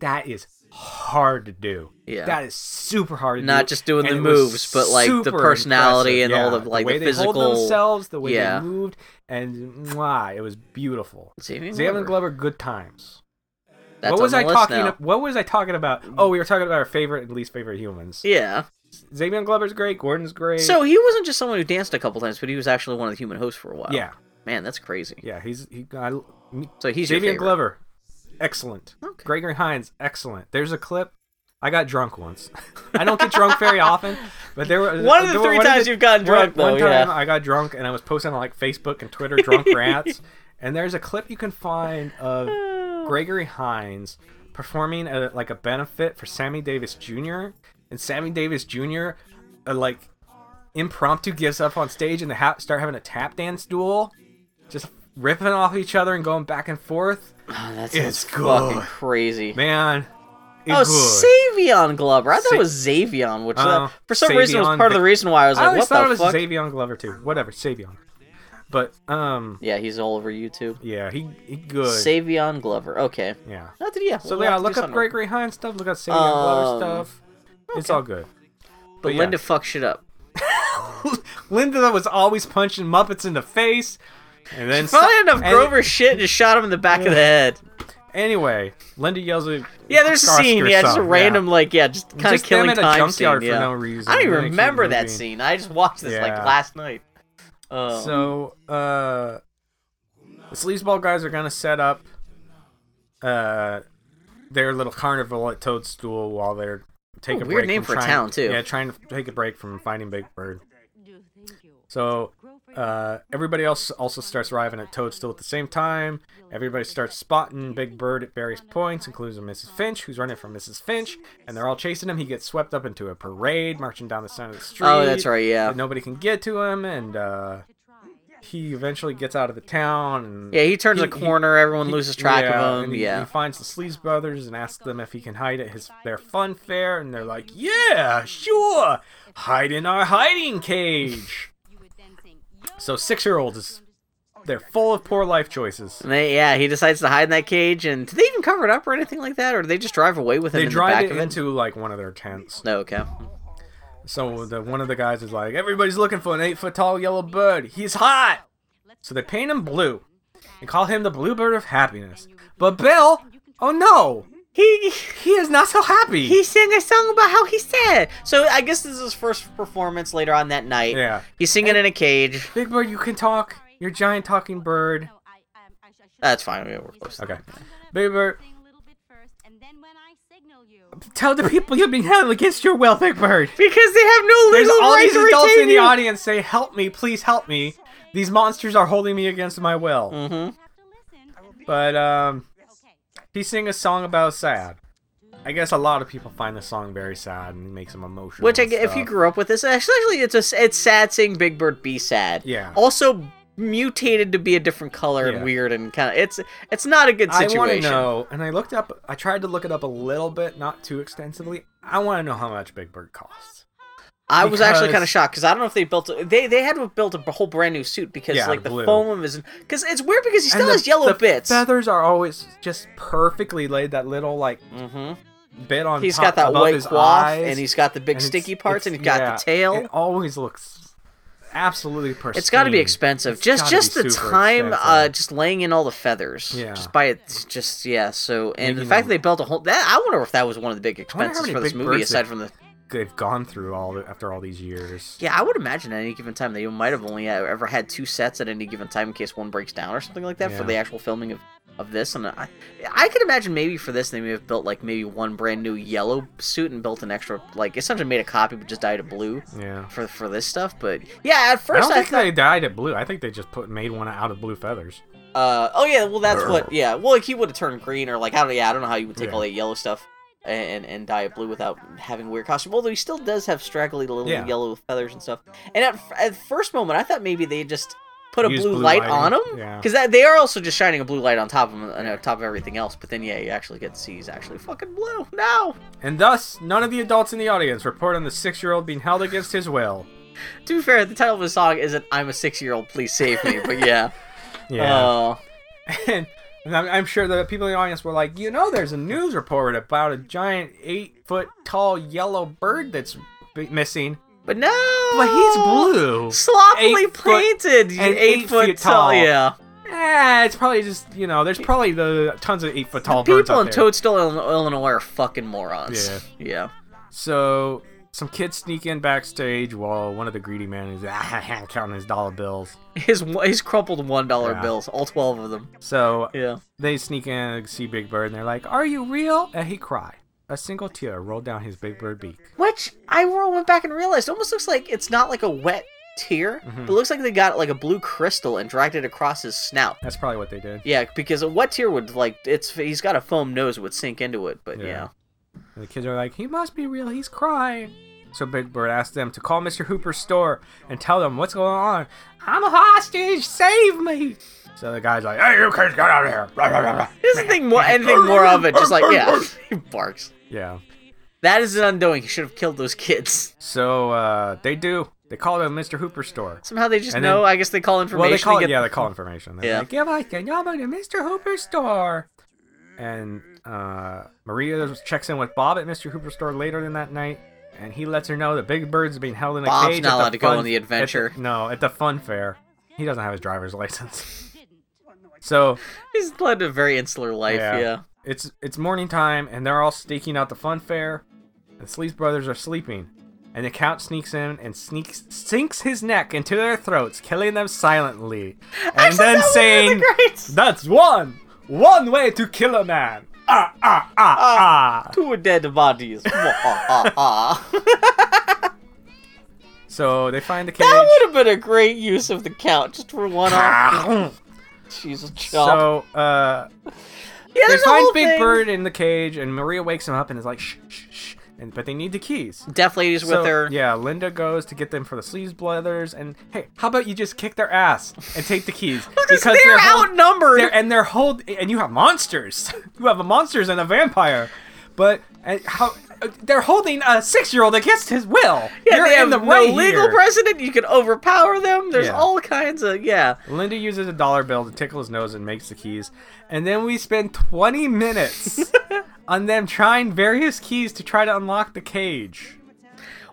[SPEAKER 1] that is hard to do.
[SPEAKER 2] Yeah.
[SPEAKER 1] That is super hard to do.
[SPEAKER 2] Not just doing the
[SPEAKER 1] and it was
[SPEAKER 2] moves, but, like, the
[SPEAKER 1] super
[SPEAKER 2] personality
[SPEAKER 1] impressive.
[SPEAKER 2] and all
[SPEAKER 1] Yeah,
[SPEAKER 2] the, like,
[SPEAKER 1] way They
[SPEAKER 2] the physical-
[SPEAKER 1] hold themselves, the way
[SPEAKER 2] Yeah.
[SPEAKER 1] they moved, and mwah, it was beautiful.
[SPEAKER 2] Saving
[SPEAKER 1] Zaven
[SPEAKER 2] Glover.
[SPEAKER 1] Glover, good times.
[SPEAKER 2] That's
[SPEAKER 1] what was
[SPEAKER 2] on
[SPEAKER 1] I
[SPEAKER 2] the list
[SPEAKER 1] talking?
[SPEAKER 2] now.
[SPEAKER 1] ab- What was I talking about? Oh, we were talking about our favorite and least favorite humans.
[SPEAKER 2] Yeah.
[SPEAKER 1] Zaven Glover's great. Gordon's great.
[SPEAKER 2] So he wasn't just someone who danced a couple times, but he was actually one of the human hosts for a while.
[SPEAKER 1] yeah,
[SPEAKER 2] Man, that's crazy.
[SPEAKER 1] yeah, he's he. I, me-
[SPEAKER 2] So he's your
[SPEAKER 1] Davian
[SPEAKER 2] favorite.
[SPEAKER 1] Glover, excellent.
[SPEAKER 2] Okay.
[SPEAKER 1] Gregory Hines, excellent. There's a clip. I got drunk once. I don't get drunk very often, but there was
[SPEAKER 2] One of the
[SPEAKER 1] there were-
[SPEAKER 2] three times you've gotten
[SPEAKER 1] one-
[SPEAKER 2] drunk,
[SPEAKER 1] One
[SPEAKER 2] though,
[SPEAKER 1] time
[SPEAKER 2] yeah.
[SPEAKER 1] I got drunk and I was posting on like Facebook and Twitter, drunk rants. And there's a clip you can find of Gregory Hines performing at like a benefit for Sammy Davis Jr. And Sammy Davis Jr. Uh, like impromptu gives up on stage and they ha- start having a tap dance duel, just ripping off each other and going back and forth.
[SPEAKER 2] Oh, that's
[SPEAKER 1] It's
[SPEAKER 2] fucking
[SPEAKER 1] good.
[SPEAKER 2] crazy.
[SPEAKER 1] Man, it
[SPEAKER 2] Oh,
[SPEAKER 1] good.
[SPEAKER 2] Savion Glover. I thought
[SPEAKER 1] Sa-
[SPEAKER 2] it was Xavion, which uh,
[SPEAKER 1] Oh,
[SPEAKER 2] for some reason was
[SPEAKER 1] Savion
[SPEAKER 2] part of the
[SPEAKER 1] Vic-
[SPEAKER 2] reason why I was
[SPEAKER 1] I
[SPEAKER 2] like,
[SPEAKER 1] always
[SPEAKER 2] "What
[SPEAKER 1] thought
[SPEAKER 2] the
[SPEAKER 1] it was
[SPEAKER 2] fuck?"
[SPEAKER 1] Xavion Glover too. Whatever, Savion. But um,
[SPEAKER 2] yeah, he's all over YouTube.
[SPEAKER 1] yeah, he he good.
[SPEAKER 2] Savion Glover. Okay.
[SPEAKER 1] yeah.
[SPEAKER 2] Not that, yeah.
[SPEAKER 1] So
[SPEAKER 2] we'll
[SPEAKER 1] yeah,
[SPEAKER 2] have to do
[SPEAKER 1] look up
[SPEAKER 2] something.
[SPEAKER 1] Gregory Hines stuff. Look up Savion
[SPEAKER 2] Um,
[SPEAKER 1] Glover stuff. It's
[SPEAKER 2] okay.
[SPEAKER 1] all good.
[SPEAKER 2] But
[SPEAKER 1] yeah.
[SPEAKER 2] Linda fucked shit up.
[SPEAKER 1] Linda was always punching Muppets in the face, and then
[SPEAKER 2] Probably had enough
[SPEAKER 1] and-
[SPEAKER 2] Grover shit and just shot him in the back of the head.
[SPEAKER 1] Anyway, Linda yells at
[SPEAKER 2] Yeah, there's a
[SPEAKER 1] Oscar
[SPEAKER 2] scene. Yeah, just a
[SPEAKER 1] some,
[SPEAKER 2] random like yeah, just kind of
[SPEAKER 1] Just them
[SPEAKER 2] killing
[SPEAKER 1] in a
[SPEAKER 2] time scene.
[SPEAKER 1] junkyard for
[SPEAKER 2] yeah.
[SPEAKER 1] no reason.
[SPEAKER 2] I don't even
[SPEAKER 1] Really cute
[SPEAKER 2] remember that
[SPEAKER 1] movie.
[SPEAKER 2] scene. I just watched this like
[SPEAKER 1] Yeah.
[SPEAKER 2] last night. Oh.
[SPEAKER 1] So, uh, the sleazeball guys are gonna set up uh their little carnival at Toadstool while they're taking
[SPEAKER 2] Ooh,
[SPEAKER 1] a
[SPEAKER 2] weird
[SPEAKER 1] break
[SPEAKER 2] name
[SPEAKER 1] from
[SPEAKER 2] for a
[SPEAKER 1] trying-
[SPEAKER 2] town, too.
[SPEAKER 1] Yeah, trying to take a break from finding Big Bird. So, uh, everybody else also starts arriving at Toadstool at the same time. Everybody starts spotting Big Bird at various points, including Mrs. Finch, who's running from Mrs. Finch, and they're all chasing him. He gets swept up into a parade, marching down the side of the street.
[SPEAKER 2] oh, that's right. Yeah.
[SPEAKER 1] And nobody can get to him, and uh, he eventually gets out of the town. And
[SPEAKER 2] Yeah, he turns
[SPEAKER 1] He-
[SPEAKER 2] a
[SPEAKER 1] he-
[SPEAKER 2] corner. everyone
[SPEAKER 1] he-
[SPEAKER 2] loses track
[SPEAKER 1] yeah,
[SPEAKER 2] of him.
[SPEAKER 1] and he,
[SPEAKER 2] yeah.
[SPEAKER 1] he finds the Sleaze brothers and asks them if he can hide at his their fun fair, and they're like, "Yeah, sure, hide in our hiding cage." so six year olds is they're full of poor life choices.
[SPEAKER 2] And they, yeah, he decides to hide in that cage. And did they even cover it up or anything like that, or did they just drive away with him
[SPEAKER 1] They
[SPEAKER 2] in the back
[SPEAKER 1] drive it
[SPEAKER 2] of
[SPEAKER 1] into like one of their tents.
[SPEAKER 2] No, okay.
[SPEAKER 1] So the one of the guys is like, "Everybody's looking for an eight foot tall yellow bird. He's hot." So they paint him blue and call him the Bluebird of Happiness. But Bill, oh no,
[SPEAKER 2] He
[SPEAKER 1] he is not so happy.
[SPEAKER 2] he sang a song about how he's sad. So I guess this is his first performance later on that night.
[SPEAKER 1] Yeah.
[SPEAKER 2] He's singing in a cage.
[SPEAKER 1] Big Bird, you can talk. You're a giant talking bird.
[SPEAKER 2] That's fine. we- We're close.
[SPEAKER 1] Okay.
[SPEAKER 3] Baby
[SPEAKER 1] Big Bird,
[SPEAKER 3] Bird.
[SPEAKER 1] tell the people you've been held against your will, Big Bird.
[SPEAKER 2] Because they have no
[SPEAKER 1] There's
[SPEAKER 2] legal
[SPEAKER 1] all
[SPEAKER 2] right
[SPEAKER 1] these
[SPEAKER 2] to
[SPEAKER 1] adults
[SPEAKER 2] retain
[SPEAKER 1] in the
[SPEAKER 2] you.
[SPEAKER 1] audience say, "Help me, please help me. These monsters are holding me against my will."
[SPEAKER 2] Mhm.
[SPEAKER 1] But um, he sing a song about sad. I guess a lot of people find the song very sad and makes them emotional.
[SPEAKER 2] Which I
[SPEAKER 1] and
[SPEAKER 2] get, if you
[SPEAKER 1] stuff.
[SPEAKER 2] grew up with this, actually, it's a, it's sad seeing Big Bird be sad.
[SPEAKER 1] Yeah.
[SPEAKER 2] Also mutated to be a different color and
[SPEAKER 1] Yeah.
[SPEAKER 2] weird and kind of it's it's not a good
[SPEAKER 1] I want to
[SPEAKER 2] situation.
[SPEAKER 1] know, and I looked up. I tried to look it up a little bit, not too extensively. I want to know how much Big Bird costs.
[SPEAKER 2] I was actually
[SPEAKER 1] Because-
[SPEAKER 2] kind of shocked because I don't know if they built a, they they had to have built a whole brand new suit because
[SPEAKER 1] Yeah,
[SPEAKER 2] like the
[SPEAKER 1] blue.
[SPEAKER 2] foam is because it's weird because he still
[SPEAKER 1] And the-
[SPEAKER 2] has yellow
[SPEAKER 1] the
[SPEAKER 2] bits.
[SPEAKER 1] Feathers are always just perfectly laid. That little like
[SPEAKER 2] mm-hmm.
[SPEAKER 1] bit on.
[SPEAKER 2] He's
[SPEAKER 1] top
[SPEAKER 2] got that
[SPEAKER 1] above
[SPEAKER 2] white
[SPEAKER 1] his
[SPEAKER 2] quaff
[SPEAKER 1] eyes,
[SPEAKER 2] and he's got the big
[SPEAKER 1] and it's-
[SPEAKER 2] sticky parts and
[SPEAKER 1] it's-
[SPEAKER 2] he's got
[SPEAKER 1] yeah,
[SPEAKER 2] the tail.
[SPEAKER 1] It always looks absolutely pristine.
[SPEAKER 2] it's got to be expensive.
[SPEAKER 1] It's
[SPEAKER 2] just
[SPEAKER 1] gotta be
[SPEAKER 2] just the
[SPEAKER 1] super
[SPEAKER 2] time, uh,
[SPEAKER 1] expensive.
[SPEAKER 2] just laying in all the feathers.
[SPEAKER 1] Yeah.
[SPEAKER 2] Just by it, just yeah. So and the
[SPEAKER 1] Making
[SPEAKER 2] fact
[SPEAKER 1] them-
[SPEAKER 2] that they built a whole that I wonder if that was one of the big
[SPEAKER 1] I wonder how
[SPEAKER 2] expenses
[SPEAKER 1] many
[SPEAKER 2] for this
[SPEAKER 1] big
[SPEAKER 2] movie
[SPEAKER 1] birds
[SPEAKER 2] aside
[SPEAKER 1] they-
[SPEAKER 2] from the.
[SPEAKER 1] They've gone through all the, after all these years.
[SPEAKER 2] Yeah, I would imagine at any given time they might have only e-, ever had two sets at any given time in case one breaks down or something like that for
[SPEAKER 1] Yeah.
[SPEAKER 2] the actual filming of, of this. And I, I could imagine maybe for this they may have built like maybe one brand new yellow suit and built an extra like essentially made a copy but just dyed it blue
[SPEAKER 1] Yeah.
[SPEAKER 2] for for this stuff. But yeah, at
[SPEAKER 1] I
[SPEAKER 2] first
[SPEAKER 1] don't
[SPEAKER 2] I,
[SPEAKER 1] think
[SPEAKER 2] thought,
[SPEAKER 1] they dyed it blue. I think they just put made one out of blue feathers.
[SPEAKER 2] Uh, oh yeah, well that's what yeah. Well, like he would have turned green or like I don't yeah I don't know how you would take
[SPEAKER 1] Yeah.
[SPEAKER 2] all that yellow stuff and and dye it blue without having a weird costume. Although he still does have straggly little
[SPEAKER 1] Yeah.
[SPEAKER 2] yellow feathers and stuff. And at f- at first moment I thought maybe they just put a
[SPEAKER 1] Use
[SPEAKER 2] blue,
[SPEAKER 1] blue
[SPEAKER 2] light
[SPEAKER 1] lighting.
[SPEAKER 2] on him
[SPEAKER 1] Yeah.
[SPEAKER 2] because that they are also just shining a blue light on top of him on top of everything else. But then yeah, you actually get to see he's actually fucking blue. No,
[SPEAKER 1] And thus, none of the adults in the audience report on the six-year-old being held against his will.
[SPEAKER 2] to be fair, the title of the song isn't "I'm a six-year-old, please save me," but yeah.
[SPEAKER 1] Yeah.
[SPEAKER 2] Oh.
[SPEAKER 1] and, and I'm, I'm sure the people in the audience were like, you know, there's a news report about a giant eight foot tall yellow bird that's b- missing,
[SPEAKER 2] but no.
[SPEAKER 1] but he's blue.
[SPEAKER 2] Sloppily
[SPEAKER 1] Eight foot-
[SPEAKER 2] painted. you
[SPEAKER 1] and
[SPEAKER 2] eight,
[SPEAKER 1] eight
[SPEAKER 2] foot
[SPEAKER 1] feet
[SPEAKER 2] tall.
[SPEAKER 1] tall.
[SPEAKER 2] Yeah.
[SPEAKER 1] Eh, it's probably just you know, there's probably the tons of eight foot tall birds
[SPEAKER 2] People
[SPEAKER 1] out
[SPEAKER 2] in
[SPEAKER 1] there.
[SPEAKER 2] Toadstool, Illinois, Illinois are fucking morons.
[SPEAKER 1] Yeah.
[SPEAKER 2] Yeah.
[SPEAKER 1] so some kids sneak in backstage while one of the greedy men is ah, counting his dollar bills.
[SPEAKER 2] His his crumpled one dollar
[SPEAKER 1] Yeah.
[SPEAKER 2] bills, all twelve of them.
[SPEAKER 1] So
[SPEAKER 2] Yeah.
[SPEAKER 1] they sneak in and see Big Bird, and they're like, "Are you real?" And he cried. A single tear rolled down his Big Bird beak.
[SPEAKER 2] Which I went back and realized almost looks like it's not like a wet tear,
[SPEAKER 1] Mhm.
[SPEAKER 2] but looks like they got like a blue crystal and dragged it across his snout.
[SPEAKER 1] That's probably what they did.
[SPEAKER 2] Yeah, because a wet tear would like it's he's got a foam nose it would sink into it, but
[SPEAKER 1] Yeah.
[SPEAKER 2] yeah.
[SPEAKER 1] And the kids are like, he must be real, he's crying. So Big Bird asks them to call Mr. Hooper's store and tell them what's going on. I'm a hostage, save me! So the guy's like, hey, you kids get out of here. Rah, rah, rah, rah.
[SPEAKER 2] There's anything more anything more of it, just like yeah. he barks.
[SPEAKER 1] Yeah.
[SPEAKER 2] That is an undoing. He should have killed those kids.
[SPEAKER 1] So uh, they do. They call to Mr. Hooper's store.
[SPEAKER 2] Somehow they just
[SPEAKER 1] And
[SPEAKER 2] know,
[SPEAKER 1] then-
[SPEAKER 2] I guess they call information
[SPEAKER 1] Well, they call
[SPEAKER 2] to
[SPEAKER 1] it,
[SPEAKER 2] get
[SPEAKER 1] yeah, they call information. They're
[SPEAKER 2] Yeah.
[SPEAKER 1] like, give us the number to Mr. Hooper's store. And uh, Maria checks in with Bob at Mr. Hooper's store later than that night, and he lets her know that Big Bird's being held in a
[SPEAKER 2] Bob's
[SPEAKER 1] cage.
[SPEAKER 2] not
[SPEAKER 1] at
[SPEAKER 2] allowed to go
[SPEAKER 1] fun-
[SPEAKER 2] on the
[SPEAKER 1] at
[SPEAKER 2] adventure.
[SPEAKER 1] no, at the fun fair. He doesn't have his driver's license. so
[SPEAKER 2] He's led a very insular life,
[SPEAKER 1] Yeah.
[SPEAKER 2] yeah.
[SPEAKER 1] it's it's morning time, and they're all staking out the fun fair. The Sleaze brothers are sleeping, and the count sneaks in and sneaks sinks his neck into their throats, killing them silently, and
[SPEAKER 2] Actually,
[SPEAKER 1] then
[SPEAKER 2] that
[SPEAKER 1] saying.
[SPEAKER 2] would be the greatest.
[SPEAKER 1] That's one! One way to kill a man! Ah, ah, ah, ah!
[SPEAKER 2] two dead bodies. Wah, ah, ah, ah.
[SPEAKER 1] So they find the cage. Ah.
[SPEAKER 2] that would have been a great use of the count, just for one off. She's a chump.
[SPEAKER 1] so, uh,
[SPEAKER 2] yeah,
[SPEAKER 1] they
[SPEAKER 2] there's a
[SPEAKER 1] find
[SPEAKER 2] whole
[SPEAKER 1] Big
[SPEAKER 2] thing.
[SPEAKER 1] Bird in the cage, and Maria wakes him up and is like, shh, shh, shh. And, but they need the keys.
[SPEAKER 2] Deaf ladies
[SPEAKER 1] So,
[SPEAKER 2] with her.
[SPEAKER 1] yeah, Linda goes to get them for the Sleeves Brothers, and hey, how about you just kick their ass and take the keys?
[SPEAKER 2] Because they're
[SPEAKER 1] whole-
[SPEAKER 2] outnumbered.
[SPEAKER 1] they're- and they're whole, and you have monsters. you have a monsters and a vampire, but and how uh, they're holding a six-year-old against his will.
[SPEAKER 2] yeah,
[SPEAKER 1] You're
[SPEAKER 2] they have
[SPEAKER 1] in the
[SPEAKER 2] no
[SPEAKER 1] way
[SPEAKER 2] legal
[SPEAKER 1] here.
[SPEAKER 2] precedent. You can overpower them. There's
[SPEAKER 1] Yeah.
[SPEAKER 2] all kinds of yeah.
[SPEAKER 1] Linda uses a dollar bill to tickle his nose and makes the keys, and then we spend 20 minutes on them trying various keys to try to unlock the cage.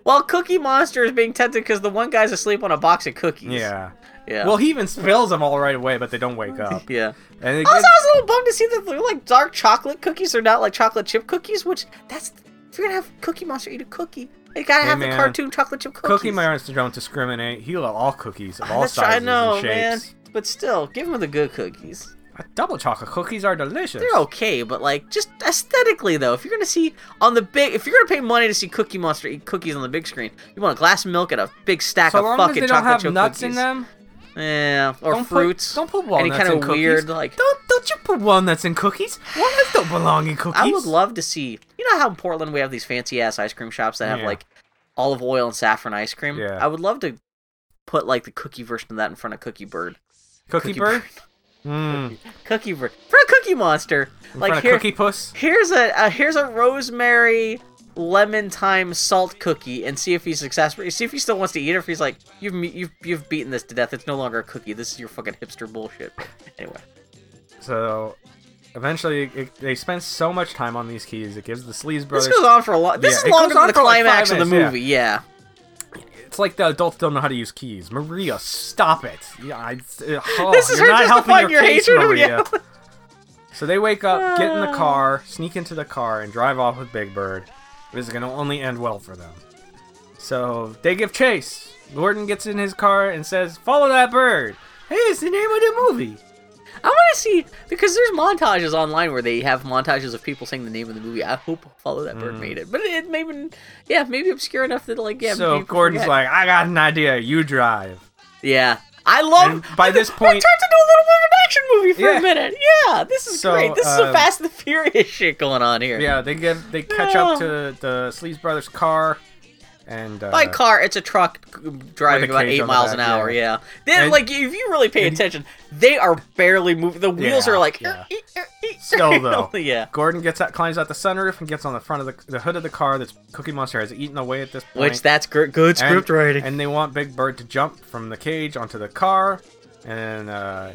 [SPEAKER 2] While Cookie Monster is being tempted because the one guy's asleep on a box of cookies.
[SPEAKER 1] Yeah.
[SPEAKER 2] Yeah.
[SPEAKER 1] Well, he even spills them all right away, but they don't wake up.
[SPEAKER 2] yeah.
[SPEAKER 1] And it
[SPEAKER 2] Also, I
[SPEAKER 1] gets-
[SPEAKER 2] was a little bummed to see that they're like dark chocolate cookies. They're not like chocolate chip cookies, which that's if you're gonna have Cookie Monster eat a cookie, you gotta
[SPEAKER 1] Hey,
[SPEAKER 2] have
[SPEAKER 1] man.
[SPEAKER 2] the cartoon chocolate chip cookies. Ah,
[SPEAKER 1] Cookie Monster don't discriminate. He love all cookies of all
[SPEAKER 2] That's-
[SPEAKER 1] sizes
[SPEAKER 2] I know,
[SPEAKER 1] and shapes. Uh,
[SPEAKER 2] man. But still, give them the good cookies.
[SPEAKER 1] Double chocolate cookies are delicious.
[SPEAKER 2] They're okay, but like just aesthetically though, if you're gonna see on the big, if you're gonna pay money to see Cookie Monster eat cookies on the big screen, you want a glass of milk and a big stack
[SPEAKER 1] So
[SPEAKER 2] of
[SPEAKER 1] long as
[SPEAKER 2] fucking
[SPEAKER 1] they don't
[SPEAKER 2] chocolate
[SPEAKER 1] have
[SPEAKER 2] chip
[SPEAKER 1] nuts
[SPEAKER 2] cookies.
[SPEAKER 1] in them,
[SPEAKER 2] Yeah, or
[SPEAKER 1] don't
[SPEAKER 2] fruits.
[SPEAKER 1] Put, don't put
[SPEAKER 2] any
[SPEAKER 1] walnuts
[SPEAKER 2] kind
[SPEAKER 1] in
[SPEAKER 2] of
[SPEAKER 1] cookies.
[SPEAKER 2] weird like.
[SPEAKER 1] Don't don't you put walnuts in cookies? Walnuts don't belong in cookies.
[SPEAKER 2] I would love to see. You know how in Portland we have these fancy ass ice cream shops that have
[SPEAKER 1] Yeah.
[SPEAKER 2] like olive oil and saffron ice cream.
[SPEAKER 1] Yeah.
[SPEAKER 2] I would love to put like the cookie version of that in front of Cookie Bird.
[SPEAKER 1] cookie,
[SPEAKER 2] Cookie
[SPEAKER 1] bird. Mm.
[SPEAKER 2] Cookie Bird for a Cookie Monster.
[SPEAKER 1] In
[SPEAKER 2] like
[SPEAKER 1] front
[SPEAKER 2] here,
[SPEAKER 1] of cookie puss.
[SPEAKER 2] here's a uh, here's a rosemary lemon thyme salt cookie and see if he's successful. See if he still wants to eat it. If he's like you've me- you've you've beaten this to death. It's no longer a cookie. This is your fucking hipster bullshit. Anyway,
[SPEAKER 1] So eventually, it, they spend so much time on these keys, it gives the Sleaze
[SPEAKER 2] this
[SPEAKER 1] brothers.
[SPEAKER 2] goes on for a lot. This
[SPEAKER 1] Yeah, it
[SPEAKER 2] is
[SPEAKER 1] goes
[SPEAKER 2] longer than
[SPEAKER 1] on
[SPEAKER 2] the
[SPEAKER 1] for, like, five
[SPEAKER 2] climax of the
[SPEAKER 1] minutes, yeah.
[SPEAKER 2] movie. Yeah.
[SPEAKER 1] It's like the adults don't know how to use keys. Maria, stop it. Yeah, I, uh, oh,
[SPEAKER 2] This is
[SPEAKER 1] you're
[SPEAKER 2] her
[SPEAKER 1] not helping
[SPEAKER 2] justifying
[SPEAKER 1] your
[SPEAKER 2] your
[SPEAKER 1] case,
[SPEAKER 2] hatred of
[SPEAKER 1] Maria.
[SPEAKER 2] reality.
[SPEAKER 1] so they wake up, get
[SPEAKER 2] Ah.
[SPEAKER 1] in the car, sneak into the car, and drive off with Big Bird. This is going to only end well for them. So they give chase. Gordon gets in his car and says, Follow that bird. Hey, it's the name of the movie.
[SPEAKER 2] I want to see because there's montages online where they have montages of people saying the name of the movie. I hope Follow That
[SPEAKER 1] Mm.
[SPEAKER 2] Bird made it, but it maybe yeah maybe obscure enough that like yeah.
[SPEAKER 1] so
[SPEAKER 2] people
[SPEAKER 1] Gordon's
[SPEAKER 2] forget.
[SPEAKER 1] like, I got an idea. You drive.
[SPEAKER 2] yeah. I love.
[SPEAKER 1] And by
[SPEAKER 2] I-
[SPEAKER 1] this
[SPEAKER 2] it
[SPEAKER 1] point-
[SPEAKER 2] turns into a little bit of an action movie for
[SPEAKER 1] Yeah.
[SPEAKER 2] a minute. Yeah, this is
[SPEAKER 1] So,
[SPEAKER 2] great. This is
[SPEAKER 1] um,
[SPEAKER 2] some Fast and the Furious shit going on here.
[SPEAKER 1] Yeah, they get they catch up to the Sleaze brothers' car, And uh,
[SPEAKER 2] By car, it's a truck
[SPEAKER 1] With
[SPEAKER 2] driving
[SPEAKER 1] a
[SPEAKER 2] about
[SPEAKER 1] cage
[SPEAKER 2] eight
[SPEAKER 1] on the
[SPEAKER 2] miles
[SPEAKER 1] back,
[SPEAKER 2] an hour.
[SPEAKER 1] yeah.
[SPEAKER 2] Yeah. Then,
[SPEAKER 1] And-
[SPEAKER 2] like, if you really pay
[SPEAKER 1] and-
[SPEAKER 2] attention, they are barely moving. The wheels
[SPEAKER 1] Yeah,
[SPEAKER 2] are like.
[SPEAKER 1] yeah.
[SPEAKER 2] "Er, er, er, er,"
[SPEAKER 1] Still, though.
[SPEAKER 2] yeah.
[SPEAKER 1] Gordon gets out, climbs out the sunroof, and gets on the front of the, the hood of the car. That's Cookie Monster has eaten away at this point.
[SPEAKER 2] Which that's gr- good
[SPEAKER 1] And-
[SPEAKER 2] script writing.
[SPEAKER 1] And they want Big Bird to jump from the cage onto the car, and uh,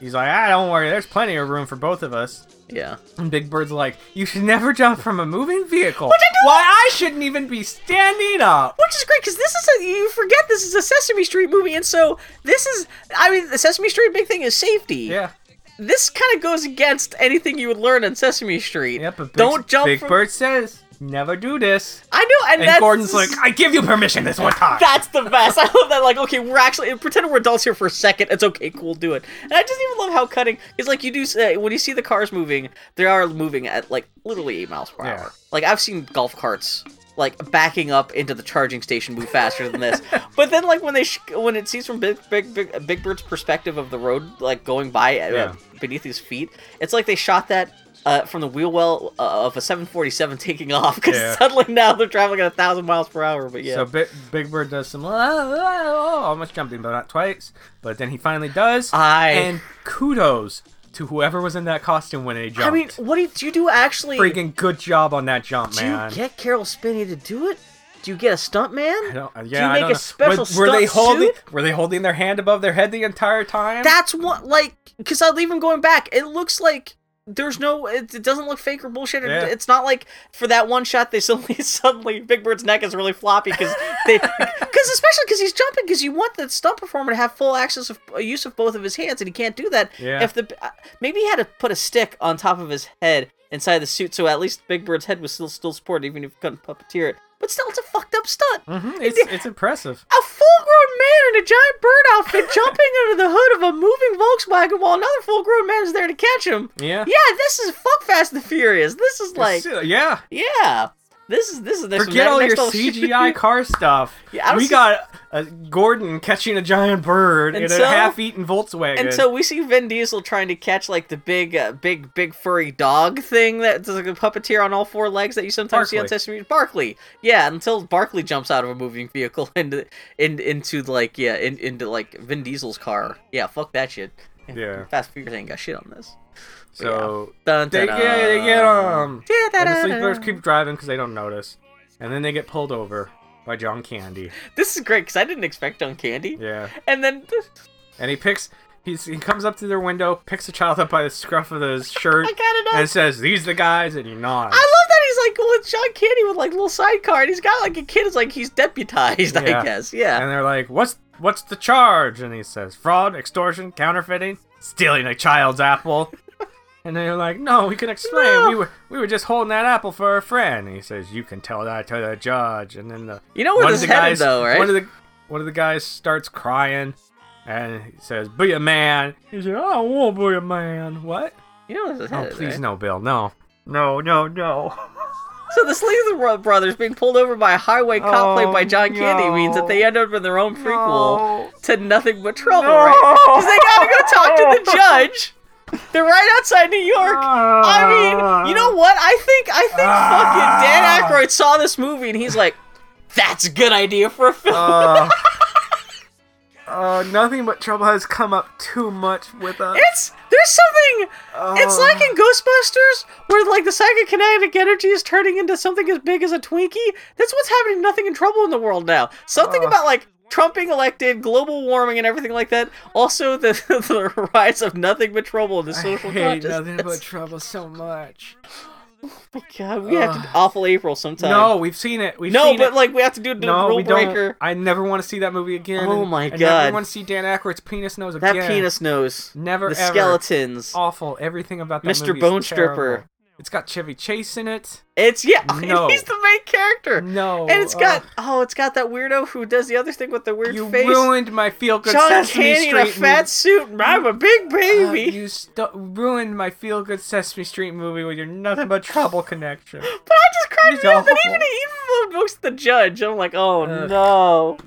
[SPEAKER 1] he's like, "Ah, don't worry, there's plenty of room for both of us."
[SPEAKER 2] yeah.
[SPEAKER 1] And Big Bird's like, "You should never jump from a moving vehicle. Why I shouldn't even be standing up."
[SPEAKER 2] Which is great because this is a you forget this is a Sesame Street movie, and so this is I mean the Sesame Street big thing is safety.
[SPEAKER 1] Yeah,
[SPEAKER 2] This kind of goes against anything you would learn in Sesame Street.
[SPEAKER 1] yeah, but Big,
[SPEAKER 2] don't jump.
[SPEAKER 1] Big
[SPEAKER 2] from-
[SPEAKER 1] Bird says, "Never do this."
[SPEAKER 2] I know, and,
[SPEAKER 1] And
[SPEAKER 2] that's,
[SPEAKER 1] Gordon's like, "I give you permission this one time."
[SPEAKER 2] That's the best. I love that. Like, okay, we're actually pretend we're adults here for a second. It's okay, cool, do it. And I just even love how cutting is like you do say when you see the cars moving, they are moving at like literally eight miles per
[SPEAKER 1] Yeah.
[SPEAKER 2] hour. Like I've seen golf carts like backing up into the charging station move faster than this. but then like when they sh- when it sees from Big Big Big Big Bird's perspective of the road like going by uh,
[SPEAKER 1] Yeah.
[SPEAKER 2] beneath his feet, it's like they shot that. Uh, from the wheel well uh, of a 747 taking off because
[SPEAKER 1] Yeah.
[SPEAKER 2] suddenly now they're traveling at a thousand miles per hour. But yeah,
[SPEAKER 1] So Big, Big Bird does some "Ah, ah, ah," almost jumping, but not twice. But then he finally does.
[SPEAKER 2] I-
[SPEAKER 1] and kudos to whoever was in that costume when they jumped.
[SPEAKER 2] I mean, what do you, do you do actually?
[SPEAKER 1] freaking good job on that jump,
[SPEAKER 2] do
[SPEAKER 1] man.
[SPEAKER 2] you get Carol Spinney to do it? Do you get a stunt
[SPEAKER 1] I
[SPEAKER 2] man?
[SPEAKER 1] don't, yeah,
[SPEAKER 2] do you
[SPEAKER 1] I
[SPEAKER 2] make
[SPEAKER 1] don't
[SPEAKER 2] a
[SPEAKER 1] know.
[SPEAKER 2] special
[SPEAKER 1] were, were they
[SPEAKER 2] stunt
[SPEAKER 1] holding
[SPEAKER 2] suit?
[SPEAKER 1] Were they holding their hand above their head the entire time?
[SPEAKER 2] That's what like because I'll even going back. It looks like there's no. It, it doesn't look fake or bullshit. It-
[SPEAKER 1] Yeah.
[SPEAKER 2] It's not like for that one shot they suddenly suddenly Big Bird's neck is really floppy because they because especially because he's jumping because you want the stunt performer to have full access of uh, use of both of his hands and he can't do that.
[SPEAKER 1] Yeah.
[SPEAKER 2] If the uh, maybe he had to put a stick on top of his head inside the suit so at least Big Bird's head was still still supported even if he couldn't puppeteer it. But still, it's a fucked up stunt.
[SPEAKER 1] Mhm, it's it's impressive.
[SPEAKER 2] A full grown man in a giant bird outfit jumping under the hood of a moving Volkswagen while another full grown man is there to catch him.
[SPEAKER 1] Yeah.
[SPEAKER 2] Yeah, this is fuck Fast and Furious. This is like,
[SPEAKER 1] It's- yeah.
[SPEAKER 2] yeah. This is this is this
[SPEAKER 1] Forget all your
[SPEAKER 2] next level shit.
[SPEAKER 1] CGI car stuff.
[SPEAKER 2] Yeah, I was
[SPEAKER 1] we got uh, Gordon catching a giant bird
[SPEAKER 2] And
[SPEAKER 1] in
[SPEAKER 2] so-
[SPEAKER 1] a half-eaten Volkswagen.
[SPEAKER 2] And so we see Vin Diesel trying to catch like the big, uh, big, big furry dog thing that's like a puppeteer on all four legs that you sometimes see on
[SPEAKER 1] Barkley.
[SPEAKER 2] Sesame Street. Barkley, yeah. Until Barkley jumps out of a moving vehicle and in, into like yeah, in, into like Vin Diesel's car. Yeah, fuck that shit.
[SPEAKER 1] Yeah.
[SPEAKER 2] Fast Furious ain't got shit on this.
[SPEAKER 1] So
[SPEAKER 2] Dun,
[SPEAKER 1] they
[SPEAKER 2] dun,
[SPEAKER 1] get they get um.
[SPEAKER 2] dun.
[SPEAKER 1] And the
[SPEAKER 2] Da-da-da-da.
[SPEAKER 1] sleepers keep driving because they don't notice, and then they get pulled over by John Candy.
[SPEAKER 2] This is great because I didn't expect John Candy.
[SPEAKER 1] Yeah.
[SPEAKER 2] And then
[SPEAKER 1] and he picks he's, he comes up to their window picks a child up by the scruff of his shirt
[SPEAKER 2] I gotta know.
[SPEAKER 1] and says these the guys and he nods
[SPEAKER 2] I love that he's like well, it's John Candy with like little sidecar, and he's got like a kid. It's like he's deputized, I
[SPEAKER 1] Yeah.
[SPEAKER 2] guess. Yeah.
[SPEAKER 1] and they're like what's what's the charge and he says fraud extortion counterfeiting stealing a child's apple and they're like no we can explain
[SPEAKER 2] No.
[SPEAKER 1] we were we were just holding that apple for a friend and he says you can tell that to the judge and then the
[SPEAKER 2] You know where
[SPEAKER 1] one
[SPEAKER 2] this
[SPEAKER 1] of
[SPEAKER 2] is
[SPEAKER 1] the
[SPEAKER 2] headed,
[SPEAKER 1] guys
[SPEAKER 2] though, right?
[SPEAKER 1] one of the one of the guys starts crying and he says be a man he says i don't want to be a man what
[SPEAKER 2] you know where this is
[SPEAKER 1] Oh,
[SPEAKER 2] headed,
[SPEAKER 1] please
[SPEAKER 2] right?
[SPEAKER 1] no, Bill. No. No, no, no.
[SPEAKER 2] So the Sleazy Bro- brothers being pulled over by a highway cop
[SPEAKER 1] Oh,
[SPEAKER 2] played by John Candy means that they end up in their own prequel
[SPEAKER 1] No.
[SPEAKER 2] to nothing but trouble,
[SPEAKER 1] No.
[SPEAKER 2] right? Because they gotta go talk to the judge. They're right outside New York. I mean, you know what? I think I think
[SPEAKER 1] Ah.
[SPEAKER 2] fucking Dan Aykroyd saw this movie and he's like, "That's a good idea for a film."
[SPEAKER 1] Uh, uh, nothing but trouble has come up too much with us.
[SPEAKER 2] It's there's something. It's
[SPEAKER 1] Oh.
[SPEAKER 2] like in Ghostbusters where like the psychokinetic energy is turning into something as big as a Twinkie. That's what's happening. to Nothing in trouble in the world now. Something
[SPEAKER 1] Oh.
[SPEAKER 2] about like. Trump being elected, global warming, and everything like that. Also, the, the rise of nothing but trouble in the
[SPEAKER 1] I
[SPEAKER 2] social
[SPEAKER 1] hate
[SPEAKER 2] consciousness.
[SPEAKER 1] nothing but trouble so much.
[SPEAKER 2] Oh my God, we have to do awful April sometime.
[SPEAKER 1] No, we've seen it. We've
[SPEAKER 2] no,
[SPEAKER 1] seen
[SPEAKER 2] but
[SPEAKER 1] it.
[SPEAKER 2] like we have to do a
[SPEAKER 1] no,
[SPEAKER 2] rule
[SPEAKER 1] we
[SPEAKER 2] breaker.
[SPEAKER 1] don't. I never want to see that movie again.
[SPEAKER 2] Oh
[SPEAKER 1] and
[SPEAKER 2] my
[SPEAKER 1] I
[SPEAKER 2] God.
[SPEAKER 1] never want to see Dan Aykroyd's penis nose
[SPEAKER 2] That
[SPEAKER 1] again.
[SPEAKER 2] penis nose.
[SPEAKER 1] Never
[SPEAKER 2] the
[SPEAKER 1] ever.
[SPEAKER 2] skeletons.
[SPEAKER 1] Awful. Everything about that
[SPEAKER 2] Mr.
[SPEAKER 1] movie is
[SPEAKER 2] Bone Stripper.
[SPEAKER 1] terrible. It's got Chevy Chase in it.
[SPEAKER 2] It's yeah.
[SPEAKER 1] No.
[SPEAKER 2] He's the main character.
[SPEAKER 1] No.
[SPEAKER 2] And it's
[SPEAKER 1] uh,
[SPEAKER 2] got oh, it's got that weirdo who does the other thing with the weird
[SPEAKER 1] You
[SPEAKER 2] face.
[SPEAKER 1] ruined my feel good
[SPEAKER 2] John
[SPEAKER 1] Sesame
[SPEAKER 2] Candy in a
[SPEAKER 1] Street
[SPEAKER 2] fat suit. and I'm a big
[SPEAKER 1] movie.
[SPEAKER 2] baby.
[SPEAKER 1] Uh, you stu- ruined my feel good Sesame Street movie with your nothing but trouble connection.
[SPEAKER 2] but I just cried
[SPEAKER 1] He's
[SPEAKER 2] it up. And
[SPEAKER 1] awful.
[SPEAKER 2] even even amongst the judge, I'm like, oh
[SPEAKER 1] Ugh.
[SPEAKER 2] no,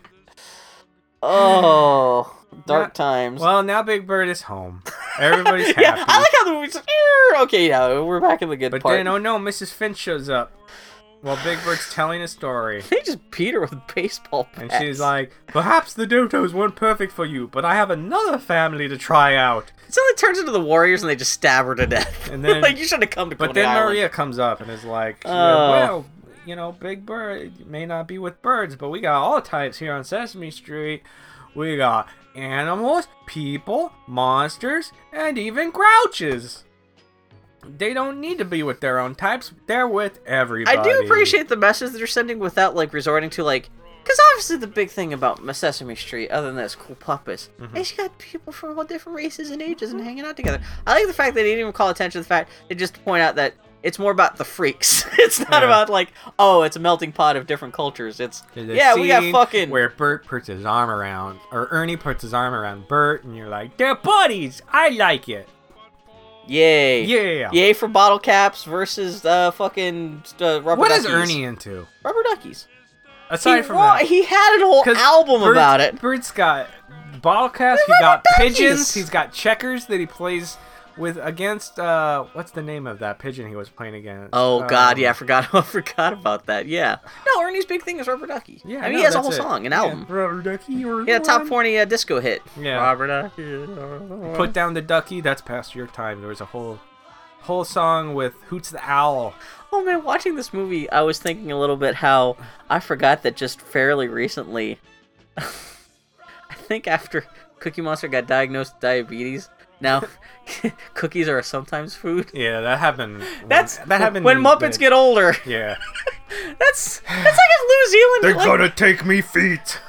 [SPEAKER 2] oh, dark
[SPEAKER 1] Yeah.
[SPEAKER 2] times.
[SPEAKER 1] Well, now Big Bird is home. Everybody's happy.
[SPEAKER 2] yeah, I like how the movie's "Err." okay. Yeah, we're back in the good
[SPEAKER 1] but uh,
[SPEAKER 2] part.
[SPEAKER 1] then, oh no, Mrs. Finch shows up. while Big Bird's telling a story.
[SPEAKER 2] They just beat her with baseball
[SPEAKER 1] And
[SPEAKER 2] bats.
[SPEAKER 1] she's like, perhaps the Dodos weren't perfect for you, but I have another family to try out.
[SPEAKER 2] it suddenly turns into the Warriors and they just stab her to death.
[SPEAKER 1] And then-
[SPEAKER 2] like you should have come to.
[SPEAKER 1] But
[SPEAKER 2] Coney
[SPEAKER 1] then uh,
[SPEAKER 2] Island.
[SPEAKER 1] Maria comes up and is like,
[SPEAKER 2] Oh.
[SPEAKER 1] well, you know, Big Bird may not be with birds, but we got all types here on Sesame Street. We got animals, people, monsters, and even grouches. They don't need to be with their own types. They're with everybody.
[SPEAKER 2] I do appreciate the message that you're sending without like resorting to like, because obviously the big thing about Sesame Street, other than those cool puppets,
[SPEAKER 1] Mm-hmm.
[SPEAKER 2] is you got people from all different races and ages and hanging out together. I like the fact that they didn't even call attention to the fact they just point out that it's more about the freaks. it's not
[SPEAKER 1] Yeah.
[SPEAKER 2] about like, oh, it's a melting pot of different cultures. It's
[SPEAKER 1] There's a
[SPEAKER 2] yeah, we got
[SPEAKER 1] scene
[SPEAKER 2] fucking
[SPEAKER 1] where Bert puts his arm around, or Ernie puts his arm around Bert, and you're like, they're buddies. I like it.
[SPEAKER 2] yay,
[SPEAKER 1] Yeah.
[SPEAKER 2] yay for bottle caps versus uh fucking uh, rubber.
[SPEAKER 1] What is
[SPEAKER 2] duckies.
[SPEAKER 1] Ernie into?
[SPEAKER 2] Rubber duckies.
[SPEAKER 1] Aside
[SPEAKER 2] he,
[SPEAKER 1] from
[SPEAKER 2] wa-
[SPEAKER 1] that,
[SPEAKER 2] he had a whole
[SPEAKER 1] 'Cause
[SPEAKER 2] album
[SPEAKER 1] Bert's-
[SPEAKER 2] about it.
[SPEAKER 1] Bert's got ball cast. He
[SPEAKER 2] They're
[SPEAKER 1] got
[SPEAKER 2] rubber
[SPEAKER 1] pigeons.
[SPEAKER 2] duckies.
[SPEAKER 1] He's got checkers that he plays with against. Uh, what's the name of that pigeon he was playing against?
[SPEAKER 2] Oh
[SPEAKER 1] Um,
[SPEAKER 2] God, yeah, I forgot. I forgot about that. Yeah. No, Ernie's big thing is Rubber Ducky.
[SPEAKER 1] Yeah,
[SPEAKER 2] I mean,
[SPEAKER 1] no,
[SPEAKER 2] he has a
[SPEAKER 1] that's
[SPEAKER 2] whole
[SPEAKER 1] it.
[SPEAKER 2] song, an
[SPEAKER 1] Yeah,
[SPEAKER 2] album.
[SPEAKER 1] Rubber ducky. Or
[SPEAKER 2] Yeah, top forty uh, disco hit.
[SPEAKER 1] Yeah.
[SPEAKER 2] Rubber Ducky.
[SPEAKER 1] Put down the ducky. That's past your time. There was a whole, whole song with Hoots the Owl.
[SPEAKER 2] Oh man, watching this movie, I was thinking a little bit how I forgot that just fairly recently. I think after Cookie Monster got diagnosed with diabetes, now cookies are sometimes food.
[SPEAKER 1] Yeah, that happened. when-
[SPEAKER 2] That's
[SPEAKER 1] that happened
[SPEAKER 2] when
[SPEAKER 1] in-
[SPEAKER 2] Muppets get older.
[SPEAKER 1] Yeah,
[SPEAKER 2] That's that's like if New Zealand. like-
[SPEAKER 1] take me feet.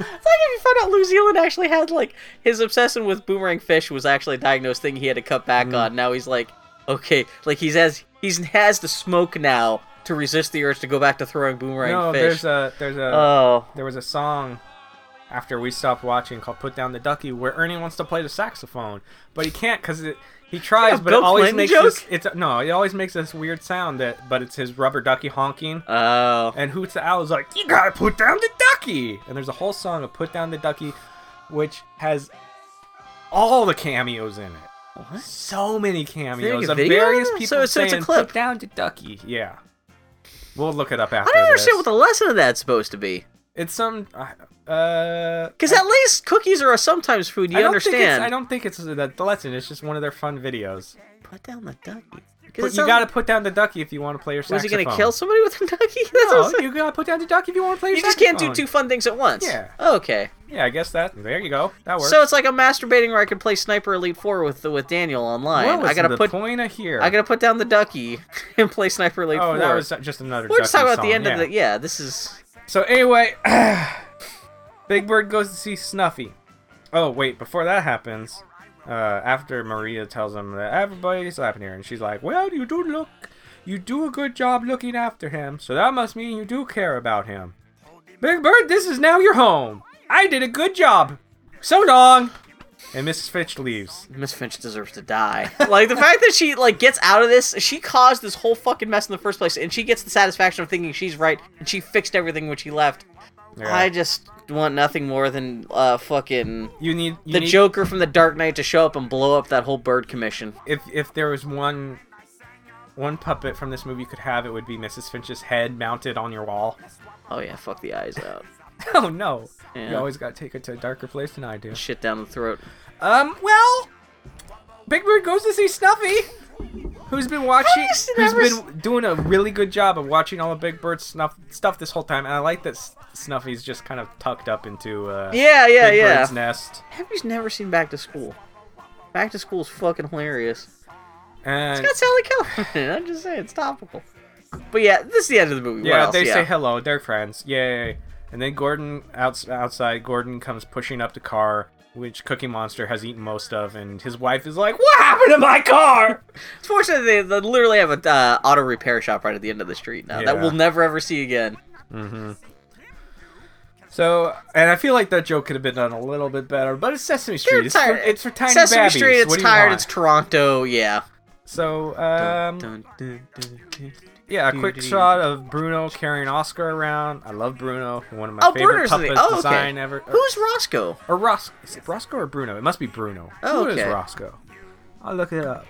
[SPEAKER 2] It's like if you found out New Zealand actually had like his obsession with boomerang fish was actually a diagnosed thing he had to cut back
[SPEAKER 1] Mm-hmm.
[SPEAKER 2] on. Now he's like, okay, like he's as he's has the smoke now to resist the urge to go back to throwing boomerang
[SPEAKER 1] No,
[SPEAKER 2] fish.
[SPEAKER 1] there's a there's a
[SPEAKER 2] oh,
[SPEAKER 1] there was a song after we stopped watching called "Put Down the Ducky" where Ernie wants to play the saxophone, but he can't because he tries,
[SPEAKER 2] a
[SPEAKER 1] but
[SPEAKER 2] Bill
[SPEAKER 1] it always
[SPEAKER 2] Clinton
[SPEAKER 1] makes
[SPEAKER 2] joke?
[SPEAKER 1] this, it's no, it always makes this weird sound that, but it's his rubber ducky honking.
[SPEAKER 2] oh,
[SPEAKER 1] And Hoots the Owl is like, "You gotta put down the ducky," and there's a whole song of "Put Down the Ducky," which has all the cameos in it.
[SPEAKER 2] what?
[SPEAKER 1] So many
[SPEAKER 2] Is
[SPEAKER 1] cameos
[SPEAKER 2] there a
[SPEAKER 1] of
[SPEAKER 2] video?
[SPEAKER 1] various people
[SPEAKER 2] So- so
[SPEAKER 1] saying,
[SPEAKER 2] it's a clip.
[SPEAKER 1] "Put down the ducky." Yeah, we'll look it up after.
[SPEAKER 2] I don't
[SPEAKER 1] this.
[SPEAKER 2] understand what the lesson of that's supposed to be.
[SPEAKER 1] It's some uh.
[SPEAKER 2] Because at least cookies are a sometimes food. You
[SPEAKER 1] I don't Think it's,
[SPEAKER 2] understand?
[SPEAKER 1] I don't think it's the, the lesson. It's just one of their fun videos.
[SPEAKER 2] Put down the ducky.
[SPEAKER 1] But you gotta put down the ducky if you want to play your
[SPEAKER 2] Was he
[SPEAKER 1] saxophone.
[SPEAKER 2] gonna kill somebody with a ducky? That's what I'm
[SPEAKER 1] No,
[SPEAKER 2] saying.
[SPEAKER 1] you gotta put down the ducky if you want to play your
[SPEAKER 2] You just
[SPEAKER 1] saxophone.
[SPEAKER 2] can't do two fun things at once.
[SPEAKER 1] Yeah.
[SPEAKER 2] Okay.
[SPEAKER 1] Yeah, I guess that. There you go. That works.
[SPEAKER 2] So it's like I'm masturbating where I can play Sniper Elite Four with with Daniel online.
[SPEAKER 1] what was
[SPEAKER 2] I gotta
[SPEAKER 1] the
[SPEAKER 2] put
[SPEAKER 1] point of here?
[SPEAKER 2] I gotta put down the ducky and play Sniper Elite
[SPEAKER 1] Oh,
[SPEAKER 2] Four.
[SPEAKER 1] that was just another.
[SPEAKER 2] We're just
[SPEAKER 1] ducky
[SPEAKER 2] talking about the
[SPEAKER 1] song,
[SPEAKER 2] end
[SPEAKER 1] yeah.
[SPEAKER 2] of the yeah. This is
[SPEAKER 1] So anyway, Big Bird goes to see Snuffy. Oh wait, before that happens, uh, after Maria tells him that everybody's slapping her, and she's like, "Well, you do look, you do a good job looking after him, so that must mean you do care about him." Big Bird, this is now your home. I did a good job. So long. And Mrs. Fitch leaves.
[SPEAKER 2] Miss Finch deserves to die. like the fact that she like gets out of this, she caused this whole fucking mess in the first place, and she gets the satisfaction of thinking she's right and she fixed everything when she left.
[SPEAKER 1] Yeah.
[SPEAKER 2] I just want nothing more than uh fucking
[SPEAKER 1] you need you
[SPEAKER 2] the
[SPEAKER 1] need,
[SPEAKER 2] Joker from the Dark Knight to show up and blow up that whole bird commission.
[SPEAKER 1] if if there was one one puppet from this movie you could have, it would be Mrs. Finch's head mounted on your wall.
[SPEAKER 2] Oh yeah, fuck the eyes out.
[SPEAKER 1] Oh no. You
[SPEAKER 2] Yeah.
[SPEAKER 1] always got to take it to a darker place than I do.
[SPEAKER 2] Shit down the throat.
[SPEAKER 1] Um, well, Big Bird goes to see Snuffy, who's been watching,
[SPEAKER 2] How is it
[SPEAKER 1] who's
[SPEAKER 2] ever s-
[SPEAKER 1] been doing a really good job of watching all of Big Bird's snuff stuff this whole time, and I like that S- Snuffy's just kind of tucked up into uh,
[SPEAKER 2] Yeah, yeah,
[SPEAKER 1] Big
[SPEAKER 2] yeah.
[SPEAKER 1] Bird's nest.
[SPEAKER 2] Henry's never seen Back to School. Back to School is fucking hilarious.
[SPEAKER 1] And
[SPEAKER 2] Got Sally Kellerman. in it, I'm just saying, it's topical. But yeah, this is the end of the movie. What
[SPEAKER 1] yeah,
[SPEAKER 2] else?
[SPEAKER 1] they
[SPEAKER 2] yeah.
[SPEAKER 1] say hello, they're friends, yay! And then Gordon outs- outside, Gordon comes pushing up the car. Which Cookie Monster has eaten most of, and his wife is like, "What happened to my car?"
[SPEAKER 2] It's fortunate they, they literally have a uh, auto repair shop right at the end of the street now that
[SPEAKER 1] Yeah.
[SPEAKER 2] we'll never ever see again.
[SPEAKER 1] So, and I feel like that joke could have been done a little bit better, but it's Sesame Street. It's for,
[SPEAKER 2] tired.
[SPEAKER 1] it's for tiny
[SPEAKER 2] Sesame
[SPEAKER 1] babbies.
[SPEAKER 2] Street. It's
[SPEAKER 1] What do you
[SPEAKER 2] tired.
[SPEAKER 1] want?
[SPEAKER 2] It's Toronto. Yeah.
[SPEAKER 1] so, um,
[SPEAKER 2] Dun, dun, dun, dun.
[SPEAKER 1] yeah, a quick shot of Bruno carrying Oscar around. I love Bruno. One of my
[SPEAKER 2] Oh,
[SPEAKER 1] favorite
[SPEAKER 2] Bruno's in
[SPEAKER 1] puppet
[SPEAKER 2] the. Oh, okay.
[SPEAKER 1] design ever. Or,
[SPEAKER 2] Who's Roscoe?
[SPEAKER 1] or Ros- is it Roscoe or Bruno? It must be Bruno.
[SPEAKER 2] Oh,
[SPEAKER 1] Who is
[SPEAKER 2] okay.
[SPEAKER 1] Roscoe? I'll look it up.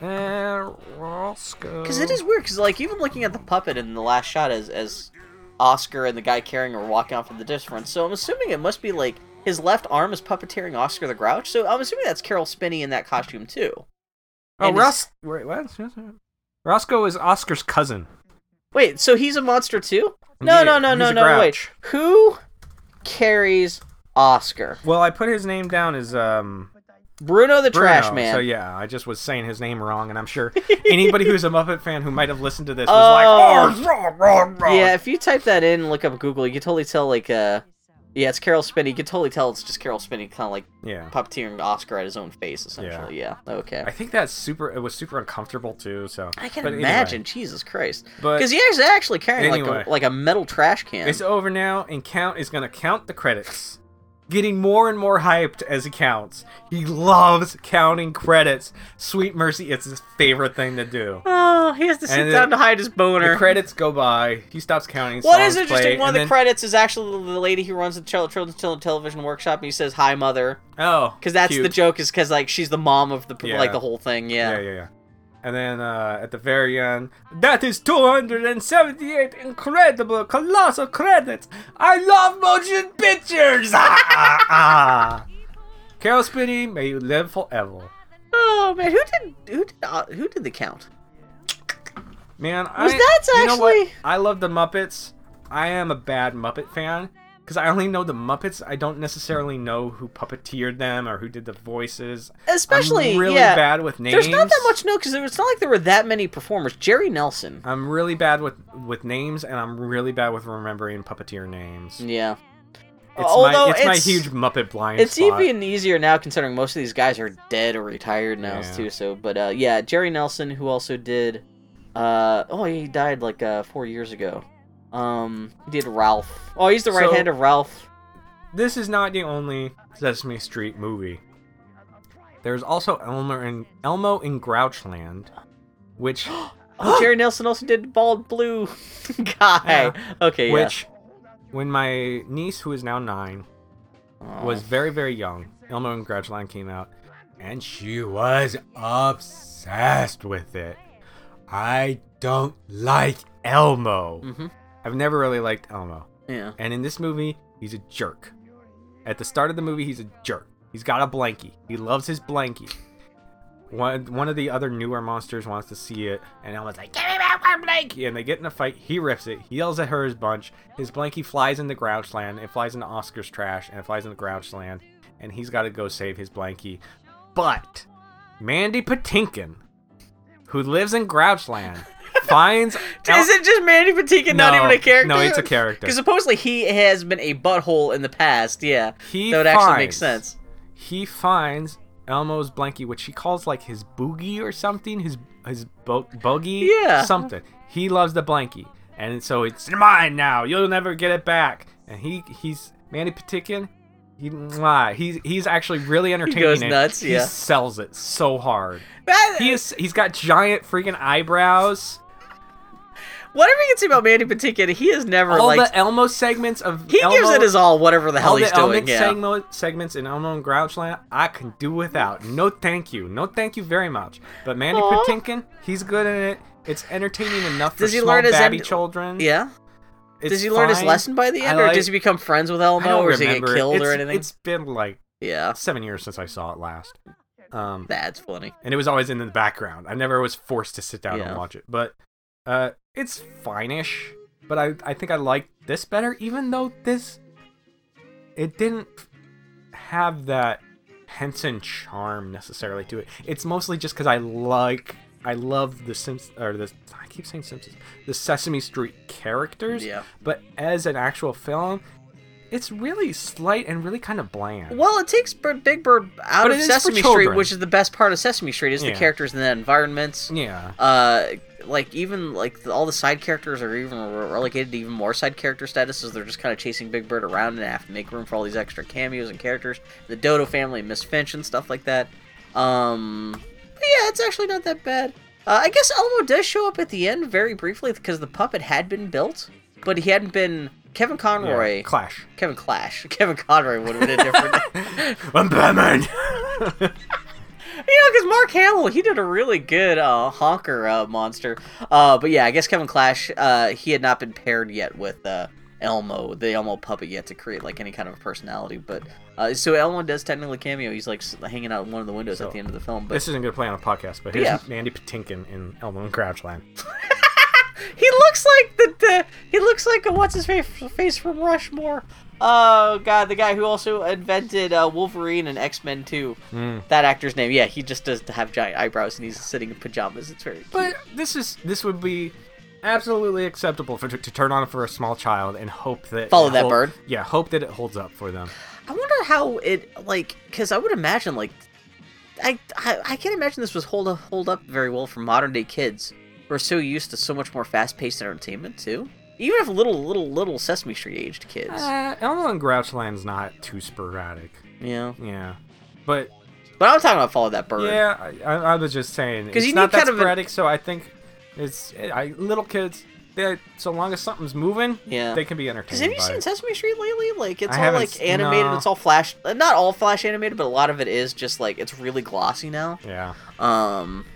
[SPEAKER 1] Eh, Roscoe.
[SPEAKER 2] Because it is weird. Because like even looking at the puppet in the last shot as as Oscar and the guy carrying her walking off in the difference. So I'm assuming it must be like his left arm is puppeteering Oscar the Grouch. So I'm assuming that's Carol Spinney in that costume too.
[SPEAKER 1] Oh,
[SPEAKER 2] and it's-
[SPEAKER 1] Ros. Wait, what? Roscoe is Oscar's cousin.
[SPEAKER 2] Wait, so he's a monster too? No,
[SPEAKER 1] Yeah,
[SPEAKER 2] no, no,
[SPEAKER 1] he's
[SPEAKER 2] no,
[SPEAKER 1] a
[SPEAKER 2] no. Wait,
[SPEAKER 1] Grouch.
[SPEAKER 2] who carries Oscar?
[SPEAKER 1] Well, I put his name down as um
[SPEAKER 2] Bruno the Trash
[SPEAKER 1] Bruno,
[SPEAKER 2] Man.
[SPEAKER 1] So yeah, I just was saying his name wrong, and I'm sure anybody who's a Muppet fan who might have listened to this was
[SPEAKER 2] Oh.
[SPEAKER 1] like, oh, wrong, wrong, wrong.
[SPEAKER 2] Yeah, if you type that in and look up Google, you can totally tell, like, uh, yeah, it's Carol Spinney. You can totally tell it's just Carol Spinney kind of like
[SPEAKER 1] yeah.
[SPEAKER 2] puppeteering Oscar at his own face, essentially. Yeah, okay.
[SPEAKER 1] I think that's super. It was super uncomfortable too. So
[SPEAKER 2] I can
[SPEAKER 1] but anyway,
[SPEAKER 2] imagine, Jesus Christ.
[SPEAKER 1] But-
[SPEAKER 2] Because he is actually carrying
[SPEAKER 1] Anyway.
[SPEAKER 2] like, a, like a metal trash can.
[SPEAKER 1] it's over now, and count is gonna count the credits. Getting more and more hyped as he counts. He loves counting credits. Sweet mercy, it's his favorite thing to do.
[SPEAKER 2] oh, he has to sit
[SPEAKER 1] And
[SPEAKER 2] down
[SPEAKER 1] the-
[SPEAKER 2] to hide his
[SPEAKER 1] The
[SPEAKER 2] boner.
[SPEAKER 1] credits go by. He stops counting.
[SPEAKER 2] What
[SPEAKER 1] songs
[SPEAKER 2] is interesting,
[SPEAKER 1] play,
[SPEAKER 2] one of
[SPEAKER 1] and
[SPEAKER 2] the
[SPEAKER 1] then-
[SPEAKER 2] credits is actually the lady who runs the Chil- Children's Chil- Television Workshop, and he says, "Hi, mother,"
[SPEAKER 1] Oh,
[SPEAKER 2] because that's
[SPEAKER 1] cute.
[SPEAKER 2] the joke. Is because like she's the mom of the pr-
[SPEAKER 1] Yeah.
[SPEAKER 2] like the whole thing. Yeah.
[SPEAKER 1] Yeah, yeah, yeah. And then uh, at the very end, that is 278 incredible, colossal credits. I love motion pictures. Ah, ah, ah. Carol Spinney, may you live forever.
[SPEAKER 2] Oh man, who did who did uh, who did the count?
[SPEAKER 1] Man,
[SPEAKER 2] Was
[SPEAKER 1] I,
[SPEAKER 2] that
[SPEAKER 1] you know what?
[SPEAKER 2] actually-
[SPEAKER 1] I love the Muppets. I am a bad Muppet fan because I only know the Muppets. I don't necessarily know who puppeteered them or who did the voices.
[SPEAKER 2] Especially,
[SPEAKER 1] I'm really
[SPEAKER 2] yeah.
[SPEAKER 1] bad with names.
[SPEAKER 2] There's not that much no, because it's not like there were that many performers. Jerry Nelson.
[SPEAKER 1] I'm really bad with with names, and I'm really bad with remembering puppeteer names. It's
[SPEAKER 2] Yeah.
[SPEAKER 1] my
[SPEAKER 2] Although
[SPEAKER 1] it's, my
[SPEAKER 2] it's-
[SPEAKER 1] huge Muppet blind
[SPEAKER 2] It's
[SPEAKER 1] spot.
[SPEAKER 2] even easier now considering most of these guys are dead or retired now
[SPEAKER 1] Yeah.
[SPEAKER 2] too. So, but uh, yeah, Jerry Nelson, who also did, uh, oh, he died like uh, four years ago. Um, he did Ralph. Oh, he's the
[SPEAKER 1] So-
[SPEAKER 2] right hand of Ralph.
[SPEAKER 1] This is not the only Sesame Street movie. There's also Elmer in Elmo in Grouchland, which
[SPEAKER 2] Oh, Jerry Nelson also did bald blue guy.
[SPEAKER 1] Yeah.
[SPEAKER 2] Okay, yeah.
[SPEAKER 1] which when my niece, who is now nine,
[SPEAKER 2] Oh.
[SPEAKER 1] was very very young, Elmo in Grouchland came out, and she was obsessed with it. I don't like Elmo.
[SPEAKER 2] Mhm.
[SPEAKER 1] I've never really liked Elmo.
[SPEAKER 2] Yeah.
[SPEAKER 1] And in this movie, he's a jerk. At the start of the movie, he's a jerk. He's got a blankie. He loves his blankie. One, one of the other newer monsters wants to see it, and Elma's like, Give me back my blankie! And they get in a fight. He rips it. He yells at her his bunch. His blankie flies into Grouchland. It flies into Oscar's trash, and it flies into Grouchland. And he's got to go save his blankie. But Mandy Patinkin, who lives in Grouchland, finds.
[SPEAKER 2] Is it just Mandy Patinkin not
[SPEAKER 1] No.
[SPEAKER 2] even a character?
[SPEAKER 1] No, it's a character.
[SPEAKER 2] Because supposedly he has been a butthole in the past. Yeah,
[SPEAKER 1] He
[SPEAKER 2] that would actually make
[SPEAKER 1] finds-
[SPEAKER 2] sense.
[SPEAKER 1] he finds Elmo's blankie, which he calls like his boogie or something, his his bo- buggy,
[SPEAKER 2] Yeah.
[SPEAKER 1] something. He loves the blankie, and so it's mine now. You'll never get it back. And he he's Manny Patinkin. He, mwah, he's he's actually really entertaining.
[SPEAKER 2] goes
[SPEAKER 1] and
[SPEAKER 2] nuts, yeah.
[SPEAKER 1] He sells it so hard.
[SPEAKER 2] That-
[SPEAKER 1] He is he's got giant freaking eyebrows.
[SPEAKER 2] Whatever you can say about Mandy Patinkin, he has never
[SPEAKER 1] All
[SPEAKER 2] like
[SPEAKER 1] the Elmo segments of
[SPEAKER 2] he
[SPEAKER 1] Elmo,
[SPEAKER 2] gives it his all. Whatever the hell
[SPEAKER 1] all
[SPEAKER 2] he's
[SPEAKER 1] the
[SPEAKER 2] doing,
[SPEAKER 1] Elmo
[SPEAKER 2] yeah.
[SPEAKER 1] segmo- segments in Elmo and Grouchland, I can do without. No, thank you. No, thank you very much. But Mandy
[SPEAKER 2] Aw.
[SPEAKER 1] Patinkin, he's good in it. It's entertaining enough for
[SPEAKER 2] Does he
[SPEAKER 1] small
[SPEAKER 2] learn his
[SPEAKER 1] babby
[SPEAKER 2] end-
[SPEAKER 1] children.
[SPEAKER 2] yeah.
[SPEAKER 1] It's
[SPEAKER 2] Does he learn his
[SPEAKER 1] fine.
[SPEAKER 2] lesson by the
[SPEAKER 1] I
[SPEAKER 2] end, or
[SPEAKER 1] like-
[SPEAKER 2] does he become friends with Elmo,
[SPEAKER 1] I don't
[SPEAKER 2] or does he get
[SPEAKER 1] remember. it.
[SPEAKER 2] killed
[SPEAKER 1] it's,
[SPEAKER 2] or anything?
[SPEAKER 1] It's been like
[SPEAKER 2] Yeah,
[SPEAKER 1] seven years since I saw it last. Um,
[SPEAKER 2] that's funny.
[SPEAKER 1] and it was always in the background. I never was forced to sit down
[SPEAKER 2] Yeah.
[SPEAKER 1] and watch it. But uh, it's fine-ish. But I, I think I like this better, even though this it didn't have that Henson charm necessarily to it. It's mostly just because I like I love the Simps or the I keep saying Simpsons the Sesame Street characters.
[SPEAKER 2] Yeah.
[SPEAKER 1] But as an actual film, it's really slight and really kind of bland.
[SPEAKER 2] Well, it takes Bir- Big Bird out
[SPEAKER 1] But
[SPEAKER 2] of
[SPEAKER 1] it is for
[SPEAKER 2] Sesame Street,
[SPEAKER 1] children.
[SPEAKER 2] which is the best part of Sesame Street, is the
[SPEAKER 1] Yeah.
[SPEAKER 2] characters and the environments.
[SPEAKER 1] Yeah.
[SPEAKER 2] Uh, like even like the, all the side characters are even re- relegated to even more side character statuses. They're just kind of chasing Big Bird around and have to make room for all these extra cameos and characters. The Dodo family, and Miss Finch, and stuff like that. Um, but yeah, it's actually not that bad. Uh, I guess Elmo does show up at the end very briefly because the puppet had been built, but he hadn't been. Kevin
[SPEAKER 1] Yeah.
[SPEAKER 2] Conroy,
[SPEAKER 1] Clash.
[SPEAKER 2] Kevin Clash, Kevin Conroy would have been a different.
[SPEAKER 1] I'm Batman.
[SPEAKER 2] know, because Mark Hamill, he did a really good uh, honker uh, monster. Uh, but yeah, I guess Kevin Clash, uh, he had not been paired yet with uh, Elmo, the Elmo puppet, yet to create like any kind of personality. But uh, so Elmo does technically cameo. He's like s- hanging out in one of the windows
[SPEAKER 1] So,
[SPEAKER 2] at the end of the film. But
[SPEAKER 1] This isn't gonna play on a podcast, but here's
[SPEAKER 2] Yeah.
[SPEAKER 1] Mandy Patinkin in Elmo and Crouchland.
[SPEAKER 2] he looks like the, the he looks like a, what's his face face from Rushmore. Oh god, the guy who also invented uh, Wolverine and X Men Two.
[SPEAKER 1] Mm.
[SPEAKER 2] That actor's name, yeah, he just does have giant eyebrows and he's sitting in pajamas. It's very cute.
[SPEAKER 1] But this is this would be absolutely acceptable for to, to turn on for a small child and hope that
[SPEAKER 2] Follow
[SPEAKER 1] it
[SPEAKER 2] that
[SPEAKER 1] hold-
[SPEAKER 2] bird.
[SPEAKER 1] Yeah, hope that it holds up for them.
[SPEAKER 2] I wonder how it like because I would imagine like I, I I can't imagine this was hold up, hold up very well for modern day kids who are so used to so much more fast paced entertainment too. Even if little little little Sesame Street aged kids,
[SPEAKER 1] Uh, Elmo and Grouchland's not too sporadic.
[SPEAKER 2] yeah.
[SPEAKER 1] Yeah, but
[SPEAKER 2] But I'm talking about follow that bird.
[SPEAKER 1] yeah, I, I, I was just saying
[SPEAKER 2] 'Cause
[SPEAKER 1] it's
[SPEAKER 2] you need
[SPEAKER 1] not that
[SPEAKER 2] kind of an-
[SPEAKER 1] sporadic. So I think it's I, little kids. They, so long as something's moving,
[SPEAKER 2] Yeah.
[SPEAKER 1] they can be entertained.
[SPEAKER 2] Because have you
[SPEAKER 1] by
[SPEAKER 2] seen
[SPEAKER 1] it.
[SPEAKER 2] Sesame Street lately? Like it's
[SPEAKER 1] I
[SPEAKER 2] all
[SPEAKER 1] haven't
[SPEAKER 2] like
[SPEAKER 1] s-
[SPEAKER 2] animated.
[SPEAKER 1] no.
[SPEAKER 2] It's all flash. Not all flash animated, but a lot of it is just like it's really glossy now.
[SPEAKER 1] Yeah,
[SPEAKER 2] Um,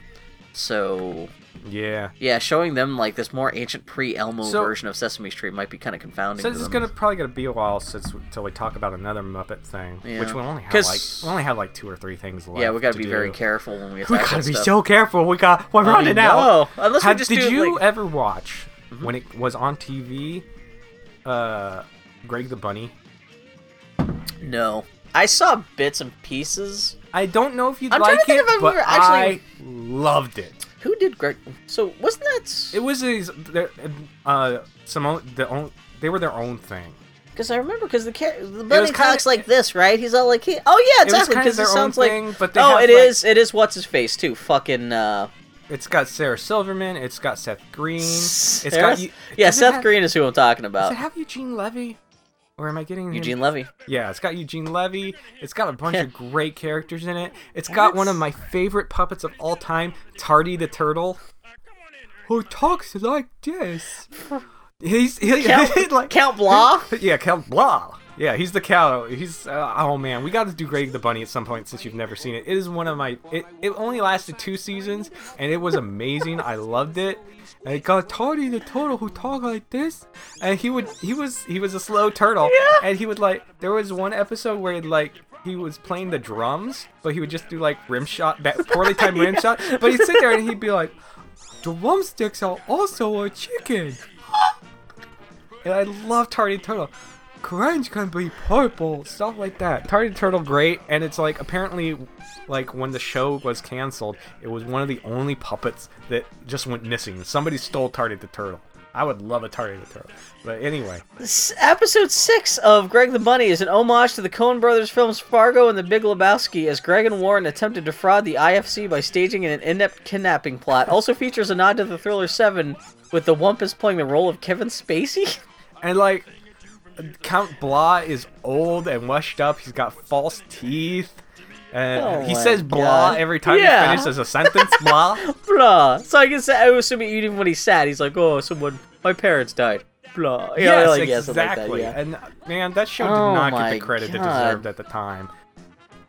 [SPEAKER 2] so
[SPEAKER 1] yeah.
[SPEAKER 2] yeah, showing them like this more ancient pre-Elmo
[SPEAKER 1] So-
[SPEAKER 2] version of Sesame Street might be kind of confounding.
[SPEAKER 1] So
[SPEAKER 2] to
[SPEAKER 1] this is
[SPEAKER 2] them.
[SPEAKER 1] gonna probably gonna be a while since till we talk about another Muppet thing,
[SPEAKER 2] Yeah.
[SPEAKER 1] which we only have
[SPEAKER 2] 'Cause-
[SPEAKER 1] like we only have like two or three things left.
[SPEAKER 2] Yeah, we gotta
[SPEAKER 1] to
[SPEAKER 2] be
[SPEAKER 1] do.
[SPEAKER 2] very careful when we attack
[SPEAKER 1] We gotta
[SPEAKER 2] that
[SPEAKER 1] be
[SPEAKER 2] stuff.
[SPEAKER 1] so careful. We got we're
[SPEAKER 2] I
[SPEAKER 1] running out.
[SPEAKER 2] know. Unless we
[SPEAKER 1] Have-
[SPEAKER 2] just
[SPEAKER 1] did
[SPEAKER 2] do it,
[SPEAKER 1] you
[SPEAKER 2] like- Mm-hmm.
[SPEAKER 1] ever watch when it was on TV? Uh, Greg the Bunny.
[SPEAKER 2] No, I saw bits and pieces.
[SPEAKER 1] I don't know if you'd
[SPEAKER 2] I'm trying
[SPEAKER 1] like
[SPEAKER 2] to think
[SPEAKER 1] it,
[SPEAKER 2] if I've
[SPEAKER 1] but
[SPEAKER 2] ever
[SPEAKER 1] I
[SPEAKER 2] actually-
[SPEAKER 1] loved it.
[SPEAKER 2] Who did Greg? So wasn't
[SPEAKER 1] It
[SPEAKER 2] that?
[SPEAKER 1] was these there- uh Simone the own they were their own thing.
[SPEAKER 2] Because I remember because the car- the bunny
[SPEAKER 1] kinda-
[SPEAKER 2] talks like this, right? He's all like, he- oh yeah,
[SPEAKER 1] It was
[SPEAKER 2] exactly.
[SPEAKER 1] kinda
[SPEAKER 2] Because he
[SPEAKER 1] their own
[SPEAKER 2] sounds like.
[SPEAKER 1] thing, but they
[SPEAKER 2] oh,
[SPEAKER 1] have,
[SPEAKER 2] it
[SPEAKER 1] like-
[SPEAKER 2] is. It is. What's his face too? Fucking. uh
[SPEAKER 1] It's got Sarah Silverman. It's got Seth Green. It's
[SPEAKER 2] Sarah-
[SPEAKER 1] got Eu-
[SPEAKER 2] yeah,
[SPEAKER 1] does it
[SPEAKER 2] Seth
[SPEAKER 1] have-
[SPEAKER 2] Green is who I'm talking
[SPEAKER 1] Does it
[SPEAKER 2] about.
[SPEAKER 1] have Eugene Levy? Or am I getting him-
[SPEAKER 2] Uh, Eugene Levy.
[SPEAKER 1] Yeah, it's got Eugene Levy. It's got a bunch of great characters in it. It's got
[SPEAKER 2] That's-
[SPEAKER 1] one of my favorite puppets of all time, Tardy the Turtle, who talks like this. He's he,
[SPEAKER 2] Count,
[SPEAKER 1] like
[SPEAKER 2] Count Blah.
[SPEAKER 1] yeah, Count Blah. Yeah, he's the cow. He's uh, oh man, we got to do Greg the Bunny at some point since you've never seen it. It is one of my. It, it only lasted two seasons and it was amazing. I loved it. And it got Toddy the turtle who talked like this, and he would he was he was a slow turtle,
[SPEAKER 2] Yeah.
[SPEAKER 1] and he would like there was one episode where he'd like. He was playing the drums, but he would just do like rim shot, that poorly timed rim shot. But he'd sit there and he'd be like, "Drumsticks are also a chicken." And I love Tardy Turtle. Crunch can be purple, stuff like that. Tardy Turtle, great. And it's like apparently, like when the show was canceled, it was one of the only puppets that just went missing. Somebody stole Tardy the Turtle. I would love a Tardy the Turtle. But anyway,
[SPEAKER 2] S- Episode 6 of Greg the Bunny is an homage to the Coen brothers films Fargo and The Big Lebowski as Greg and Warren attempt to defraud the IFC by staging an inept kidnapping plot. Also features a nod to the thriller 7 with the Wumpus playing the role of Kevin Spacey.
[SPEAKER 1] and like Count Blah is old and washed up. He's got false teeth. And
[SPEAKER 2] Oh
[SPEAKER 1] he
[SPEAKER 2] my
[SPEAKER 1] says blah
[SPEAKER 2] God.
[SPEAKER 1] every time
[SPEAKER 2] Yeah.
[SPEAKER 1] he finishes a sentence. Blah.
[SPEAKER 2] Blah. So I guess I was assuming even when he's sad, he's like, oh, someone, my parents died. Blah. Yeah,
[SPEAKER 1] yes,
[SPEAKER 2] like, yeah, something like that,
[SPEAKER 1] exactly.
[SPEAKER 2] yeah.
[SPEAKER 1] And uh, man, that show did
[SPEAKER 2] Oh
[SPEAKER 1] not get
[SPEAKER 2] my
[SPEAKER 1] the credit it
[SPEAKER 2] God.
[SPEAKER 1] deserved at the time.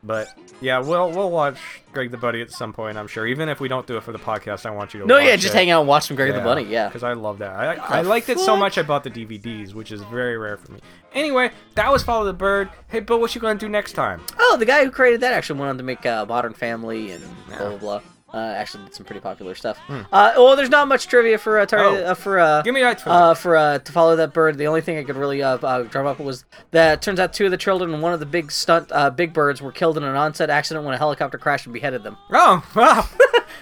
[SPEAKER 1] But yeah, we'll we'll watch Greg the Buddy at some point, I'm sure. Even if we don't do it for the podcast, I want you to.
[SPEAKER 2] No,
[SPEAKER 1] watch
[SPEAKER 2] yeah, just
[SPEAKER 1] it.
[SPEAKER 2] hang out and watch some Greg the Bunny, yeah.
[SPEAKER 1] Because I love that. I, I liked it so
[SPEAKER 2] fuck?
[SPEAKER 1] much. I bought the DVDs, which is very rare for me. Anyway, that was Follow the Bird. Hey, Bill, what you gonna do next time?
[SPEAKER 2] Oh, the guy who created that actually went on to make uh, Modern Family and blah blah blah. Uh, actually, did some pretty popular stuff. Uh, well, there's not much trivia for uh, tar-
[SPEAKER 1] Hmm. Oh.
[SPEAKER 2] uh, for uh,
[SPEAKER 1] Give me that trivia.
[SPEAKER 2] uh, for uh, to follow that bird. The only thing I could really uh, uh, drum up was that it turns out two of the children and one of the big stunt uh, big birds were killed in an onset accident when a helicopter crashed and beheaded them.
[SPEAKER 1] Oh, wow.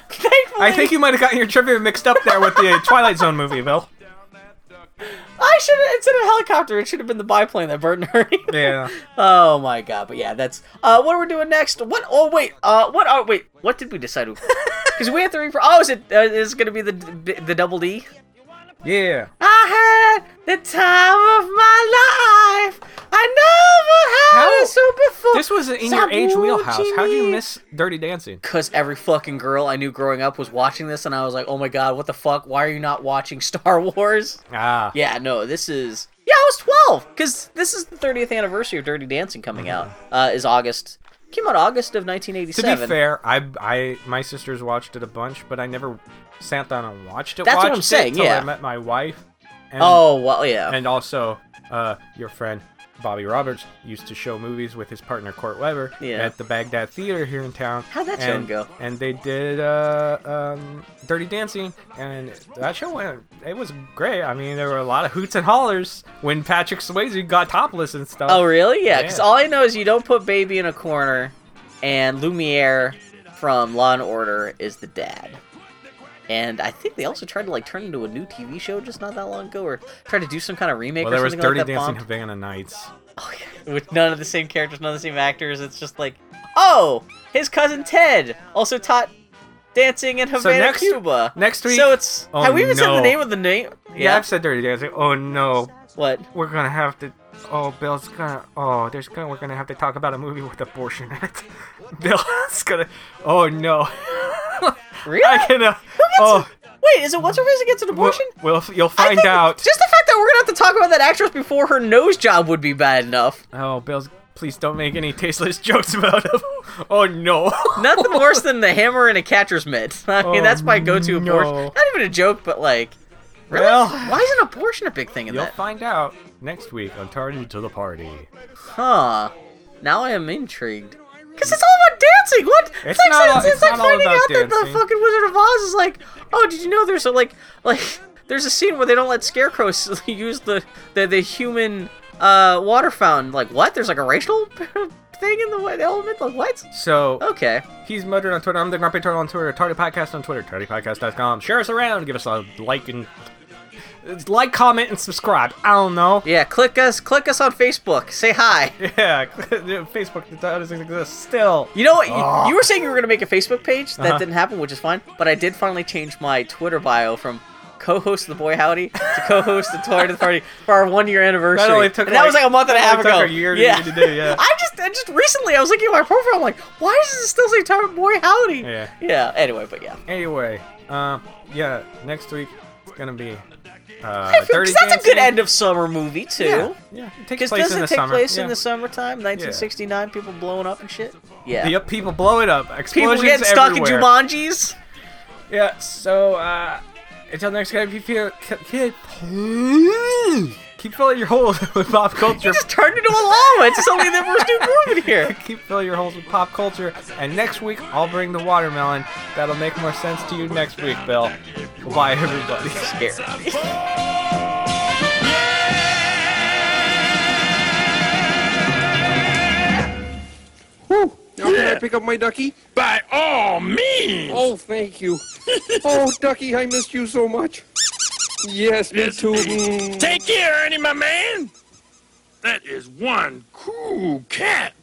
[SPEAKER 2] Thankfully,
[SPEAKER 1] I think you might have gotten your trivia mixed up there with the Twilight Zone movie, Bill.
[SPEAKER 2] I should have instead of helicopter, it should have been the biplane that burned Ernie.
[SPEAKER 1] Yeah.
[SPEAKER 2] Oh my god, but yeah, that's uh what we're doing next. What oh wait, uh what are wait, what did we decide? Cuz we have to repro- Oh, is it uh, is going to be the d- the double D?
[SPEAKER 1] Yeah.
[SPEAKER 2] I had the time of my life. I never had
[SPEAKER 1] How-
[SPEAKER 2] it so before.
[SPEAKER 1] This was in your age
[SPEAKER 2] Sabucci
[SPEAKER 1] wheelhouse. How'd you
[SPEAKER 2] me.
[SPEAKER 1] miss Dirty Dancing?
[SPEAKER 2] Cause every fucking girl I knew growing up was watching this, and I was like, "Oh my god, what the fuck? Why are you not watching Star Wars?"
[SPEAKER 1] Ah.
[SPEAKER 2] Yeah, no, this is. Yeah, I was 12 because this is the 30th anniversary of Dirty Dancing coming out. Uh, is August, Came out August of
[SPEAKER 1] To
[SPEAKER 2] 1987.
[SPEAKER 1] be fair, I, I, my sisters watched it a bunch, but I never sat down and watched it.
[SPEAKER 2] That's what
[SPEAKER 1] watched
[SPEAKER 2] I'm saying,
[SPEAKER 1] It till
[SPEAKER 2] yeah.
[SPEAKER 1] I met my wife. And,
[SPEAKER 2] oh well, yeah.
[SPEAKER 1] And also, uh, your friend Bobby Roberts used to show movies with his partner Court Weber
[SPEAKER 2] Yeah.
[SPEAKER 1] at the Baghdad Theater here in town.
[SPEAKER 2] How'd that show
[SPEAKER 1] and,
[SPEAKER 2] go?
[SPEAKER 1] And they did uh, um, Dirty Dancing, and that show went. It was great. I mean, there were a lot of hoots and hollers when Patrick Swayze got topless and stuff.
[SPEAKER 2] Oh, really? Yeah, because
[SPEAKER 1] Yeah.
[SPEAKER 2] all I know is you don't put baby in a corner, and Lumiere from Law and Order is the dad. And I think they also tried to like turn into a new TV show just not that long ago, or tried to do some kind of remake
[SPEAKER 1] Well,
[SPEAKER 2] or
[SPEAKER 1] there was
[SPEAKER 2] something
[SPEAKER 1] Dirty
[SPEAKER 2] like that.
[SPEAKER 1] Dancing
[SPEAKER 2] bombed.
[SPEAKER 1] Havana Nights.
[SPEAKER 2] Oh, yeah. With none of the same characters, none of the same actors. It's just like, oh, his cousin Ted also taught dancing in Havana,
[SPEAKER 1] next-
[SPEAKER 2] Cuba.
[SPEAKER 1] next week-
[SPEAKER 2] So it's
[SPEAKER 1] Oh,
[SPEAKER 2] have we even said
[SPEAKER 1] no.
[SPEAKER 2] the name of the name?
[SPEAKER 1] Yeah, I've said Dirty Dancing. Oh no,
[SPEAKER 2] What?
[SPEAKER 1] we're gonna have to. Oh, Bill's gonna. Oh, there's gonna. We're gonna have to talk about a movie with abortion in it. Bill's gonna. Oh no.
[SPEAKER 2] Really?
[SPEAKER 1] I can. Uh, oh,
[SPEAKER 2] Wait, is it what's her face that gets an
[SPEAKER 1] we'll,
[SPEAKER 2] abortion?
[SPEAKER 1] we'll. You'll
[SPEAKER 2] I
[SPEAKER 1] find
[SPEAKER 2] think
[SPEAKER 1] out.
[SPEAKER 2] Just the fact that we're gonna have to talk about that actress before her nose job would be bad enough.
[SPEAKER 1] Oh, Bill's. Please don't make any tasteless jokes about him. Oh no.
[SPEAKER 2] Nothing worse than the hammer and a catcher's mitt. I mean,
[SPEAKER 1] Oh,
[SPEAKER 2] that's my go-to
[SPEAKER 1] no.
[SPEAKER 2] abortion. Not even a joke, but like, really?
[SPEAKER 1] Well-
[SPEAKER 2] Why is an abortion a big thing in
[SPEAKER 1] You'll
[SPEAKER 2] that?
[SPEAKER 1] find out next week on Tardy to the Party.
[SPEAKER 2] Huh? Now I am intrigued. Cause it's all about dancing. What?
[SPEAKER 1] It's
[SPEAKER 2] like,
[SPEAKER 1] not all-
[SPEAKER 2] it's,
[SPEAKER 1] it's
[SPEAKER 2] like
[SPEAKER 1] not all
[SPEAKER 2] finding
[SPEAKER 1] about
[SPEAKER 2] out that
[SPEAKER 1] dancing.
[SPEAKER 2] the fucking Wizard of Oz is like, oh, did you know there's a like, like, there's a scene where they don't let scarecrows use the the, the human uh water fountain. Like, what? There's like a racial thing in the wa- element. Like, what?
[SPEAKER 1] So
[SPEAKER 2] Okay.
[SPEAKER 1] he's muttered on Twitter. I'm the Grumpy Turtle on Twitter. Tardy Podcast on Twitter. TardyPodcast.com. Share us around. Give us a like and like, comment, and subscribe. I don't know.
[SPEAKER 2] Yeah, click us click us on Facebook. Say hi.
[SPEAKER 1] Yeah, Facebook that doesn't exist still.
[SPEAKER 2] You know what? You,
[SPEAKER 1] Ugh.
[SPEAKER 2] you were saying you were going to make a Facebook page. That
[SPEAKER 1] Ah. Uh-huh.
[SPEAKER 2] didn't happen, which is fine. But I did finally change my Twitter bio from co-host of the Boy Howdy to co-host of Toy to the Party for our one-year anniversary.
[SPEAKER 1] only took,
[SPEAKER 2] and that was
[SPEAKER 1] like-
[SPEAKER 2] like a month and a
[SPEAKER 1] that
[SPEAKER 2] half
[SPEAKER 1] only
[SPEAKER 2] ago.
[SPEAKER 1] took a year to-
[SPEAKER 2] yeah.
[SPEAKER 1] to do, yeah.
[SPEAKER 2] I just, I just recently, I was looking at my profile. I'm like, why does it still say Toy Boy Howdy?
[SPEAKER 1] Yeah.
[SPEAKER 2] Yeah. Anyway, but yeah.
[SPEAKER 1] Anyway, uh, yeah, next week it's gonna be uh,
[SPEAKER 2] I feel, 'cause
[SPEAKER 1] Dirty
[SPEAKER 2] that's a
[SPEAKER 1] Dancing.
[SPEAKER 2] good end of summer movie too.
[SPEAKER 1] Yeah, yeah. It takes
[SPEAKER 2] Because
[SPEAKER 1] place
[SPEAKER 2] doesn't
[SPEAKER 1] in the
[SPEAKER 2] it take
[SPEAKER 1] summer.
[SPEAKER 2] place
[SPEAKER 1] yeah.
[SPEAKER 2] in the summertime, 1969? People blowing up and shit. Yeah.
[SPEAKER 1] Yep, people blow it up.
[SPEAKER 2] People
[SPEAKER 1] Explosions
[SPEAKER 2] getting stuck
[SPEAKER 1] everywhere.
[SPEAKER 2] in Jumanjis.
[SPEAKER 1] Yeah. So uh, until next time, if you feel keep, keep filling your holes with pop
[SPEAKER 2] You
[SPEAKER 1] culture.
[SPEAKER 2] just turned into a llama. It's only the first new groove in here.
[SPEAKER 1] keep filling your holes with pop culture. And next week I'll bring the watermelon. That'll make more sense to you next week, Bill. Bye, everybody.
[SPEAKER 2] Scary.
[SPEAKER 3] Now can I pick up my ducky?
[SPEAKER 4] By all means!
[SPEAKER 3] Oh, thank you. oh, ducky, I missed you so much. Yes, me
[SPEAKER 4] Yes,
[SPEAKER 3] too.
[SPEAKER 4] me.
[SPEAKER 3] Mm.
[SPEAKER 4] Take care, Ernie, my man! That is one cool cat.